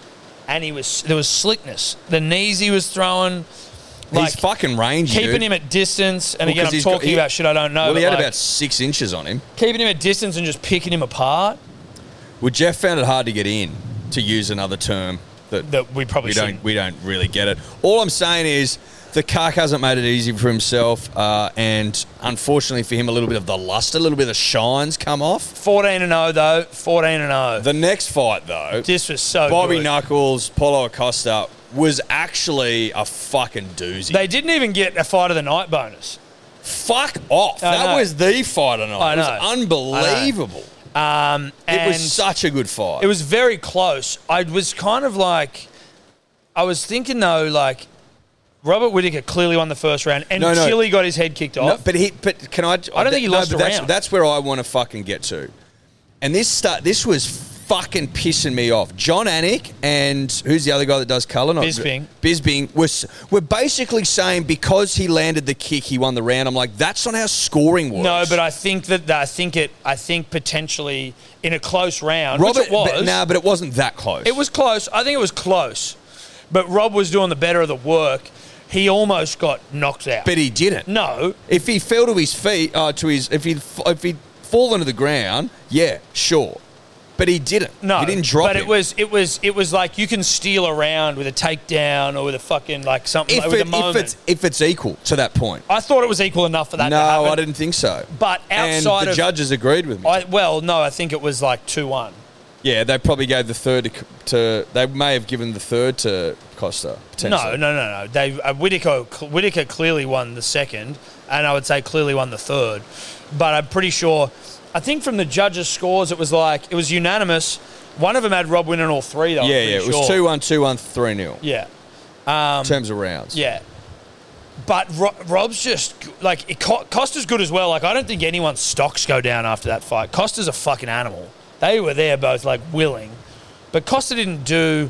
Speaker 2: and he was there was slickness. The knees he was throwing, like
Speaker 3: He's fucking rangy,
Speaker 2: keeping
Speaker 3: dude.
Speaker 2: him at distance. And
Speaker 3: Well,
Speaker 2: again,
Speaker 3: 'cause
Speaker 2: I'm
Speaker 3: he's got-
Speaker 2: talking
Speaker 3: he-
Speaker 2: about shit I don't know.
Speaker 3: Well, he
Speaker 2: but,
Speaker 3: had
Speaker 2: like,
Speaker 3: about six inches on him.
Speaker 2: keeping him at distance and just picking him apart.
Speaker 3: Well, Jeff found it hard to get in. To use another term that,
Speaker 2: That we probably
Speaker 3: we don't
Speaker 2: shouldn't.
Speaker 3: we don't really get it. All I'm saying is the Cuck hasn't made it easy for himself, uh, and unfortunately for him, a little bit of the luster, a little bit of the shines come off.
Speaker 2: 14 and 0 though. 14 and 0.
Speaker 3: The next fight, though,
Speaker 2: this was so
Speaker 3: Bobby
Speaker 2: good.
Speaker 3: Knuckles, Paulo Acosta was actually a fucking doozy.
Speaker 2: They didn't even get a fight of the night bonus.
Speaker 3: Fuck off.
Speaker 2: I
Speaker 3: that
Speaker 2: know.
Speaker 3: was the fight of night.
Speaker 2: I
Speaker 3: it was
Speaker 2: know.
Speaker 3: unbelievable.
Speaker 2: Um,
Speaker 3: It
Speaker 2: and
Speaker 3: was such a good fight.
Speaker 2: it was very close. I was kind of like, I was thinking though, like Robert Whitaker clearly won the first round, and
Speaker 3: No, no.
Speaker 2: Chile got his head kicked
Speaker 3: No,
Speaker 2: off.
Speaker 3: but he but can I I
Speaker 2: don't think he lost a
Speaker 3: but that's,
Speaker 2: round.
Speaker 3: that's where I want to fucking get to. And this start this was fucking pissing me off. John Anik and who's the other guy that does colour? Not-
Speaker 2: Bisping.
Speaker 3: Bisping was were basically saying because he landed the kick he won the round. I'm like that's not how scoring works.
Speaker 2: no, but I think that that I think it. I think potentially in a close round,
Speaker 3: Robert
Speaker 2: which it was.
Speaker 3: But, nah, but it wasn't that close.
Speaker 2: It was close. I think it was close. But Rob was doing the better of the work. He almost got knocked out.
Speaker 3: But he didn't.
Speaker 2: no,
Speaker 3: If he fell to his feet, uh, to his if he if he'd fallen to the ground, yeah, sure. But he didn't.
Speaker 2: no,
Speaker 3: he didn't drop
Speaker 2: But it
Speaker 3: him.
Speaker 2: was it was it was like you can steal around with a takedown or with a fucking like something
Speaker 3: if,
Speaker 2: like, with
Speaker 3: it-
Speaker 2: a
Speaker 3: if
Speaker 2: moment.
Speaker 3: it's if it's equal to that point.
Speaker 2: I thought it was equal enough for that. to
Speaker 3: no,
Speaker 2: happen.
Speaker 3: I didn't think so.
Speaker 2: But outside
Speaker 3: and the
Speaker 2: of-
Speaker 3: judges agreed with me.
Speaker 2: I, well, no, I think it was like two one.
Speaker 3: yeah, they probably gave the third to, to. They may have given the third to Costa.
Speaker 2: No,
Speaker 3: Potentially.
Speaker 2: no, no, no. They uh, Whitaker Whitaker clearly won the second, and I would say clearly won the third. But I'm pretty sure. I think from the judges' scores, it was like it was unanimous. One of them had Rob winning all three though. I'm
Speaker 3: Yeah,
Speaker 2: pretty
Speaker 3: yeah, it was
Speaker 2: sure.
Speaker 3: two one, two one, three nil.
Speaker 2: Yeah,
Speaker 3: in terms of rounds.
Speaker 2: yeah. But Ro- Rob's just g- like it, Co- Costa's good as well. Like I don't think anyone's stocks go down after that fight. Costa's a fucking animal. They were there both like willing, but Costa didn't do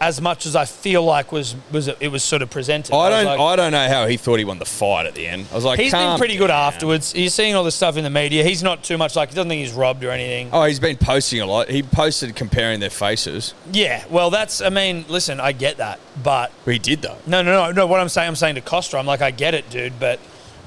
Speaker 2: as much as I feel like was was it was sort of presented.
Speaker 3: I
Speaker 2: was
Speaker 3: don't.
Speaker 2: like-
Speaker 3: I don't know how he thought he won the fight at the end. I was like,
Speaker 2: He's been
Speaker 3: calm
Speaker 2: pretty good
Speaker 3: down.
Speaker 2: afterwards. He's seen all the stuff in the media. He's not too much like he doesn't think he's robbed or anything.
Speaker 3: Oh, he's been posting a lot. He posted comparing their faces.
Speaker 2: Yeah, well, that's I mean, listen, I get that, but
Speaker 3: He did though.
Speaker 2: no, no, no, no. What I'm saying, I'm saying to Costa, I'm like, I get it, dude, but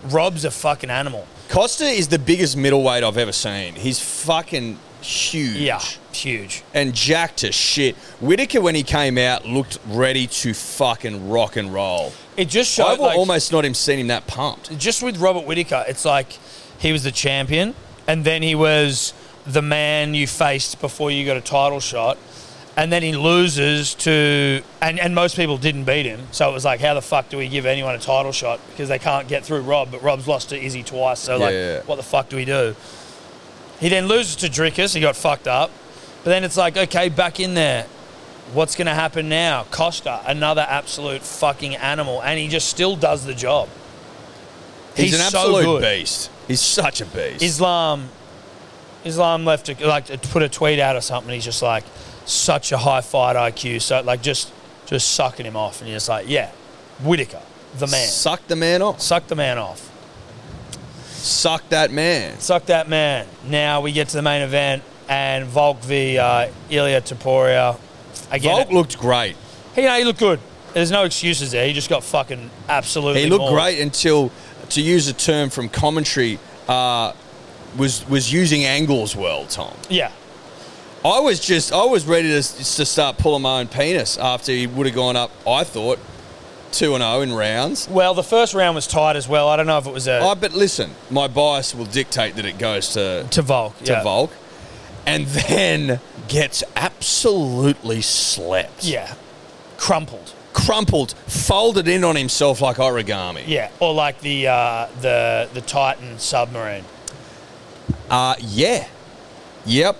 Speaker 2: Rob's a fucking animal.
Speaker 3: Costa is the biggest middleweight I've ever seen. He's fucking huge.
Speaker 2: Yeah, huge.
Speaker 3: And jacked to shit. Whitaker, when he came out, looked ready to fucking rock and roll.
Speaker 2: It just showed
Speaker 3: I've
Speaker 2: like,
Speaker 3: almost not even seen him that pumped.
Speaker 2: just with Robert Whitaker, it's like he was the champion, and then he was the man you faced before you got a title shot, and then he loses to, and, and most people didn't beat him, so it was like, how the fuck do we give anyone a title shot because they can't get through Rob, but Rob's lost to Izzy twice, so like,
Speaker 3: Yeah.
Speaker 2: what the fuck do we do? He then loses to Drickus, he got fucked up, but then it's like, okay, back in there. What's going to happen now? Costa, another absolute fucking animal, and he just still does the job.
Speaker 3: He's,
Speaker 2: He's
Speaker 3: an
Speaker 2: so
Speaker 3: absolute
Speaker 2: good.
Speaker 3: beast. He's such a beast.
Speaker 2: Islam Islam left a, like to put a tweet out or something. He's just like such a high fight IQ. So like just just sucking him off, and you're just like, yeah, Whitaker, the man,
Speaker 3: Suck the man off.
Speaker 2: suck the man off,
Speaker 3: Suck that man.
Speaker 2: suck that man. Now we get to the main event and Volk v uh, Ilya Taporia. Again,
Speaker 3: Volk looked great.
Speaker 2: he, you know, he looked good. There's no excuses there. He just got fucking absolutely.
Speaker 3: He looked
Speaker 2: mauled.
Speaker 3: great until, to use a term from commentary, uh, was was using angles well, Tom.
Speaker 2: Yeah.
Speaker 3: I was just I was ready to, s- to start pulling my own penis after he would have gone up. I thought two and zero in rounds.
Speaker 2: Well, the first round was tight as well. I don't know if it was a
Speaker 3: I but listen, my bias will dictate that it goes to
Speaker 2: to Volk.
Speaker 3: to
Speaker 2: yeah.
Speaker 3: Volk, and then gets absolutely slept.
Speaker 2: Yeah. Crumpled.
Speaker 3: crumpled, folded in on himself like origami.
Speaker 2: Yeah, or like the uh, the the Titan submarine.
Speaker 3: Uh, yeah. Yep.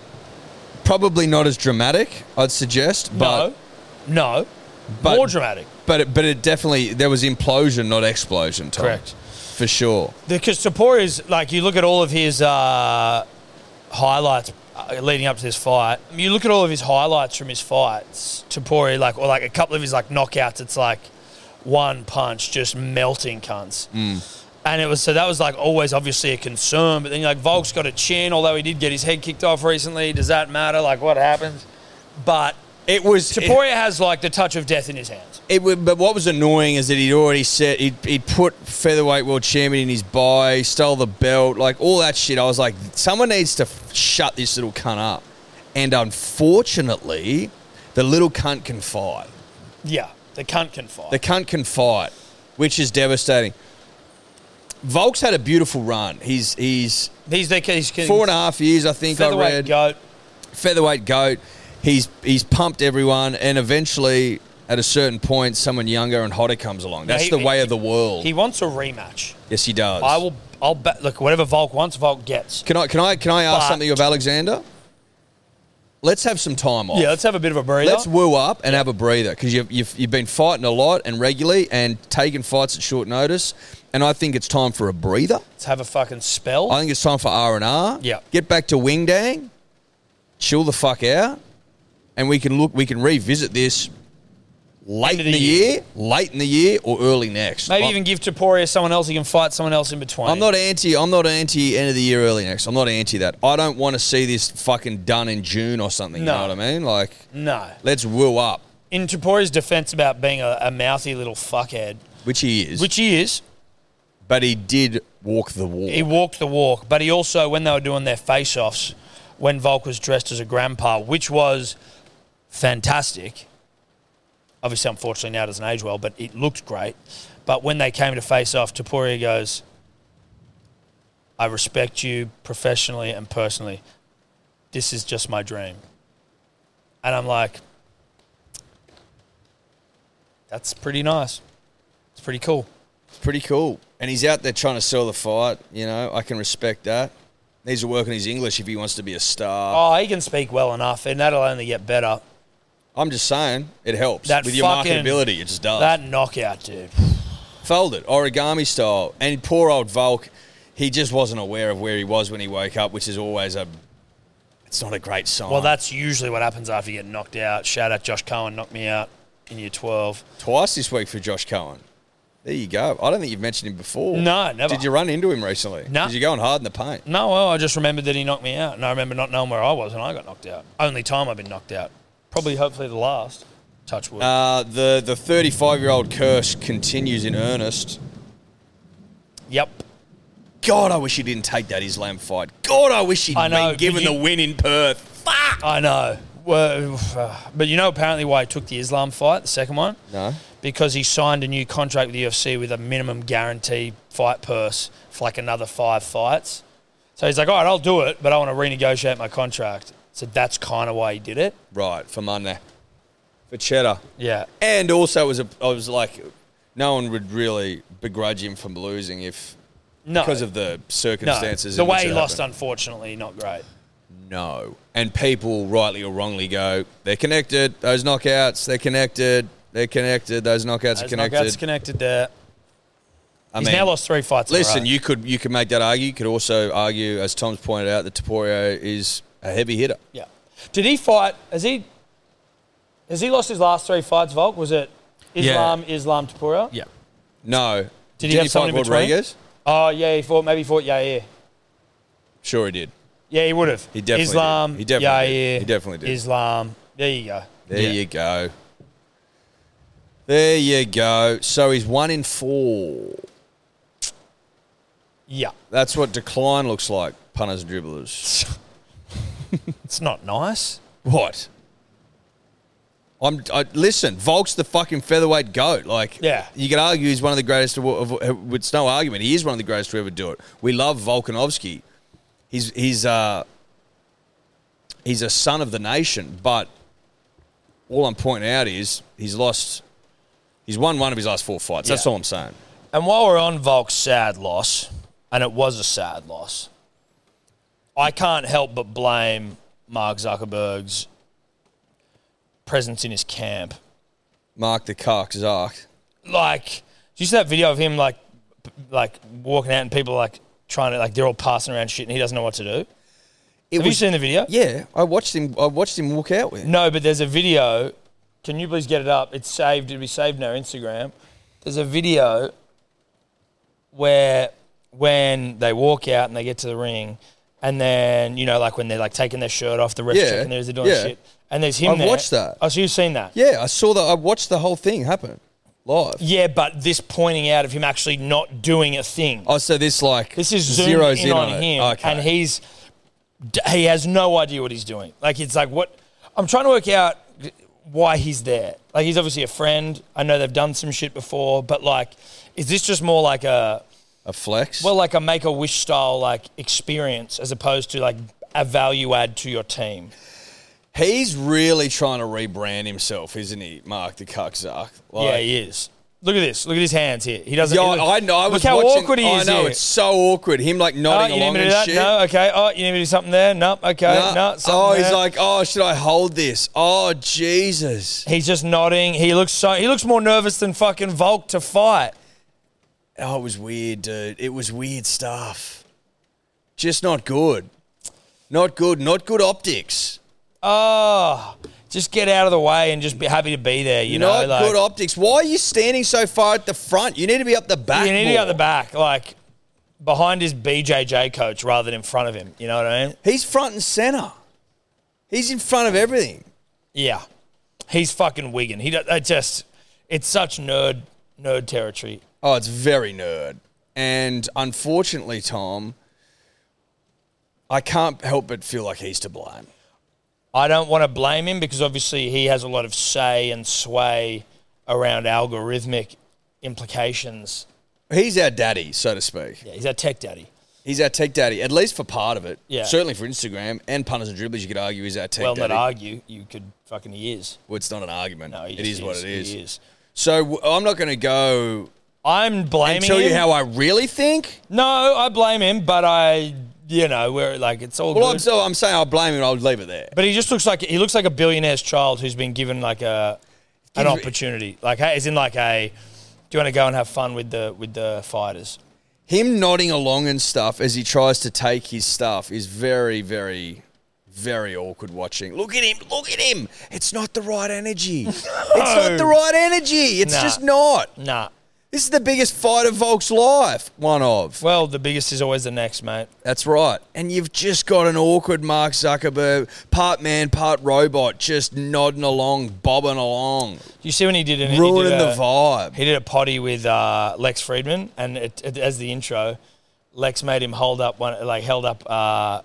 Speaker 3: Probably not as dramatic, I'd suggest, but
Speaker 2: no, no,
Speaker 3: but-
Speaker 2: more dramatic.
Speaker 3: but it, but it definitely there was implosion, not explosion, Tom.
Speaker 2: Correct.
Speaker 3: For sure.
Speaker 2: Because Tapori is like you look at all of his uh, highlights uh, leading up to this fight. You look at all of his highlights from his fights. Tapori like or like a couple of his like knockouts. It's like one punch just melting cunts.
Speaker 3: Hmm.
Speaker 2: And it was so that was like always obviously a concern. But then you're like Volk's got a chin, although he did get his head kicked off recently. Does that matter? Like what happens? But
Speaker 3: It was
Speaker 2: Taporia has like the touch of death in his hands.
Speaker 3: It would, but what was annoying is that he'd already said he'd, he'd put featherweight world champion in his buy, stole the belt, like all that shit. I was like, someone needs to f- shut this little cunt up. And unfortunately, the little cunt can fight.
Speaker 2: Yeah, the cunt can fight.
Speaker 3: The cunt can fight, which is devastating. Volk's had a beautiful run. He's he's
Speaker 2: he's the he's, he's
Speaker 3: four and a half years, I think. I
Speaker 2: featherweight
Speaker 3: read
Speaker 2: goat.
Speaker 3: featherweight goat. He's he's pumped everyone, and eventually, at a certain point, someone younger and hotter comes along. That's
Speaker 2: he-
Speaker 3: the way
Speaker 2: he-
Speaker 3: of the world.
Speaker 2: He wants a rematch.
Speaker 3: yes, he does.
Speaker 2: I will. I'll bet. Look, whatever Volk wants, Volk gets.
Speaker 3: Can I can I can I ask
Speaker 2: But-
Speaker 3: something of Alexander? Let's have some time off.
Speaker 2: Yeah, let's have a bit of a breather.
Speaker 3: Let's woo up and have a breather because you've, you've, you've been fighting a lot and regularly and taking fights at short notice. And I think it's time for a breather.
Speaker 2: Let's have a fucking spell.
Speaker 3: I think it's time for R and R.
Speaker 2: Yeah.
Speaker 3: Get back to Wing Dang. Chill the fuck out, and we can look. We can revisit this late
Speaker 2: End of
Speaker 3: in
Speaker 2: the
Speaker 3: the year, late in the year, or early next.
Speaker 2: Maybe
Speaker 3: I'm-
Speaker 2: even give Taporia someone else. He can fight someone else in between.
Speaker 3: I'm not anti. I'm not anti end of the year, early next. I'm not anti that. I don't want to see this fucking done in June or something.
Speaker 2: No.
Speaker 3: You know what I mean? Like,
Speaker 2: No.
Speaker 3: let's woo up.
Speaker 2: In Taporia's defense about being a, a mouthy little fuckhead,
Speaker 3: which he is.
Speaker 2: which he is.
Speaker 3: but he did walk the walk.
Speaker 2: He walked the walk, but he also, when they were doing their face offs, when Volk was dressed as a grandpa, which was fantastic. Obviously, unfortunately, now it doesn't age well, but it looked great. But when they came to face off, Tapuria goes, I respect you professionally and personally. This is just my dream. And I'm like, that's pretty nice. It's pretty cool.
Speaker 3: pretty cool. And he's out there trying to sell the fight. You know, I can respect that. Needs to work on his English if he wants to be a star.
Speaker 2: Oh, he can speak well enough, and that'll only get better.
Speaker 3: I'm just saying, it helps
Speaker 2: Oh. That
Speaker 3: with your
Speaker 2: fucking-
Speaker 3: marketability. It just does.
Speaker 2: That knockout, dude.
Speaker 3: Folded, origami style. And poor old Volk, he just wasn't aware of where he was when he woke up, which is always a. It's not a great sign.
Speaker 2: Well, that's usually what happens after you get knocked out. Shout out Josh Cohen, knocked me out in year 12.
Speaker 3: twice this week for Josh Cohen. There you go. I don't think you've mentioned him before.
Speaker 2: No, never.
Speaker 3: Did you run into him recently?
Speaker 2: No.
Speaker 3: Because you're going hard in the paint.
Speaker 2: No, well, I just remembered that he knocked me out, and I remember not knowing where I was, and I got knocked out. Only time I've been knocked out. Probably, hopefully, the last. Touch wood.
Speaker 3: Uh, the the 35 year old curse continues in earnest.
Speaker 2: yep.
Speaker 3: God, I wish he didn't take that Islam fight. God, I wish he'd
Speaker 2: I know,
Speaker 3: been
Speaker 2: but
Speaker 3: given
Speaker 2: you-
Speaker 3: the win in Perth.
Speaker 2: I know. Well, but you know apparently why he took the Islam fight, the second one?
Speaker 3: No.
Speaker 2: Because he signed a new contract with the UFC with a minimum guarantee fight purse for like another five fights. So he's like, all right, I'll do it, but I want to renegotiate my contract. So that's kind of why he did it.
Speaker 3: Right, for Monday. For Cheddar.
Speaker 2: Yeah.
Speaker 3: And also, it was a, I was like, no one would really begrudge him from losing if
Speaker 2: No.
Speaker 3: because of the
Speaker 2: no.
Speaker 3: circumstances.
Speaker 2: The
Speaker 3: in which
Speaker 2: way he
Speaker 3: it
Speaker 2: lost,
Speaker 3: happened.
Speaker 2: unfortunately, not great.
Speaker 3: No. And people, rightly or wrongly, go, they're connected. Those knockouts, they're connected. They're connected. Those knockouts are
Speaker 2: Those
Speaker 3: connected.
Speaker 2: knockouts connected there.
Speaker 3: I
Speaker 2: He's
Speaker 3: mean,
Speaker 2: now lost three fights.
Speaker 3: Listen,
Speaker 2: in a row.
Speaker 3: you could you could make that argue. You could also argue, as Tom's pointed out, that Taporio is a heavy hitter.
Speaker 2: Yeah. Did he fight? Has he? Has he lost his last three fights? Volk was it Islam, Islam Tapura?
Speaker 4: Yeah.
Speaker 3: No.
Speaker 2: Did he
Speaker 3: Didn't
Speaker 2: have someone in between?
Speaker 3: Rodriguez?
Speaker 2: Oh yeah, he fought. Maybe he fought Yair.
Speaker 3: Sure, he did.
Speaker 2: Yeah, he would have.
Speaker 3: He definitely
Speaker 2: Islam.
Speaker 3: did. He
Speaker 2: Yair.
Speaker 3: definitely did. He definitely did.
Speaker 2: Islam. There you go.
Speaker 3: There you go. There you go. So he's one in four.
Speaker 2: Yeah.
Speaker 3: That's what decline looks like, punters and dribblers.
Speaker 2: It's not nice.
Speaker 3: What? I'm I, listen. Volk's the fucking featherweight goat. Like,
Speaker 2: Yeah.
Speaker 3: you could argue he's one of the greatest. Of, of, of, it's no argument. He is one of the greatest to ever do it. We love Volkanovski. He's he's uh he's a son of the nation. But all I'm pointing out is he's lost. He's won one of his last four fights. That's
Speaker 2: Yeah.
Speaker 3: all I'm saying.
Speaker 2: And while we're on Volk's sad loss, and it was a sad loss, I can't help but blame Mark Zuckerberg's presence in his camp
Speaker 3: Mark the cock Zark.
Speaker 2: like did you see that video of him like p- like walking out and people like trying to like they're all passing around shit and he doesn't know what to do
Speaker 3: It
Speaker 2: have you seen Mm. the video
Speaker 3: Yeah, I watched him. I watched him walk out with. him.
Speaker 2: no but there's a video can you please get it up it's saved it'll be saved in our instagram there's a video where when they walk out and they get to the ring and then you know like when they're like taking their shirt off the ref
Speaker 3: Yeah,
Speaker 2: checking theirs they're doing
Speaker 3: yeah.
Speaker 2: shit and there's him
Speaker 3: I've
Speaker 2: there.
Speaker 3: watched that.
Speaker 2: oh so you've seen that
Speaker 3: Yeah, I saw that. I watched the whole thing happen live.
Speaker 2: yeah but this pointing out of him actually not doing a thing
Speaker 3: Oh, so this like
Speaker 2: This is zoomed
Speaker 3: zeroes
Speaker 2: in, on,
Speaker 3: it.
Speaker 2: him,
Speaker 3: Okay.
Speaker 2: and he's d- he has no idea what he's doing. Like it's like what I'm trying to work out why he's there. Like he's obviously a friend. I know they've done some shit before, but like, is this just more like a
Speaker 3: a flex.
Speaker 2: well, like a make a wish style like experience as opposed to like a value add to your team?
Speaker 3: he's really trying to rebrand himself, isn't he, Mark the Cuckzuck? Like,
Speaker 2: yeah, he is. Look at this. Look at his hands here. He doesn't.
Speaker 3: Yeah,
Speaker 2: look,
Speaker 3: I, I know. I was
Speaker 2: look how
Speaker 3: watching-
Speaker 2: awkward he
Speaker 3: I
Speaker 2: is.
Speaker 3: know
Speaker 2: here.
Speaker 3: it's so awkward. Him like
Speaker 2: Oh,
Speaker 3: nodding
Speaker 2: you need
Speaker 3: along
Speaker 2: me to do
Speaker 3: and
Speaker 2: that?
Speaker 3: shit.
Speaker 2: No, okay. Oh, you need me to do something there? No, okay.
Speaker 3: No.
Speaker 2: No, something
Speaker 3: oh, he's
Speaker 2: there.
Speaker 3: like, oh, should I hold this? Oh, Jesus.
Speaker 2: He's just nodding. He looks so he looks more nervous than fucking Volk to fight.
Speaker 3: Oh, it was weird, dude. It was weird stuff. Just not good. Not good. Not good optics.
Speaker 2: Oh, just get out of the way and just be happy to be there. You know,
Speaker 3: not
Speaker 2: like
Speaker 3: good optics. Why are you standing so far at the front? You need to be up the back.
Speaker 2: you need to
Speaker 3: more.
Speaker 2: go at the back, like behind his BJJ coach rather than in front of him. You know what I mean?
Speaker 3: He's front and center. He's in front of everything.
Speaker 2: Yeah, he's fucking Wigan. He do- it just it's such nerd nerd territory.
Speaker 3: Oh, it's very nerd. And unfortunately, Tom, I can't help but feel like he's to blame.
Speaker 2: I don't want to blame him because obviously he has a lot of say and sway around algorithmic implications.
Speaker 3: He's our daddy, so to speak.
Speaker 2: Yeah, he's our tech daddy.
Speaker 3: He's our tech daddy, at least for part of it.
Speaker 2: Yeah.
Speaker 3: Certainly for Instagram and punters and dribblers, you could argue he's our tech
Speaker 2: well,
Speaker 3: daddy.
Speaker 2: not argue. You could fucking he is.
Speaker 3: Well, it's not an argument.
Speaker 2: No, he
Speaker 3: it
Speaker 2: just
Speaker 3: is, what it
Speaker 2: He
Speaker 3: is. So w- I'm not going to go
Speaker 2: I'm blaming
Speaker 3: and tell
Speaker 2: him.
Speaker 3: you how I really think.
Speaker 2: no, I blame him, but I, you know, we're like it's all.
Speaker 3: Well,
Speaker 2: good.
Speaker 3: I'm, so I'm saying I blame him. I'll leave it there.
Speaker 2: But he just looks like he looks like a billionaire's child who's been given like a an
Speaker 3: Gives-
Speaker 2: opportunity, like hey, as in like a, do you want to go and have fun with the with the fighters?
Speaker 3: Him nodding along and stuff as he tries to take his stuff is very, very, very awkward watching. Look at him. Look at him. It's not the right energy. It's not the right energy. It's
Speaker 2: Nah.
Speaker 3: just not.
Speaker 2: Nah.
Speaker 3: This is the biggest fight of Volk's life. One of.
Speaker 2: Well, the biggest is always the next, mate.
Speaker 3: That's right. And you've just got an awkward Mark Zuckerberg, part man, part robot, just nodding along, bobbing along,
Speaker 2: You see when he did an he did uh,
Speaker 3: ruining the
Speaker 2: a-
Speaker 3: vibe.
Speaker 2: He did a potty with uh, Lex Friedman, and it, it- as the intro, Lex made him hold up one, like held up uh,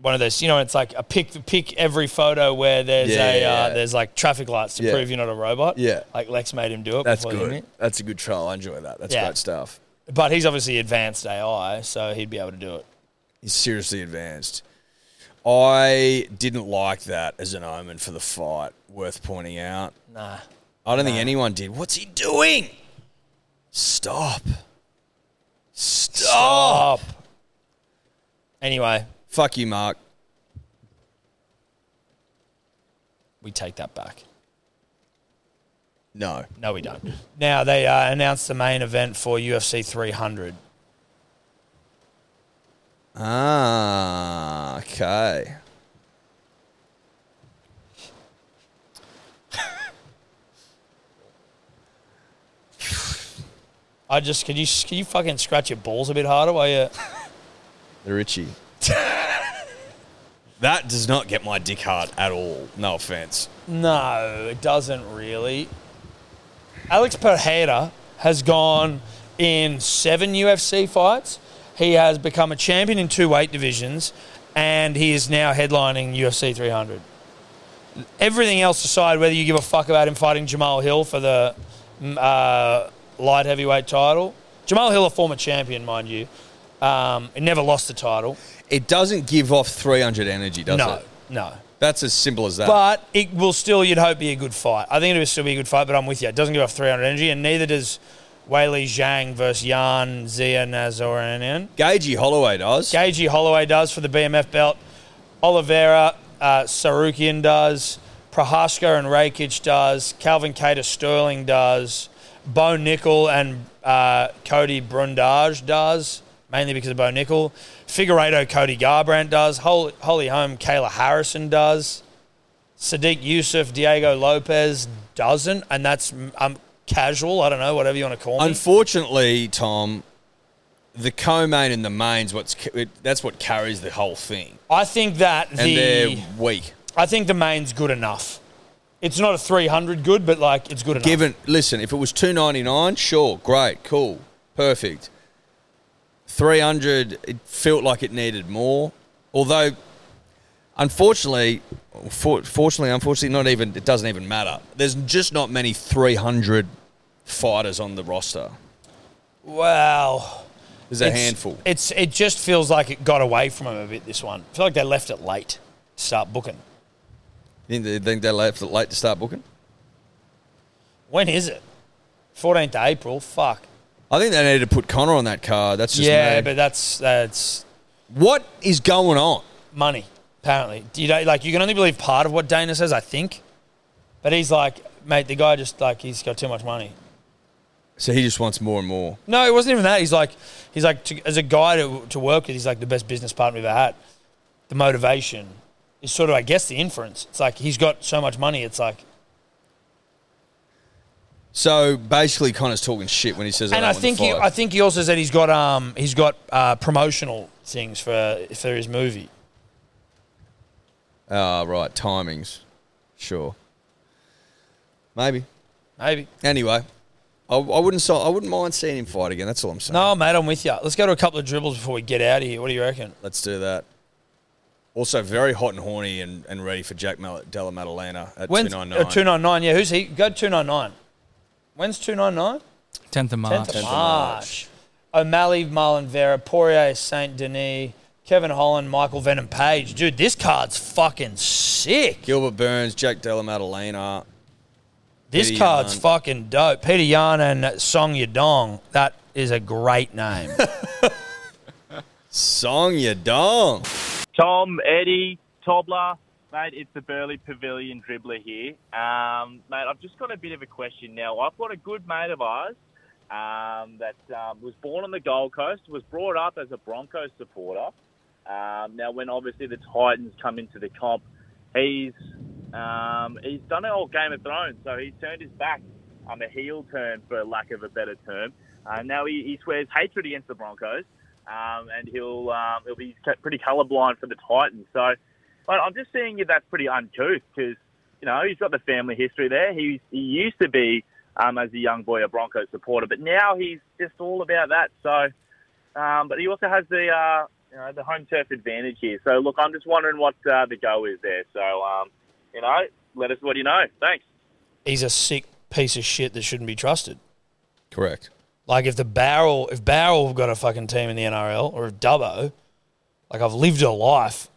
Speaker 2: one of those. You know, it's like a pick pick every photo where there's
Speaker 3: Yeah,
Speaker 2: a
Speaker 3: yeah,
Speaker 2: uh,
Speaker 3: yeah.
Speaker 2: there's like traffic lights to
Speaker 3: Yeah.
Speaker 2: prove you're not a robot.
Speaker 3: Yeah.
Speaker 2: like Lex made him do it.
Speaker 3: That's
Speaker 2: before he did
Speaker 3: good.
Speaker 2: it.
Speaker 3: That's a good trial. I enjoy that. That's
Speaker 2: Yeah.
Speaker 3: great stuff.
Speaker 2: But he's obviously advanced AI, so he'd be able to do it.
Speaker 3: He's seriously advanced. I didn't like that as an omen for the fight, worth pointing out.
Speaker 2: Nah.
Speaker 3: I don't think anyone did. What's he doing? Stop. Stop.
Speaker 2: Up. Anyway,
Speaker 3: Fuck you, Mark.
Speaker 2: we take that back.
Speaker 3: No.
Speaker 2: No, we don't. Now they uh, announced the main event for UFC 300.
Speaker 3: Ah, okay.
Speaker 2: I just could you can you fucking scratch your balls a bit harder while you
Speaker 3: The Richie. that does not get my dick hard at all. No offense.
Speaker 2: No, it doesn't really. Alex Pereira has gone in seven UFC fights. He has become a champion in two weight divisions, and he is now headlining UFC 300. Everything else aside, whether you give a fuck about him fighting Jamal Hill for the mm, uh, light heavyweight title, Jamal Hill, a former champion, mind you, um, he never lost the title.
Speaker 3: It doesn't give off 300 energy, does
Speaker 2: no,
Speaker 3: it?
Speaker 2: no.
Speaker 3: That's as simple as that.
Speaker 2: But it will still, you'd hope, be a good fight. I think it will still be a good fight, but I'm with you. It doesn't give off 300 energy, and neither does Whaley Zhang versus Yan Zia Nazorian.
Speaker 3: Gagey Holloway does.
Speaker 2: Gagey Holloway does for the BMF belt. Oliveira, uh, Sarukian does. Prohaska and Rakic does. Calvin Cater Sterling does. Bo Nickel and uh, Cody Brundage does, mainly because of Bo Nickel. Figueredo, Cody Garbrandt does. Holy, Holy Home, Kayla Harrison does. Sadiq Yusuf, Diego Lopez doesn't, and that's um, casual. I don't know, whatever you want to call me.
Speaker 3: Unfortunately, Tom, the co-main and the main's what's ca- it, that's what carries the whole thing,
Speaker 2: I think that
Speaker 3: and
Speaker 2: the
Speaker 3: they're weak.
Speaker 2: I think the main's good enough. It's not a 300 good, but like it's good enough.
Speaker 3: Given, listen, if it was two ninety nine, sure, great, cool, perfect. Three hundred, it felt like it needed more. Although, unfortunately, for, fortunately, unfortunately, not even it doesn't even matter. There's just not many three hundred fighters on the roster.
Speaker 2: Wow.
Speaker 3: There's a handful.
Speaker 2: It's it just feels like it got away from them a bit. This one, I feel like they left it late to start booking.
Speaker 3: You think they- think they're late, late to start booking?
Speaker 2: When is it? 14th of April. Fuck.
Speaker 3: I think they needed to put Connor on that card. That's just
Speaker 2: yeah,
Speaker 3: me.
Speaker 2: but that's that's
Speaker 3: What is going on?
Speaker 2: money. Apparently, Do you know, like you can only believe part of what Dana says. I think, but he's like, mate, the guy just like he's got too much money.
Speaker 3: So he just wants more and more.
Speaker 2: No, it wasn't even that. He's like, he's like, to, as a guy to, to work with, he's like the best business partner we've ever had. The motivation is sort of, I guess, the inference. It's like he's got so much money. It's like,
Speaker 3: So basically, Connor's talking shit when he says,
Speaker 2: and
Speaker 3: I
Speaker 2: I
Speaker 3: don't want
Speaker 2: think
Speaker 3: the
Speaker 2: he,
Speaker 3: fight.
Speaker 2: I think he also said he's got, um, he's got uh, promotional things for for his movie.
Speaker 3: Ah, right, timings. Sure. Maybe.
Speaker 2: Maybe
Speaker 3: Anyway, I, I wouldn't. So, I wouldn't mind seeing him fight again. That's all I'm saying.
Speaker 2: No, mate, I'm with you. Let's go to a couple of dribbles before we get out of here. What do you reckon?
Speaker 3: Let's do that. Also, very hot and horny and, and ready for Jack Mal- Della Maddalena at
Speaker 2: When's,
Speaker 3: two nine
Speaker 2: uh, 299, yeah. Who's he? Go 299. When's 299?
Speaker 9: 10th of March.
Speaker 2: 10th of March. O'Malley, Marlon Vera, Poirier, St. Denis, Kevin Holland, Michael Venom Page. Dude, this card's fucking sick.
Speaker 3: Gilbert Burns, Jack Della Maddalena.
Speaker 2: This
Speaker 3: Peter
Speaker 2: card's
Speaker 3: Yan.
Speaker 2: fucking dope. Peter Yan and Song Yadong. That is a great name.
Speaker 3: Song Yadong.
Speaker 4: Tom, Eddie, Tobler, mate, it's the Burley Pavilion dribbler here. Um, mate, I've just got a bit of a question now. I've got a good mate of ours um, that um, was born on the Gold Coast, was brought up as a Broncos supporter. Um, now, when obviously the Titans come into the comp, he's um, he's done an old Game of Thrones, so he's turned his back on a heel turn, for lack of a better term. Uh, now he, he swears hatred against the Broncos, um, and he'll um, he'll be c- pretty colourblind for the Titans. So, but I'm just seeing if that's pretty uncouth because you know he's got the family history there. He he used to be um, as a young boy a Broncos supporter, but now he's just all about that. So. Um, but he also has the uh, you know, the home turf advantage here. So look, I'm just wondering what uh, the go is there. So um, you know, let us what you know. Thanks.
Speaker 2: He's a sick piece of shit that shouldn't be trusted.
Speaker 3: Correct.
Speaker 2: Like if the barrel, if barrel got a fucking team in the NRL or if Dubbo, like I've lived a life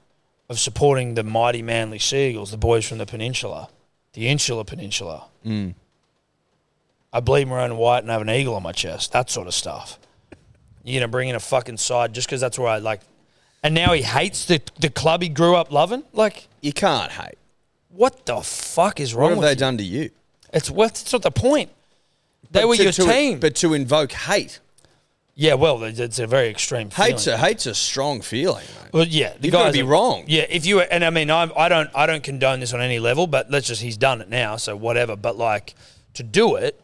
Speaker 2: of supporting the mighty manly Seagulls, the boys from the peninsula, the Insular Peninsula.
Speaker 3: Mm.
Speaker 2: I bleed maroon and white and have an eagle on my chest, that sort of stuff. You're gonna bring in a fucking side just because that's where I like, and now he hates the the club he grew up loving. Like
Speaker 3: You can't hate.
Speaker 2: what the fuck is
Speaker 3: What
Speaker 2: wrong
Speaker 3: have
Speaker 2: with
Speaker 3: they
Speaker 2: you?
Speaker 3: done to you?
Speaker 2: It's what it's not the point. They
Speaker 3: But
Speaker 2: were
Speaker 3: to-
Speaker 2: your
Speaker 3: to-
Speaker 2: team,
Speaker 3: but to invoke hate.
Speaker 2: yeah. Well, it's a very extreme. feeling.
Speaker 3: Hate's a, hate's a strong feeling. Mate.
Speaker 2: Well, yeah, the
Speaker 3: You've gotta
Speaker 2: guys
Speaker 3: be
Speaker 2: are-
Speaker 3: wrong.
Speaker 2: Yeah, if you were, and I mean, I, I don't, I don't condone this on any level, but let's just he's done it now, so whatever. But like to do it,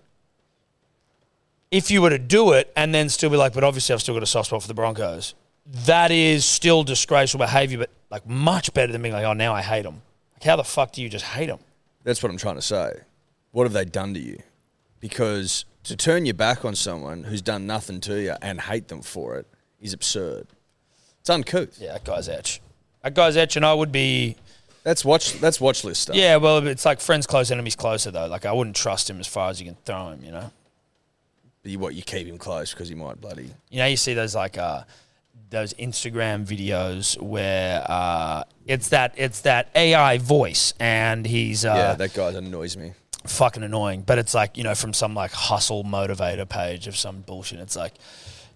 Speaker 2: if you were to do it and then still be like, but obviously I've still got a soft spot for the Broncos, that is still disgraceful behaviour, but like much better than being like, oh, now I hate them. Like, how the fuck do you just hate them?
Speaker 3: That's what I'm trying to say. What have they done to you? Because to turn your back on someone who's done nothing to you and hate them for it is absurd. It's uncouth.
Speaker 2: Yeah, that guy's etch. That guy's etch, and I would be.
Speaker 3: That's watch. That's watch list stuff.
Speaker 2: Yeah, well, it's like friends close, enemies closer though. Like I wouldn't trust him as far as you can throw him, you know.
Speaker 3: You, what you keep him close because he might bloody.
Speaker 2: you know you see those like uh those Instagram videos where uh it's that it's that AI voice and he's uh
Speaker 3: yeah, that guy annoys me.
Speaker 2: fucking annoying. But it's like, you know, from some like hustle motivator page of some bullshit. It's like,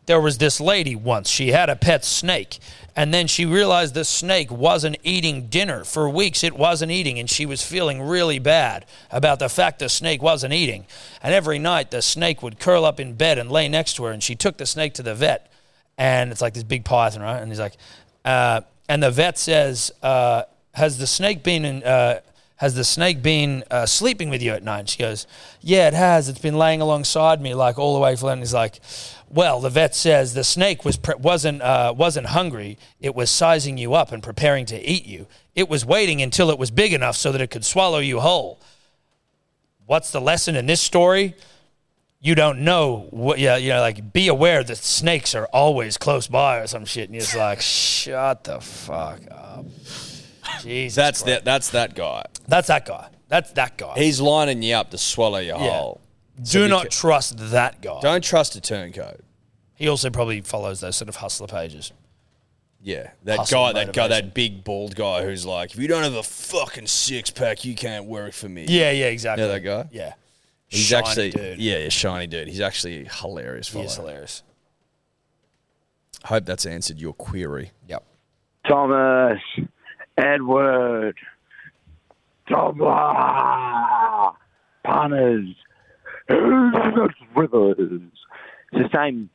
Speaker 2: there was this lady once. She had a pet snake. And then she realized the snake wasn't eating dinner. For weeks, it wasn't eating. And she was feeling really bad about the fact the snake wasn't eating. And every night, the snake would curl up in bed and lay next to her. And she took the snake to the vet. And it's like this big python, right? And he's like, uh, and the vet says, uh, has the snake been in, uh, has the snake been uh, sleeping with you at night? And she goes, Yeah, it has. It's been laying alongside me like all the way. from-" And he's like, Well, the vet says the snake was pre- wasn't uh, wasn't hungry. It was sizing you up and preparing to eat you. It was waiting until it was big enough so that it could swallow you whole. What's the lesson in this story? You don't know what, yeah, you know, like be aware that snakes are always close by or some shit. And you're just like, shut the fuck up. Jesus.
Speaker 3: That's
Speaker 2: Christ.
Speaker 3: that. That's that guy.
Speaker 2: That's that guy. That's that guy.
Speaker 3: He's lining you up to swallow your
Speaker 2: Yeah.
Speaker 3: whole.
Speaker 2: Do
Speaker 3: be
Speaker 2: not
Speaker 3: ca-
Speaker 2: trust that guy.
Speaker 3: Don't trust a turncoat.
Speaker 2: He also probably follows those sort of hustler pages.
Speaker 3: Yeah, that
Speaker 2: Hustle
Speaker 3: guy, that guy,
Speaker 2: motivation.
Speaker 3: that big bald guy who's like, if you don't have a fucking six pack, you can't work for me.
Speaker 2: Yeah, yeah, exactly.
Speaker 3: Yeah, that guy?
Speaker 2: Yeah.
Speaker 3: he's
Speaker 2: Shiny
Speaker 3: actually,
Speaker 2: dude.
Speaker 3: yeah, yeah, shiny dude. He's actually hilarious.
Speaker 2: He is
Speaker 3: fellow.
Speaker 2: hilarious.
Speaker 3: Hope that's answered your query.
Speaker 2: Yep.
Speaker 4: Thomas, Edward, Tobler, Punners, Rivers. It's the same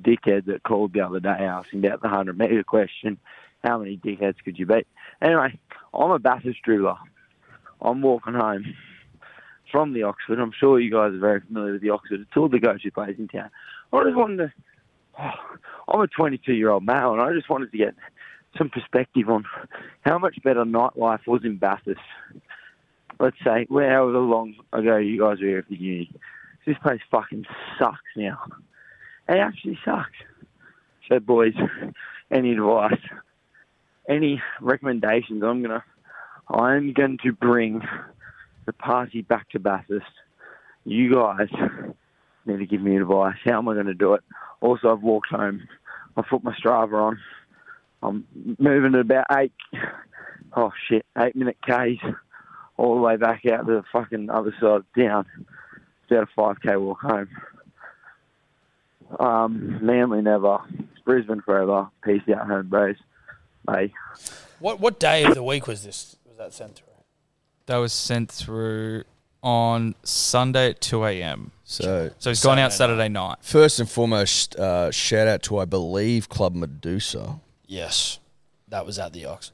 Speaker 4: dickhead that called the other day asking about the 100 metre question. How many dickheads could you beat? Anyway, I'm a Bathurst dribbler. I'm walking home from the Oxford. I'm sure you guys are very familiar with the Oxford. It's all the go-to place in town. I just wanted to... I'm a 22-year-old male, and I just wanted to get some perspective on how much better nightlife was in Bathurst. Let's say, well, however long ago you guys were here at the uni.
Speaker 10: this place fucking sucks now. It actually sucks. So, boys, any advice, any recommendations? I'm gonna, I'm going to bring the party back to Bathurst. You guys need to give me advice. How am I going to do it? Also, I've walked home. I've put my Strava on. I'm moving at about eight. Oh shit, eight minute K's all the way back out to the fucking other side of town. It's about a five K walk home. Um, Manly never. Brisbane forever. Peace out, home bros. Bye.
Speaker 2: What what day of the week was this? Was that sent through?
Speaker 4: That was sent through on Sunday at 2 a.m.
Speaker 3: So-
Speaker 4: so he's gone out
Speaker 3: Saturday
Speaker 4: Saturday night.
Speaker 3: First and foremost, uh, shout out to I believe Club Medusa.
Speaker 2: Yes, that was at the Ox.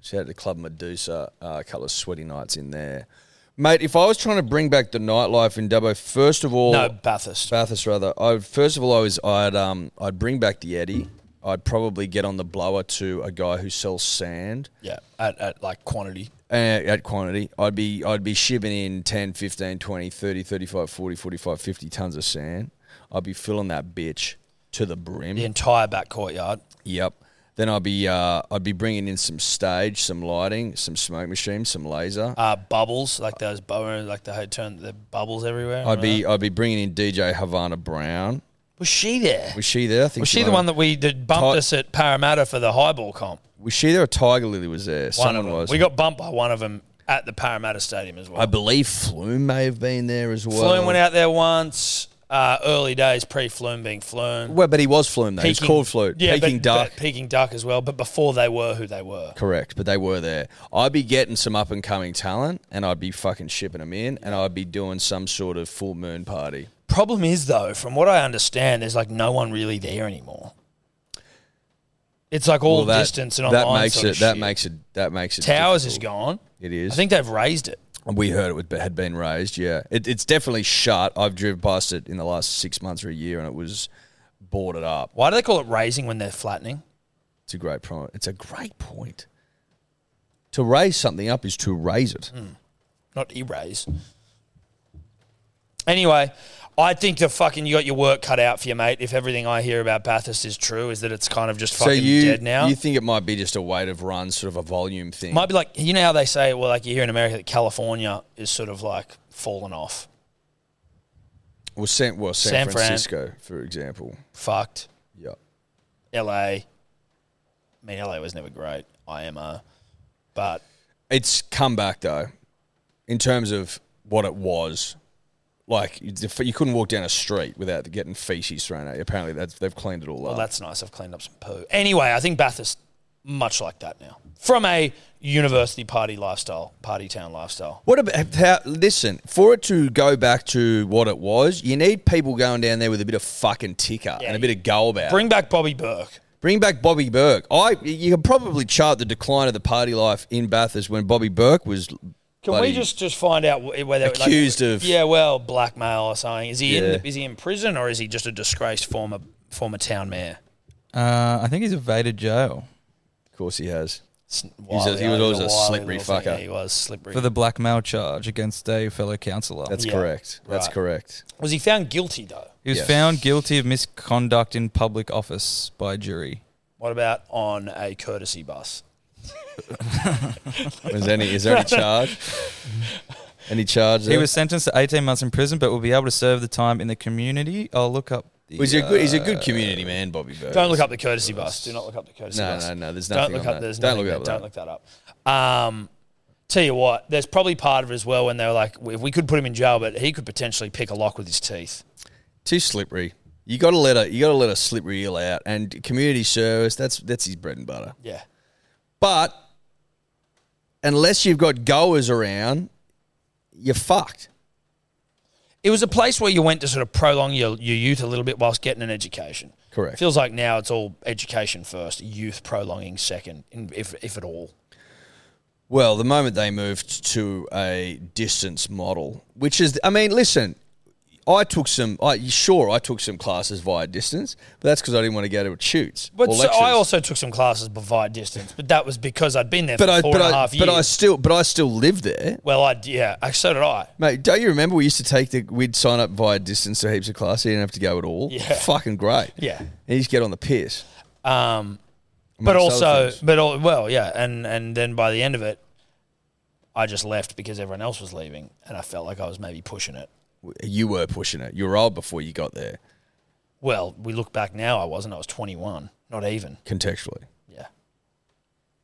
Speaker 3: Shout out to Club Medusa. Uh, a couple of sweaty nights in there, mate. If I was trying to bring back the nightlife in Dubbo, first of all,
Speaker 2: No, Bathurst.
Speaker 3: Bathurst rather. I first of all, I was I'd um I'd bring back the Yeti. I'd probably get on the blower to a guy who sells sand.
Speaker 2: Yeah, at, at like quantity.
Speaker 3: uh, at quantity. I'd be I'd be shipping in 10, 15, 20, 30, 35, 40, 45, 50 tons of sand. I'd be filling that bitch to the brim.
Speaker 2: The entire back courtyard.
Speaker 3: Yep. Then I'd be uh, I'd be bringing in some stage, some lighting, some smoke machines, some laser.
Speaker 2: Uh, bubbles like those bubbles, like the hotel, the bubbles everywhere.
Speaker 3: I'd
Speaker 2: remember
Speaker 3: be
Speaker 2: that?
Speaker 3: I'd be bringing in DJ Havana Brown.
Speaker 2: Was she there?
Speaker 3: Was she there? I think
Speaker 2: Was she the
Speaker 3: might-
Speaker 2: one that we that bumped us at Parramatta for the highball comp?
Speaker 3: was she there? Or Tiger Lily was there.
Speaker 2: One
Speaker 3: Someone
Speaker 2: of them.
Speaker 3: was.
Speaker 2: We got bumped by one of them at the Parramatta Stadium as well.
Speaker 3: I believe Flume may have been there as well.
Speaker 2: Flume went out there once. Uh, early days, pre-Flume being Flume.
Speaker 3: Well, but he was Flume though. He's
Speaker 2: Peking-
Speaker 3: called Flume.
Speaker 2: Yeah,
Speaker 3: Peking
Speaker 2: but,
Speaker 3: Duck.
Speaker 2: but Peking Duck as well. But before they were who they were.
Speaker 3: Correct, but they were there. I'd be getting some up and coming talent, and I'd be fucking shipping them in, and I'd be doing some sort of full moon party.
Speaker 2: Problem is though, from what I understand, there's like no one really there anymore. It's like all
Speaker 3: Well, that-
Speaker 2: distance and
Speaker 3: that
Speaker 2: online.
Speaker 3: makes
Speaker 2: sort of
Speaker 3: it. That
Speaker 2: shit.
Speaker 3: makes it. That makes it.
Speaker 2: Towers is
Speaker 3: difficult.
Speaker 2: gone.
Speaker 3: It is.
Speaker 2: I think they've raised it.
Speaker 3: we heard it would, had been raised. Yeah, it, it's definitely shut. I've driven past it in the last six months or a year, and it was boarded up.
Speaker 2: Why do they call it raising when they're flattening?
Speaker 3: It's a great point. It's a great point. To raise something up is to raise it.
Speaker 2: Not erase. Anyway, I think the fucking you got your work cut out for you, mate. If everything I hear about Bathurst is true, is that it's kind of just
Speaker 3: So
Speaker 2: fucking
Speaker 3: you
Speaker 2: dead now.
Speaker 3: you think it might be just a weight of runs, sort of a volume thing?
Speaker 2: Might be like you know how they say well, like you hear in America that California is sort of like fallen off,
Speaker 3: well, San, well, San,
Speaker 2: San Fran.
Speaker 3: Francisco, for example.
Speaker 2: fucked.
Speaker 3: Yeah.
Speaker 2: LA. I mean, LA was never great. IMO, but
Speaker 3: It's come back though, in terms of what it was. Like you you couldn't walk down a street without getting feces thrown at you. Apparently, that's, they've cleaned it all
Speaker 2: well,
Speaker 3: up.
Speaker 2: that's nice. I've cleaned up some poo. Anyway, I think Bathurst much like that now from a university party lifestyle, party town lifestyle.
Speaker 3: What about how, listen for it to go back to what it was? You need people going down there with a bit of fucking ticker and a bit of go about.
Speaker 2: Bring back Bobby Burke.
Speaker 3: Bring back Bobby Burke. I you can probably chart the decline of the party life in Bathurst when Bobby Burke was.
Speaker 2: Can we just just find out wh- whether like-
Speaker 3: Accused of-
Speaker 2: yeah, well, blackmail or something? Is he
Speaker 3: Yeah.
Speaker 2: in is he in prison or is he just a disgraced former former town mayor?
Speaker 4: Uh, I think he's evaded jail
Speaker 3: Of course, he has.
Speaker 2: He's
Speaker 3: a- he was always a slippery fucker.
Speaker 2: he was slippery.
Speaker 4: for the blackmail charge against a fellow councillor.
Speaker 3: That's
Speaker 2: Yeah,
Speaker 3: correct. That's
Speaker 2: right.
Speaker 3: correct.
Speaker 2: was he found guilty though?
Speaker 4: He was
Speaker 3: Yes.
Speaker 4: found guilty of misconduct in public office by a jury.
Speaker 2: What about on a courtesy bus?
Speaker 3: Is there any is there any charge? any charge?
Speaker 4: He
Speaker 3: there?
Speaker 4: was sentenced to 18 months in prison, but will be able to serve the time in the community. I'll look up. The,
Speaker 3: He's a good. He's a good
Speaker 4: uh,
Speaker 3: community man, Bobby Burke.
Speaker 2: Don't look up the courtesy bus. Do not look up the courtesy
Speaker 3: No,
Speaker 2: bus.
Speaker 3: no, no, there's
Speaker 2: Don't
Speaker 3: nothing
Speaker 2: look
Speaker 3: on
Speaker 2: up.
Speaker 3: that.
Speaker 2: There's
Speaker 3: Don't
Speaker 2: nothing
Speaker 3: look up
Speaker 2: there.
Speaker 3: that.
Speaker 2: Don't look that up. Um, tell you what, there's probably part of it as well when they were like, if we could put him in jail, but he could potentially pick a lock with his teeth.
Speaker 3: Too slippery. You got to let a you got to let a slippery eel out, and community service. That's that's his bread and butter.
Speaker 2: Yeah.
Speaker 3: But unless you've got goers around, you're fucked.
Speaker 2: It was a place where you went to sort of prolong your, your youth a little bit whilst getting an education.
Speaker 3: Correct.
Speaker 2: Feels like now it's all education first, youth prolonging second, in- if, if at all.
Speaker 3: Well, the moment they moved to a distance model, which is, I mean, listen, I took some. I sure I took some classes via distance, but that's because I didn't want to go to shoots
Speaker 2: But
Speaker 3: or
Speaker 2: so I
Speaker 3: lectures.
Speaker 2: also took some classes via distance, but that was because I'd been there
Speaker 3: but I
Speaker 2: for four
Speaker 3: but
Speaker 2: and a
Speaker 3: I
Speaker 2: half
Speaker 3: but I
Speaker 2: years.
Speaker 3: still but I still lived there.
Speaker 2: well, I yeah, I- so did I.
Speaker 3: Mate, don't you remember we used to take the we'd sign up via distance to heaps of classes. You didn't have to go at all.
Speaker 2: Yeah.
Speaker 3: fucking great.
Speaker 2: Yeah.
Speaker 3: and you just get on the piss.
Speaker 2: Um, but
Speaker 3: Amongst other
Speaker 2: also, but all, well, yeah, and and then by the end of it, I just left because everyone else was leaving, and I felt like I was maybe pushing it.
Speaker 3: You were pushing it. You were old before you got there.
Speaker 2: Well, we look back now, I wasn't. I was twenty one, not even.
Speaker 3: Contextually,
Speaker 2: Yeah,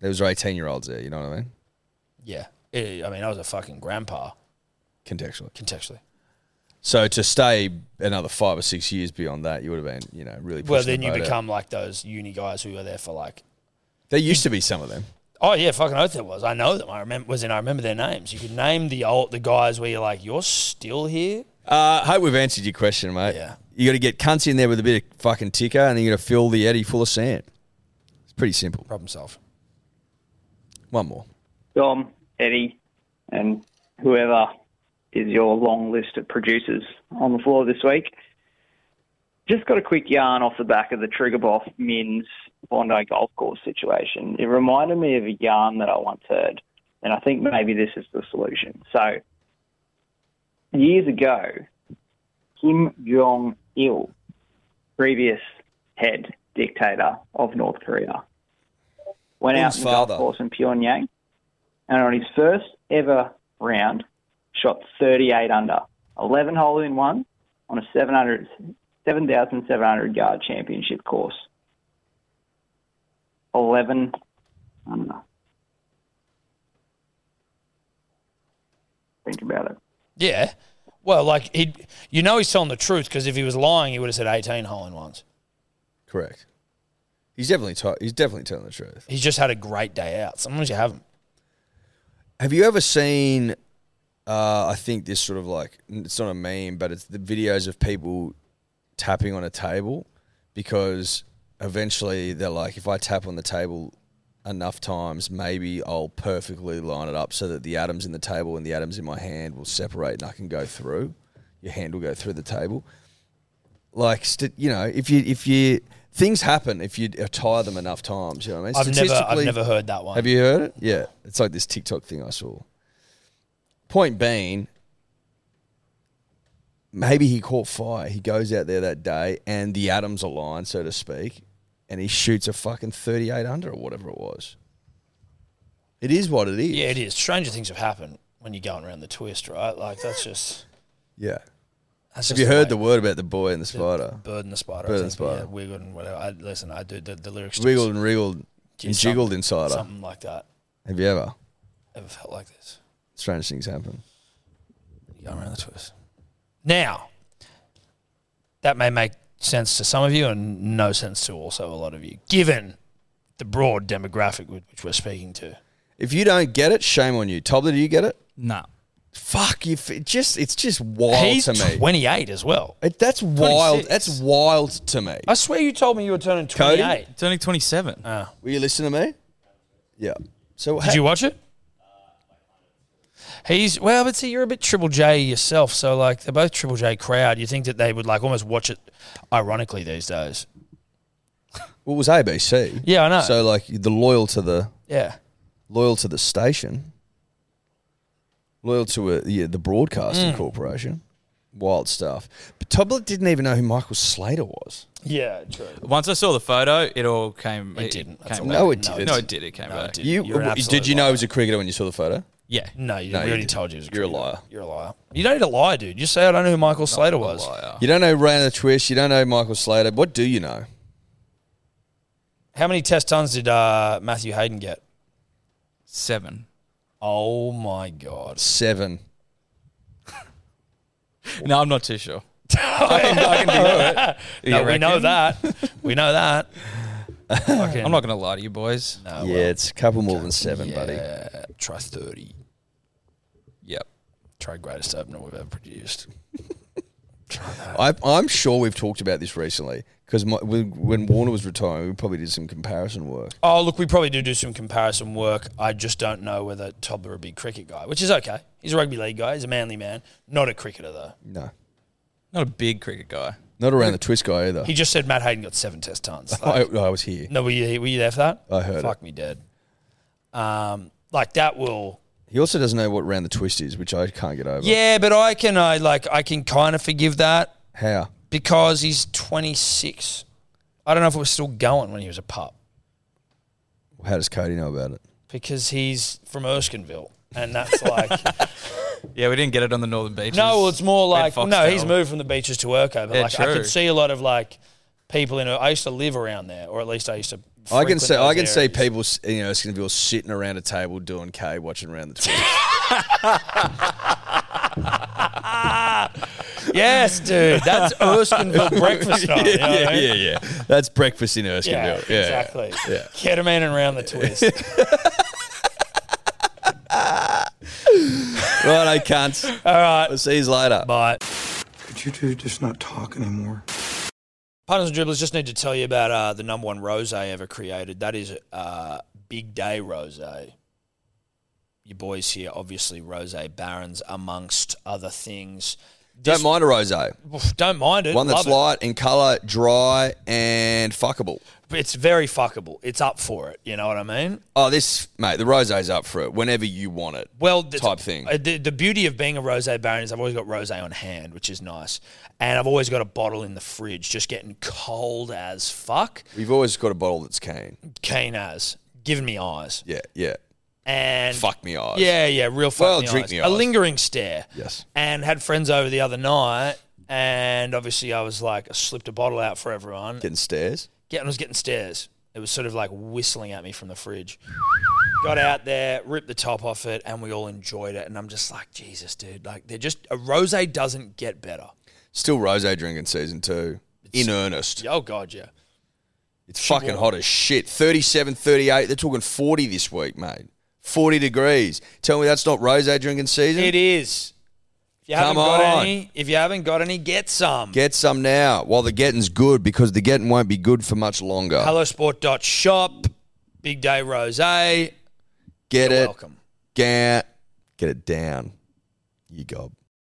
Speaker 3: there was eighteen year olds there. You know what I mean?
Speaker 2: yeah. Eh, I mean, I was a fucking grandpa
Speaker 3: Contextually.
Speaker 2: contextually.
Speaker 3: So to stay another five or six years beyond that, you would have been, you know, really.
Speaker 2: well, then
Speaker 3: pushing the
Speaker 2: you
Speaker 3: boat out.
Speaker 2: become like those uni guys who were there for like
Speaker 3: There used to be some of them.
Speaker 2: Oh yeah, fucking oath it was. I know them. I remember was in. I remember their names. You could name the old the guys where you're like, you're still here.
Speaker 3: Uh, hope we've answered your question, mate. Yeah. You got to get cunts in there with a bit of fucking ticker, and then you got to fill the eddy full of sand. It's pretty simple.
Speaker 2: Problem solved.
Speaker 3: One more.
Speaker 10: Dom, Eddie, and whoever is your long list of producers on the floor this week. Just got a quick yarn off the back of the Triggerboff Mins Bondi Golf Course situation. It reminded me of a yarn that I once heard, and I think maybe this is the solution. So, years ago, Kim Jong il, previous head dictator of North Korea, went out
Speaker 11: Kim's
Speaker 10: on the golf
Speaker 11: father.
Speaker 10: course in Pyongyang, and on his first ever round, shot 38 under, 11 hole in one on a 700, 7,700 yard championship course. 11 under. Think about it.
Speaker 2: Yeah. Well, like he, you know, he's telling the truth because if he was lying, he would have said eighteen hole in ones.
Speaker 3: Correct. He's definitely t- he's definitely telling the truth.
Speaker 2: He's just had a great day out. Sometimes you have him.
Speaker 3: Have you ever seen? Uh, I think this sort of like it's not a meme, but it's the videos of people tapping on a table because eventually they're like, if I tap on the table enough times, maybe I'll perfectly line it up so that the atoms in the table and the atoms in my hand will separate and I can go through. Your hand will go through the table. Like st- you know, if you if you things happen if you tie them enough times. You know what I mean?
Speaker 2: I've never- I've
Speaker 3: Statistically-
Speaker 2: never heard that one.
Speaker 3: Have you heard it? Yeah, it's like this TikTok thing I saw. Point being, maybe he caught fire. He goes out there that day and the atoms align, so to speak, and he shoots a fucking 38 under or whatever it was. It is what it is.
Speaker 2: Yeah, it is. Stranger things have happened when you're going around the twist, right? Like that's just
Speaker 3: Yeah.
Speaker 2: That's
Speaker 3: Have
Speaker 2: just
Speaker 3: you
Speaker 2: the
Speaker 3: heard
Speaker 2: way-
Speaker 3: the word about the boy and the spider?
Speaker 2: bird and the spider.
Speaker 3: Bird
Speaker 2: I
Speaker 3: and the
Speaker 2: think, yeah,
Speaker 3: spider.
Speaker 2: wiggled and whatever. I, listen, I do the, the lyrics. just-
Speaker 3: Wiggled and wriggled
Speaker 2: Yeah,
Speaker 3: and
Speaker 2: some-
Speaker 3: jiggled insider.
Speaker 2: Something like that.
Speaker 3: Have you ever?
Speaker 2: Ever felt like this?
Speaker 3: Strange things happen.
Speaker 2: You go around the twist. Now, that may make sense to some of you and no sense to also a lot of you, given the broad demographic with which we're speaking to.
Speaker 3: If you don't get it, shame on you. Tobler, do you get it?
Speaker 4: No.
Speaker 3: Fuck you! It just it's just wild
Speaker 2: He's
Speaker 3: to me.
Speaker 2: 28 as well.
Speaker 3: It, that's wild.
Speaker 2: 26.
Speaker 3: That's wild to me.
Speaker 2: I swear you told me you were turning Uh, 28.
Speaker 3: Cody?
Speaker 4: Turning 27.
Speaker 3: Will you listen to me? Yeah. So
Speaker 2: Did you watch it? He's well, but see, you're a bit Triple J yourself, so like they're both Triple J crowd. You think that they would like almost watch it ironically these days?
Speaker 3: Well, it was ABC.
Speaker 2: Yeah, I know.
Speaker 3: So like the loyal to the
Speaker 2: Yeah.
Speaker 3: loyal to the station, loyal to a, yeah, the broadcasting
Speaker 2: Mm.
Speaker 3: corporation. Wild stuff. But Tobler didn't even know who Michael Slater was.
Speaker 2: Yeah, true.
Speaker 4: Once I saw the photo, it all came. It, didn't.
Speaker 2: That's
Speaker 4: Came
Speaker 2: a
Speaker 4: back.
Speaker 2: lie. No, it didn't.
Speaker 4: No, it did. It came
Speaker 2: No, it
Speaker 4: back.
Speaker 2: didn't.
Speaker 3: You
Speaker 2: You're an
Speaker 3: w-
Speaker 2: absolute
Speaker 3: did you know he was a cricketer when you saw the photo?
Speaker 4: Yeah.
Speaker 2: No, you
Speaker 3: No,
Speaker 2: we
Speaker 3: you
Speaker 2: already
Speaker 3: didn't.
Speaker 2: told you. It was a
Speaker 3: You're a
Speaker 2: cricketer.
Speaker 3: liar.
Speaker 2: You're a liar. You don't need to lie, dude. Just say I don't know who Michael Slater was.
Speaker 3: You don't know Ray Twist. You don't know Michael Slater. What do you know?
Speaker 2: How many test tons did uh, Matthew Hayden get?
Speaker 4: Seven.
Speaker 2: Oh my god.
Speaker 3: Seven.
Speaker 4: No, I'm not too sure.
Speaker 2: I can, I
Speaker 4: can do it.
Speaker 2: No,
Speaker 4: You
Speaker 2: we know
Speaker 4: reckon?
Speaker 2: that. We know that. Fucking-
Speaker 4: I'm not going to lie to you boys.
Speaker 2: No,
Speaker 3: yeah, it's a couple more than seven, buddy.
Speaker 2: Try 30.
Speaker 4: Yep.
Speaker 2: Try greatest opener we've ever produced.
Speaker 3: I, I'm sure we've talked about this recently because when Warner was retiring, we probably did some comparison work.
Speaker 2: Oh, look, we probably do do some comparison work. I just don't know whether Tobler would be a cricket guy, which is okay. He's a rugby league guy. He's a manly man. Not a cricketer, though.
Speaker 3: No.
Speaker 4: Not a big cricket guy.
Speaker 3: Not around the twist guy either.
Speaker 2: He just said Matt Hayden got seven test tons.
Speaker 3: I, I was here.
Speaker 2: No, were you, were you there for that?
Speaker 3: I heard
Speaker 2: Fuck
Speaker 3: it.
Speaker 2: me dead. Um, like that will.
Speaker 3: He also doesn't know what round the twist is, which I can't get over.
Speaker 2: Yeah, but I can I like I can kind of forgive that
Speaker 3: How?
Speaker 2: because he's 26. I don't know if it was still going when he was a pup
Speaker 3: How does Cody know about it?
Speaker 2: because he's from Erskineville and that's like
Speaker 4: Yeah, we didn't get it on the northern beaches.
Speaker 2: no, well, it's more
Speaker 4: Ben
Speaker 2: like no, he's
Speaker 4: Foxtel.
Speaker 2: moved from the beaches to Urco, but
Speaker 4: Yeah,
Speaker 2: like I
Speaker 4: true.
Speaker 2: could see a lot of like people in. I used to live around there, or at least I used to.
Speaker 3: I can
Speaker 2: frequent
Speaker 3: see. I
Speaker 2: those
Speaker 3: can see
Speaker 2: areas.
Speaker 3: people, s- you know, it's going to be all sitting around a table doing K, watching around the twist.
Speaker 2: yes, dude, that's Erskineville breakfast time.
Speaker 3: yeah,
Speaker 2: you know what I
Speaker 3: yeah,
Speaker 2: mean?
Speaker 3: yeah, yeah. That's breakfast in Erskineville. Yeah,
Speaker 2: exactly.
Speaker 3: Yeah.
Speaker 2: Ketamine and round the twist.
Speaker 3: right, I can't.
Speaker 2: All right.
Speaker 3: I'll see you later.
Speaker 2: Bye.
Speaker 1: Could you two just not talk anymore?
Speaker 2: Punters and dribblers just need to tell you about uh, the number one rose ever created. That is uh, Big Day Rose. Your boys here, obviously, Rose Barons, amongst other things.
Speaker 3: Don't mind a rosé.
Speaker 2: Oof, Don't mind it.
Speaker 3: One
Speaker 2: Love
Speaker 3: that's
Speaker 2: it.
Speaker 3: light in colour, dry and fuckable.
Speaker 2: It's very fuckable. It's up for it. You know what I mean?
Speaker 3: Oh, this mate, the rosé's up for it whenever you want it.
Speaker 2: Well, the,
Speaker 3: type thing.
Speaker 2: uh, The, the beauty of being a rosé baron is I've always got rosé on hand, which is nice, and I've always got a bottle in the fridge, just getting cold as fuck,
Speaker 3: We've always got a bottle that's cane.
Speaker 2: keen as, giving me eyes.
Speaker 3: Yeah, yeah.
Speaker 2: And
Speaker 3: fuck me eyes.
Speaker 2: Yeah, yeah, real fuck
Speaker 3: Well,
Speaker 2: me
Speaker 3: drink
Speaker 2: eyes.
Speaker 3: me
Speaker 2: A
Speaker 3: eyes.
Speaker 2: lingering stare.
Speaker 3: Yes.
Speaker 2: And had friends over the other night, and obviously I was like, I slipped a bottle out for everyone.
Speaker 3: Getting stares.
Speaker 2: Getting, I was getting stares. It was sort of like whistling at me from the fridge. Got out there, ripped the top off it, and we all enjoyed it. And I'm just like, Jesus, dude, like they're just a rose doesn't get better.
Speaker 3: Still rosé drinking season two. in earnest.
Speaker 2: Oh god, yeah.
Speaker 3: It's fucking hot as shit. 37, 38. They're talking 40 this week, mate. 40 degrees. Tell me that's not rosé drinking season?
Speaker 2: It is. If you haven't
Speaker 3: Come
Speaker 2: got
Speaker 3: on.
Speaker 2: any, if you haven't got any, get some.
Speaker 3: Get some now while the getting's good because the getting won't be good for much longer.
Speaker 2: Hellosport.shop, big day rose. Get
Speaker 3: Get
Speaker 2: You're
Speaker 3: it.
Speaker 2: welcome.
Speaker 3: Get, get it down. You gob.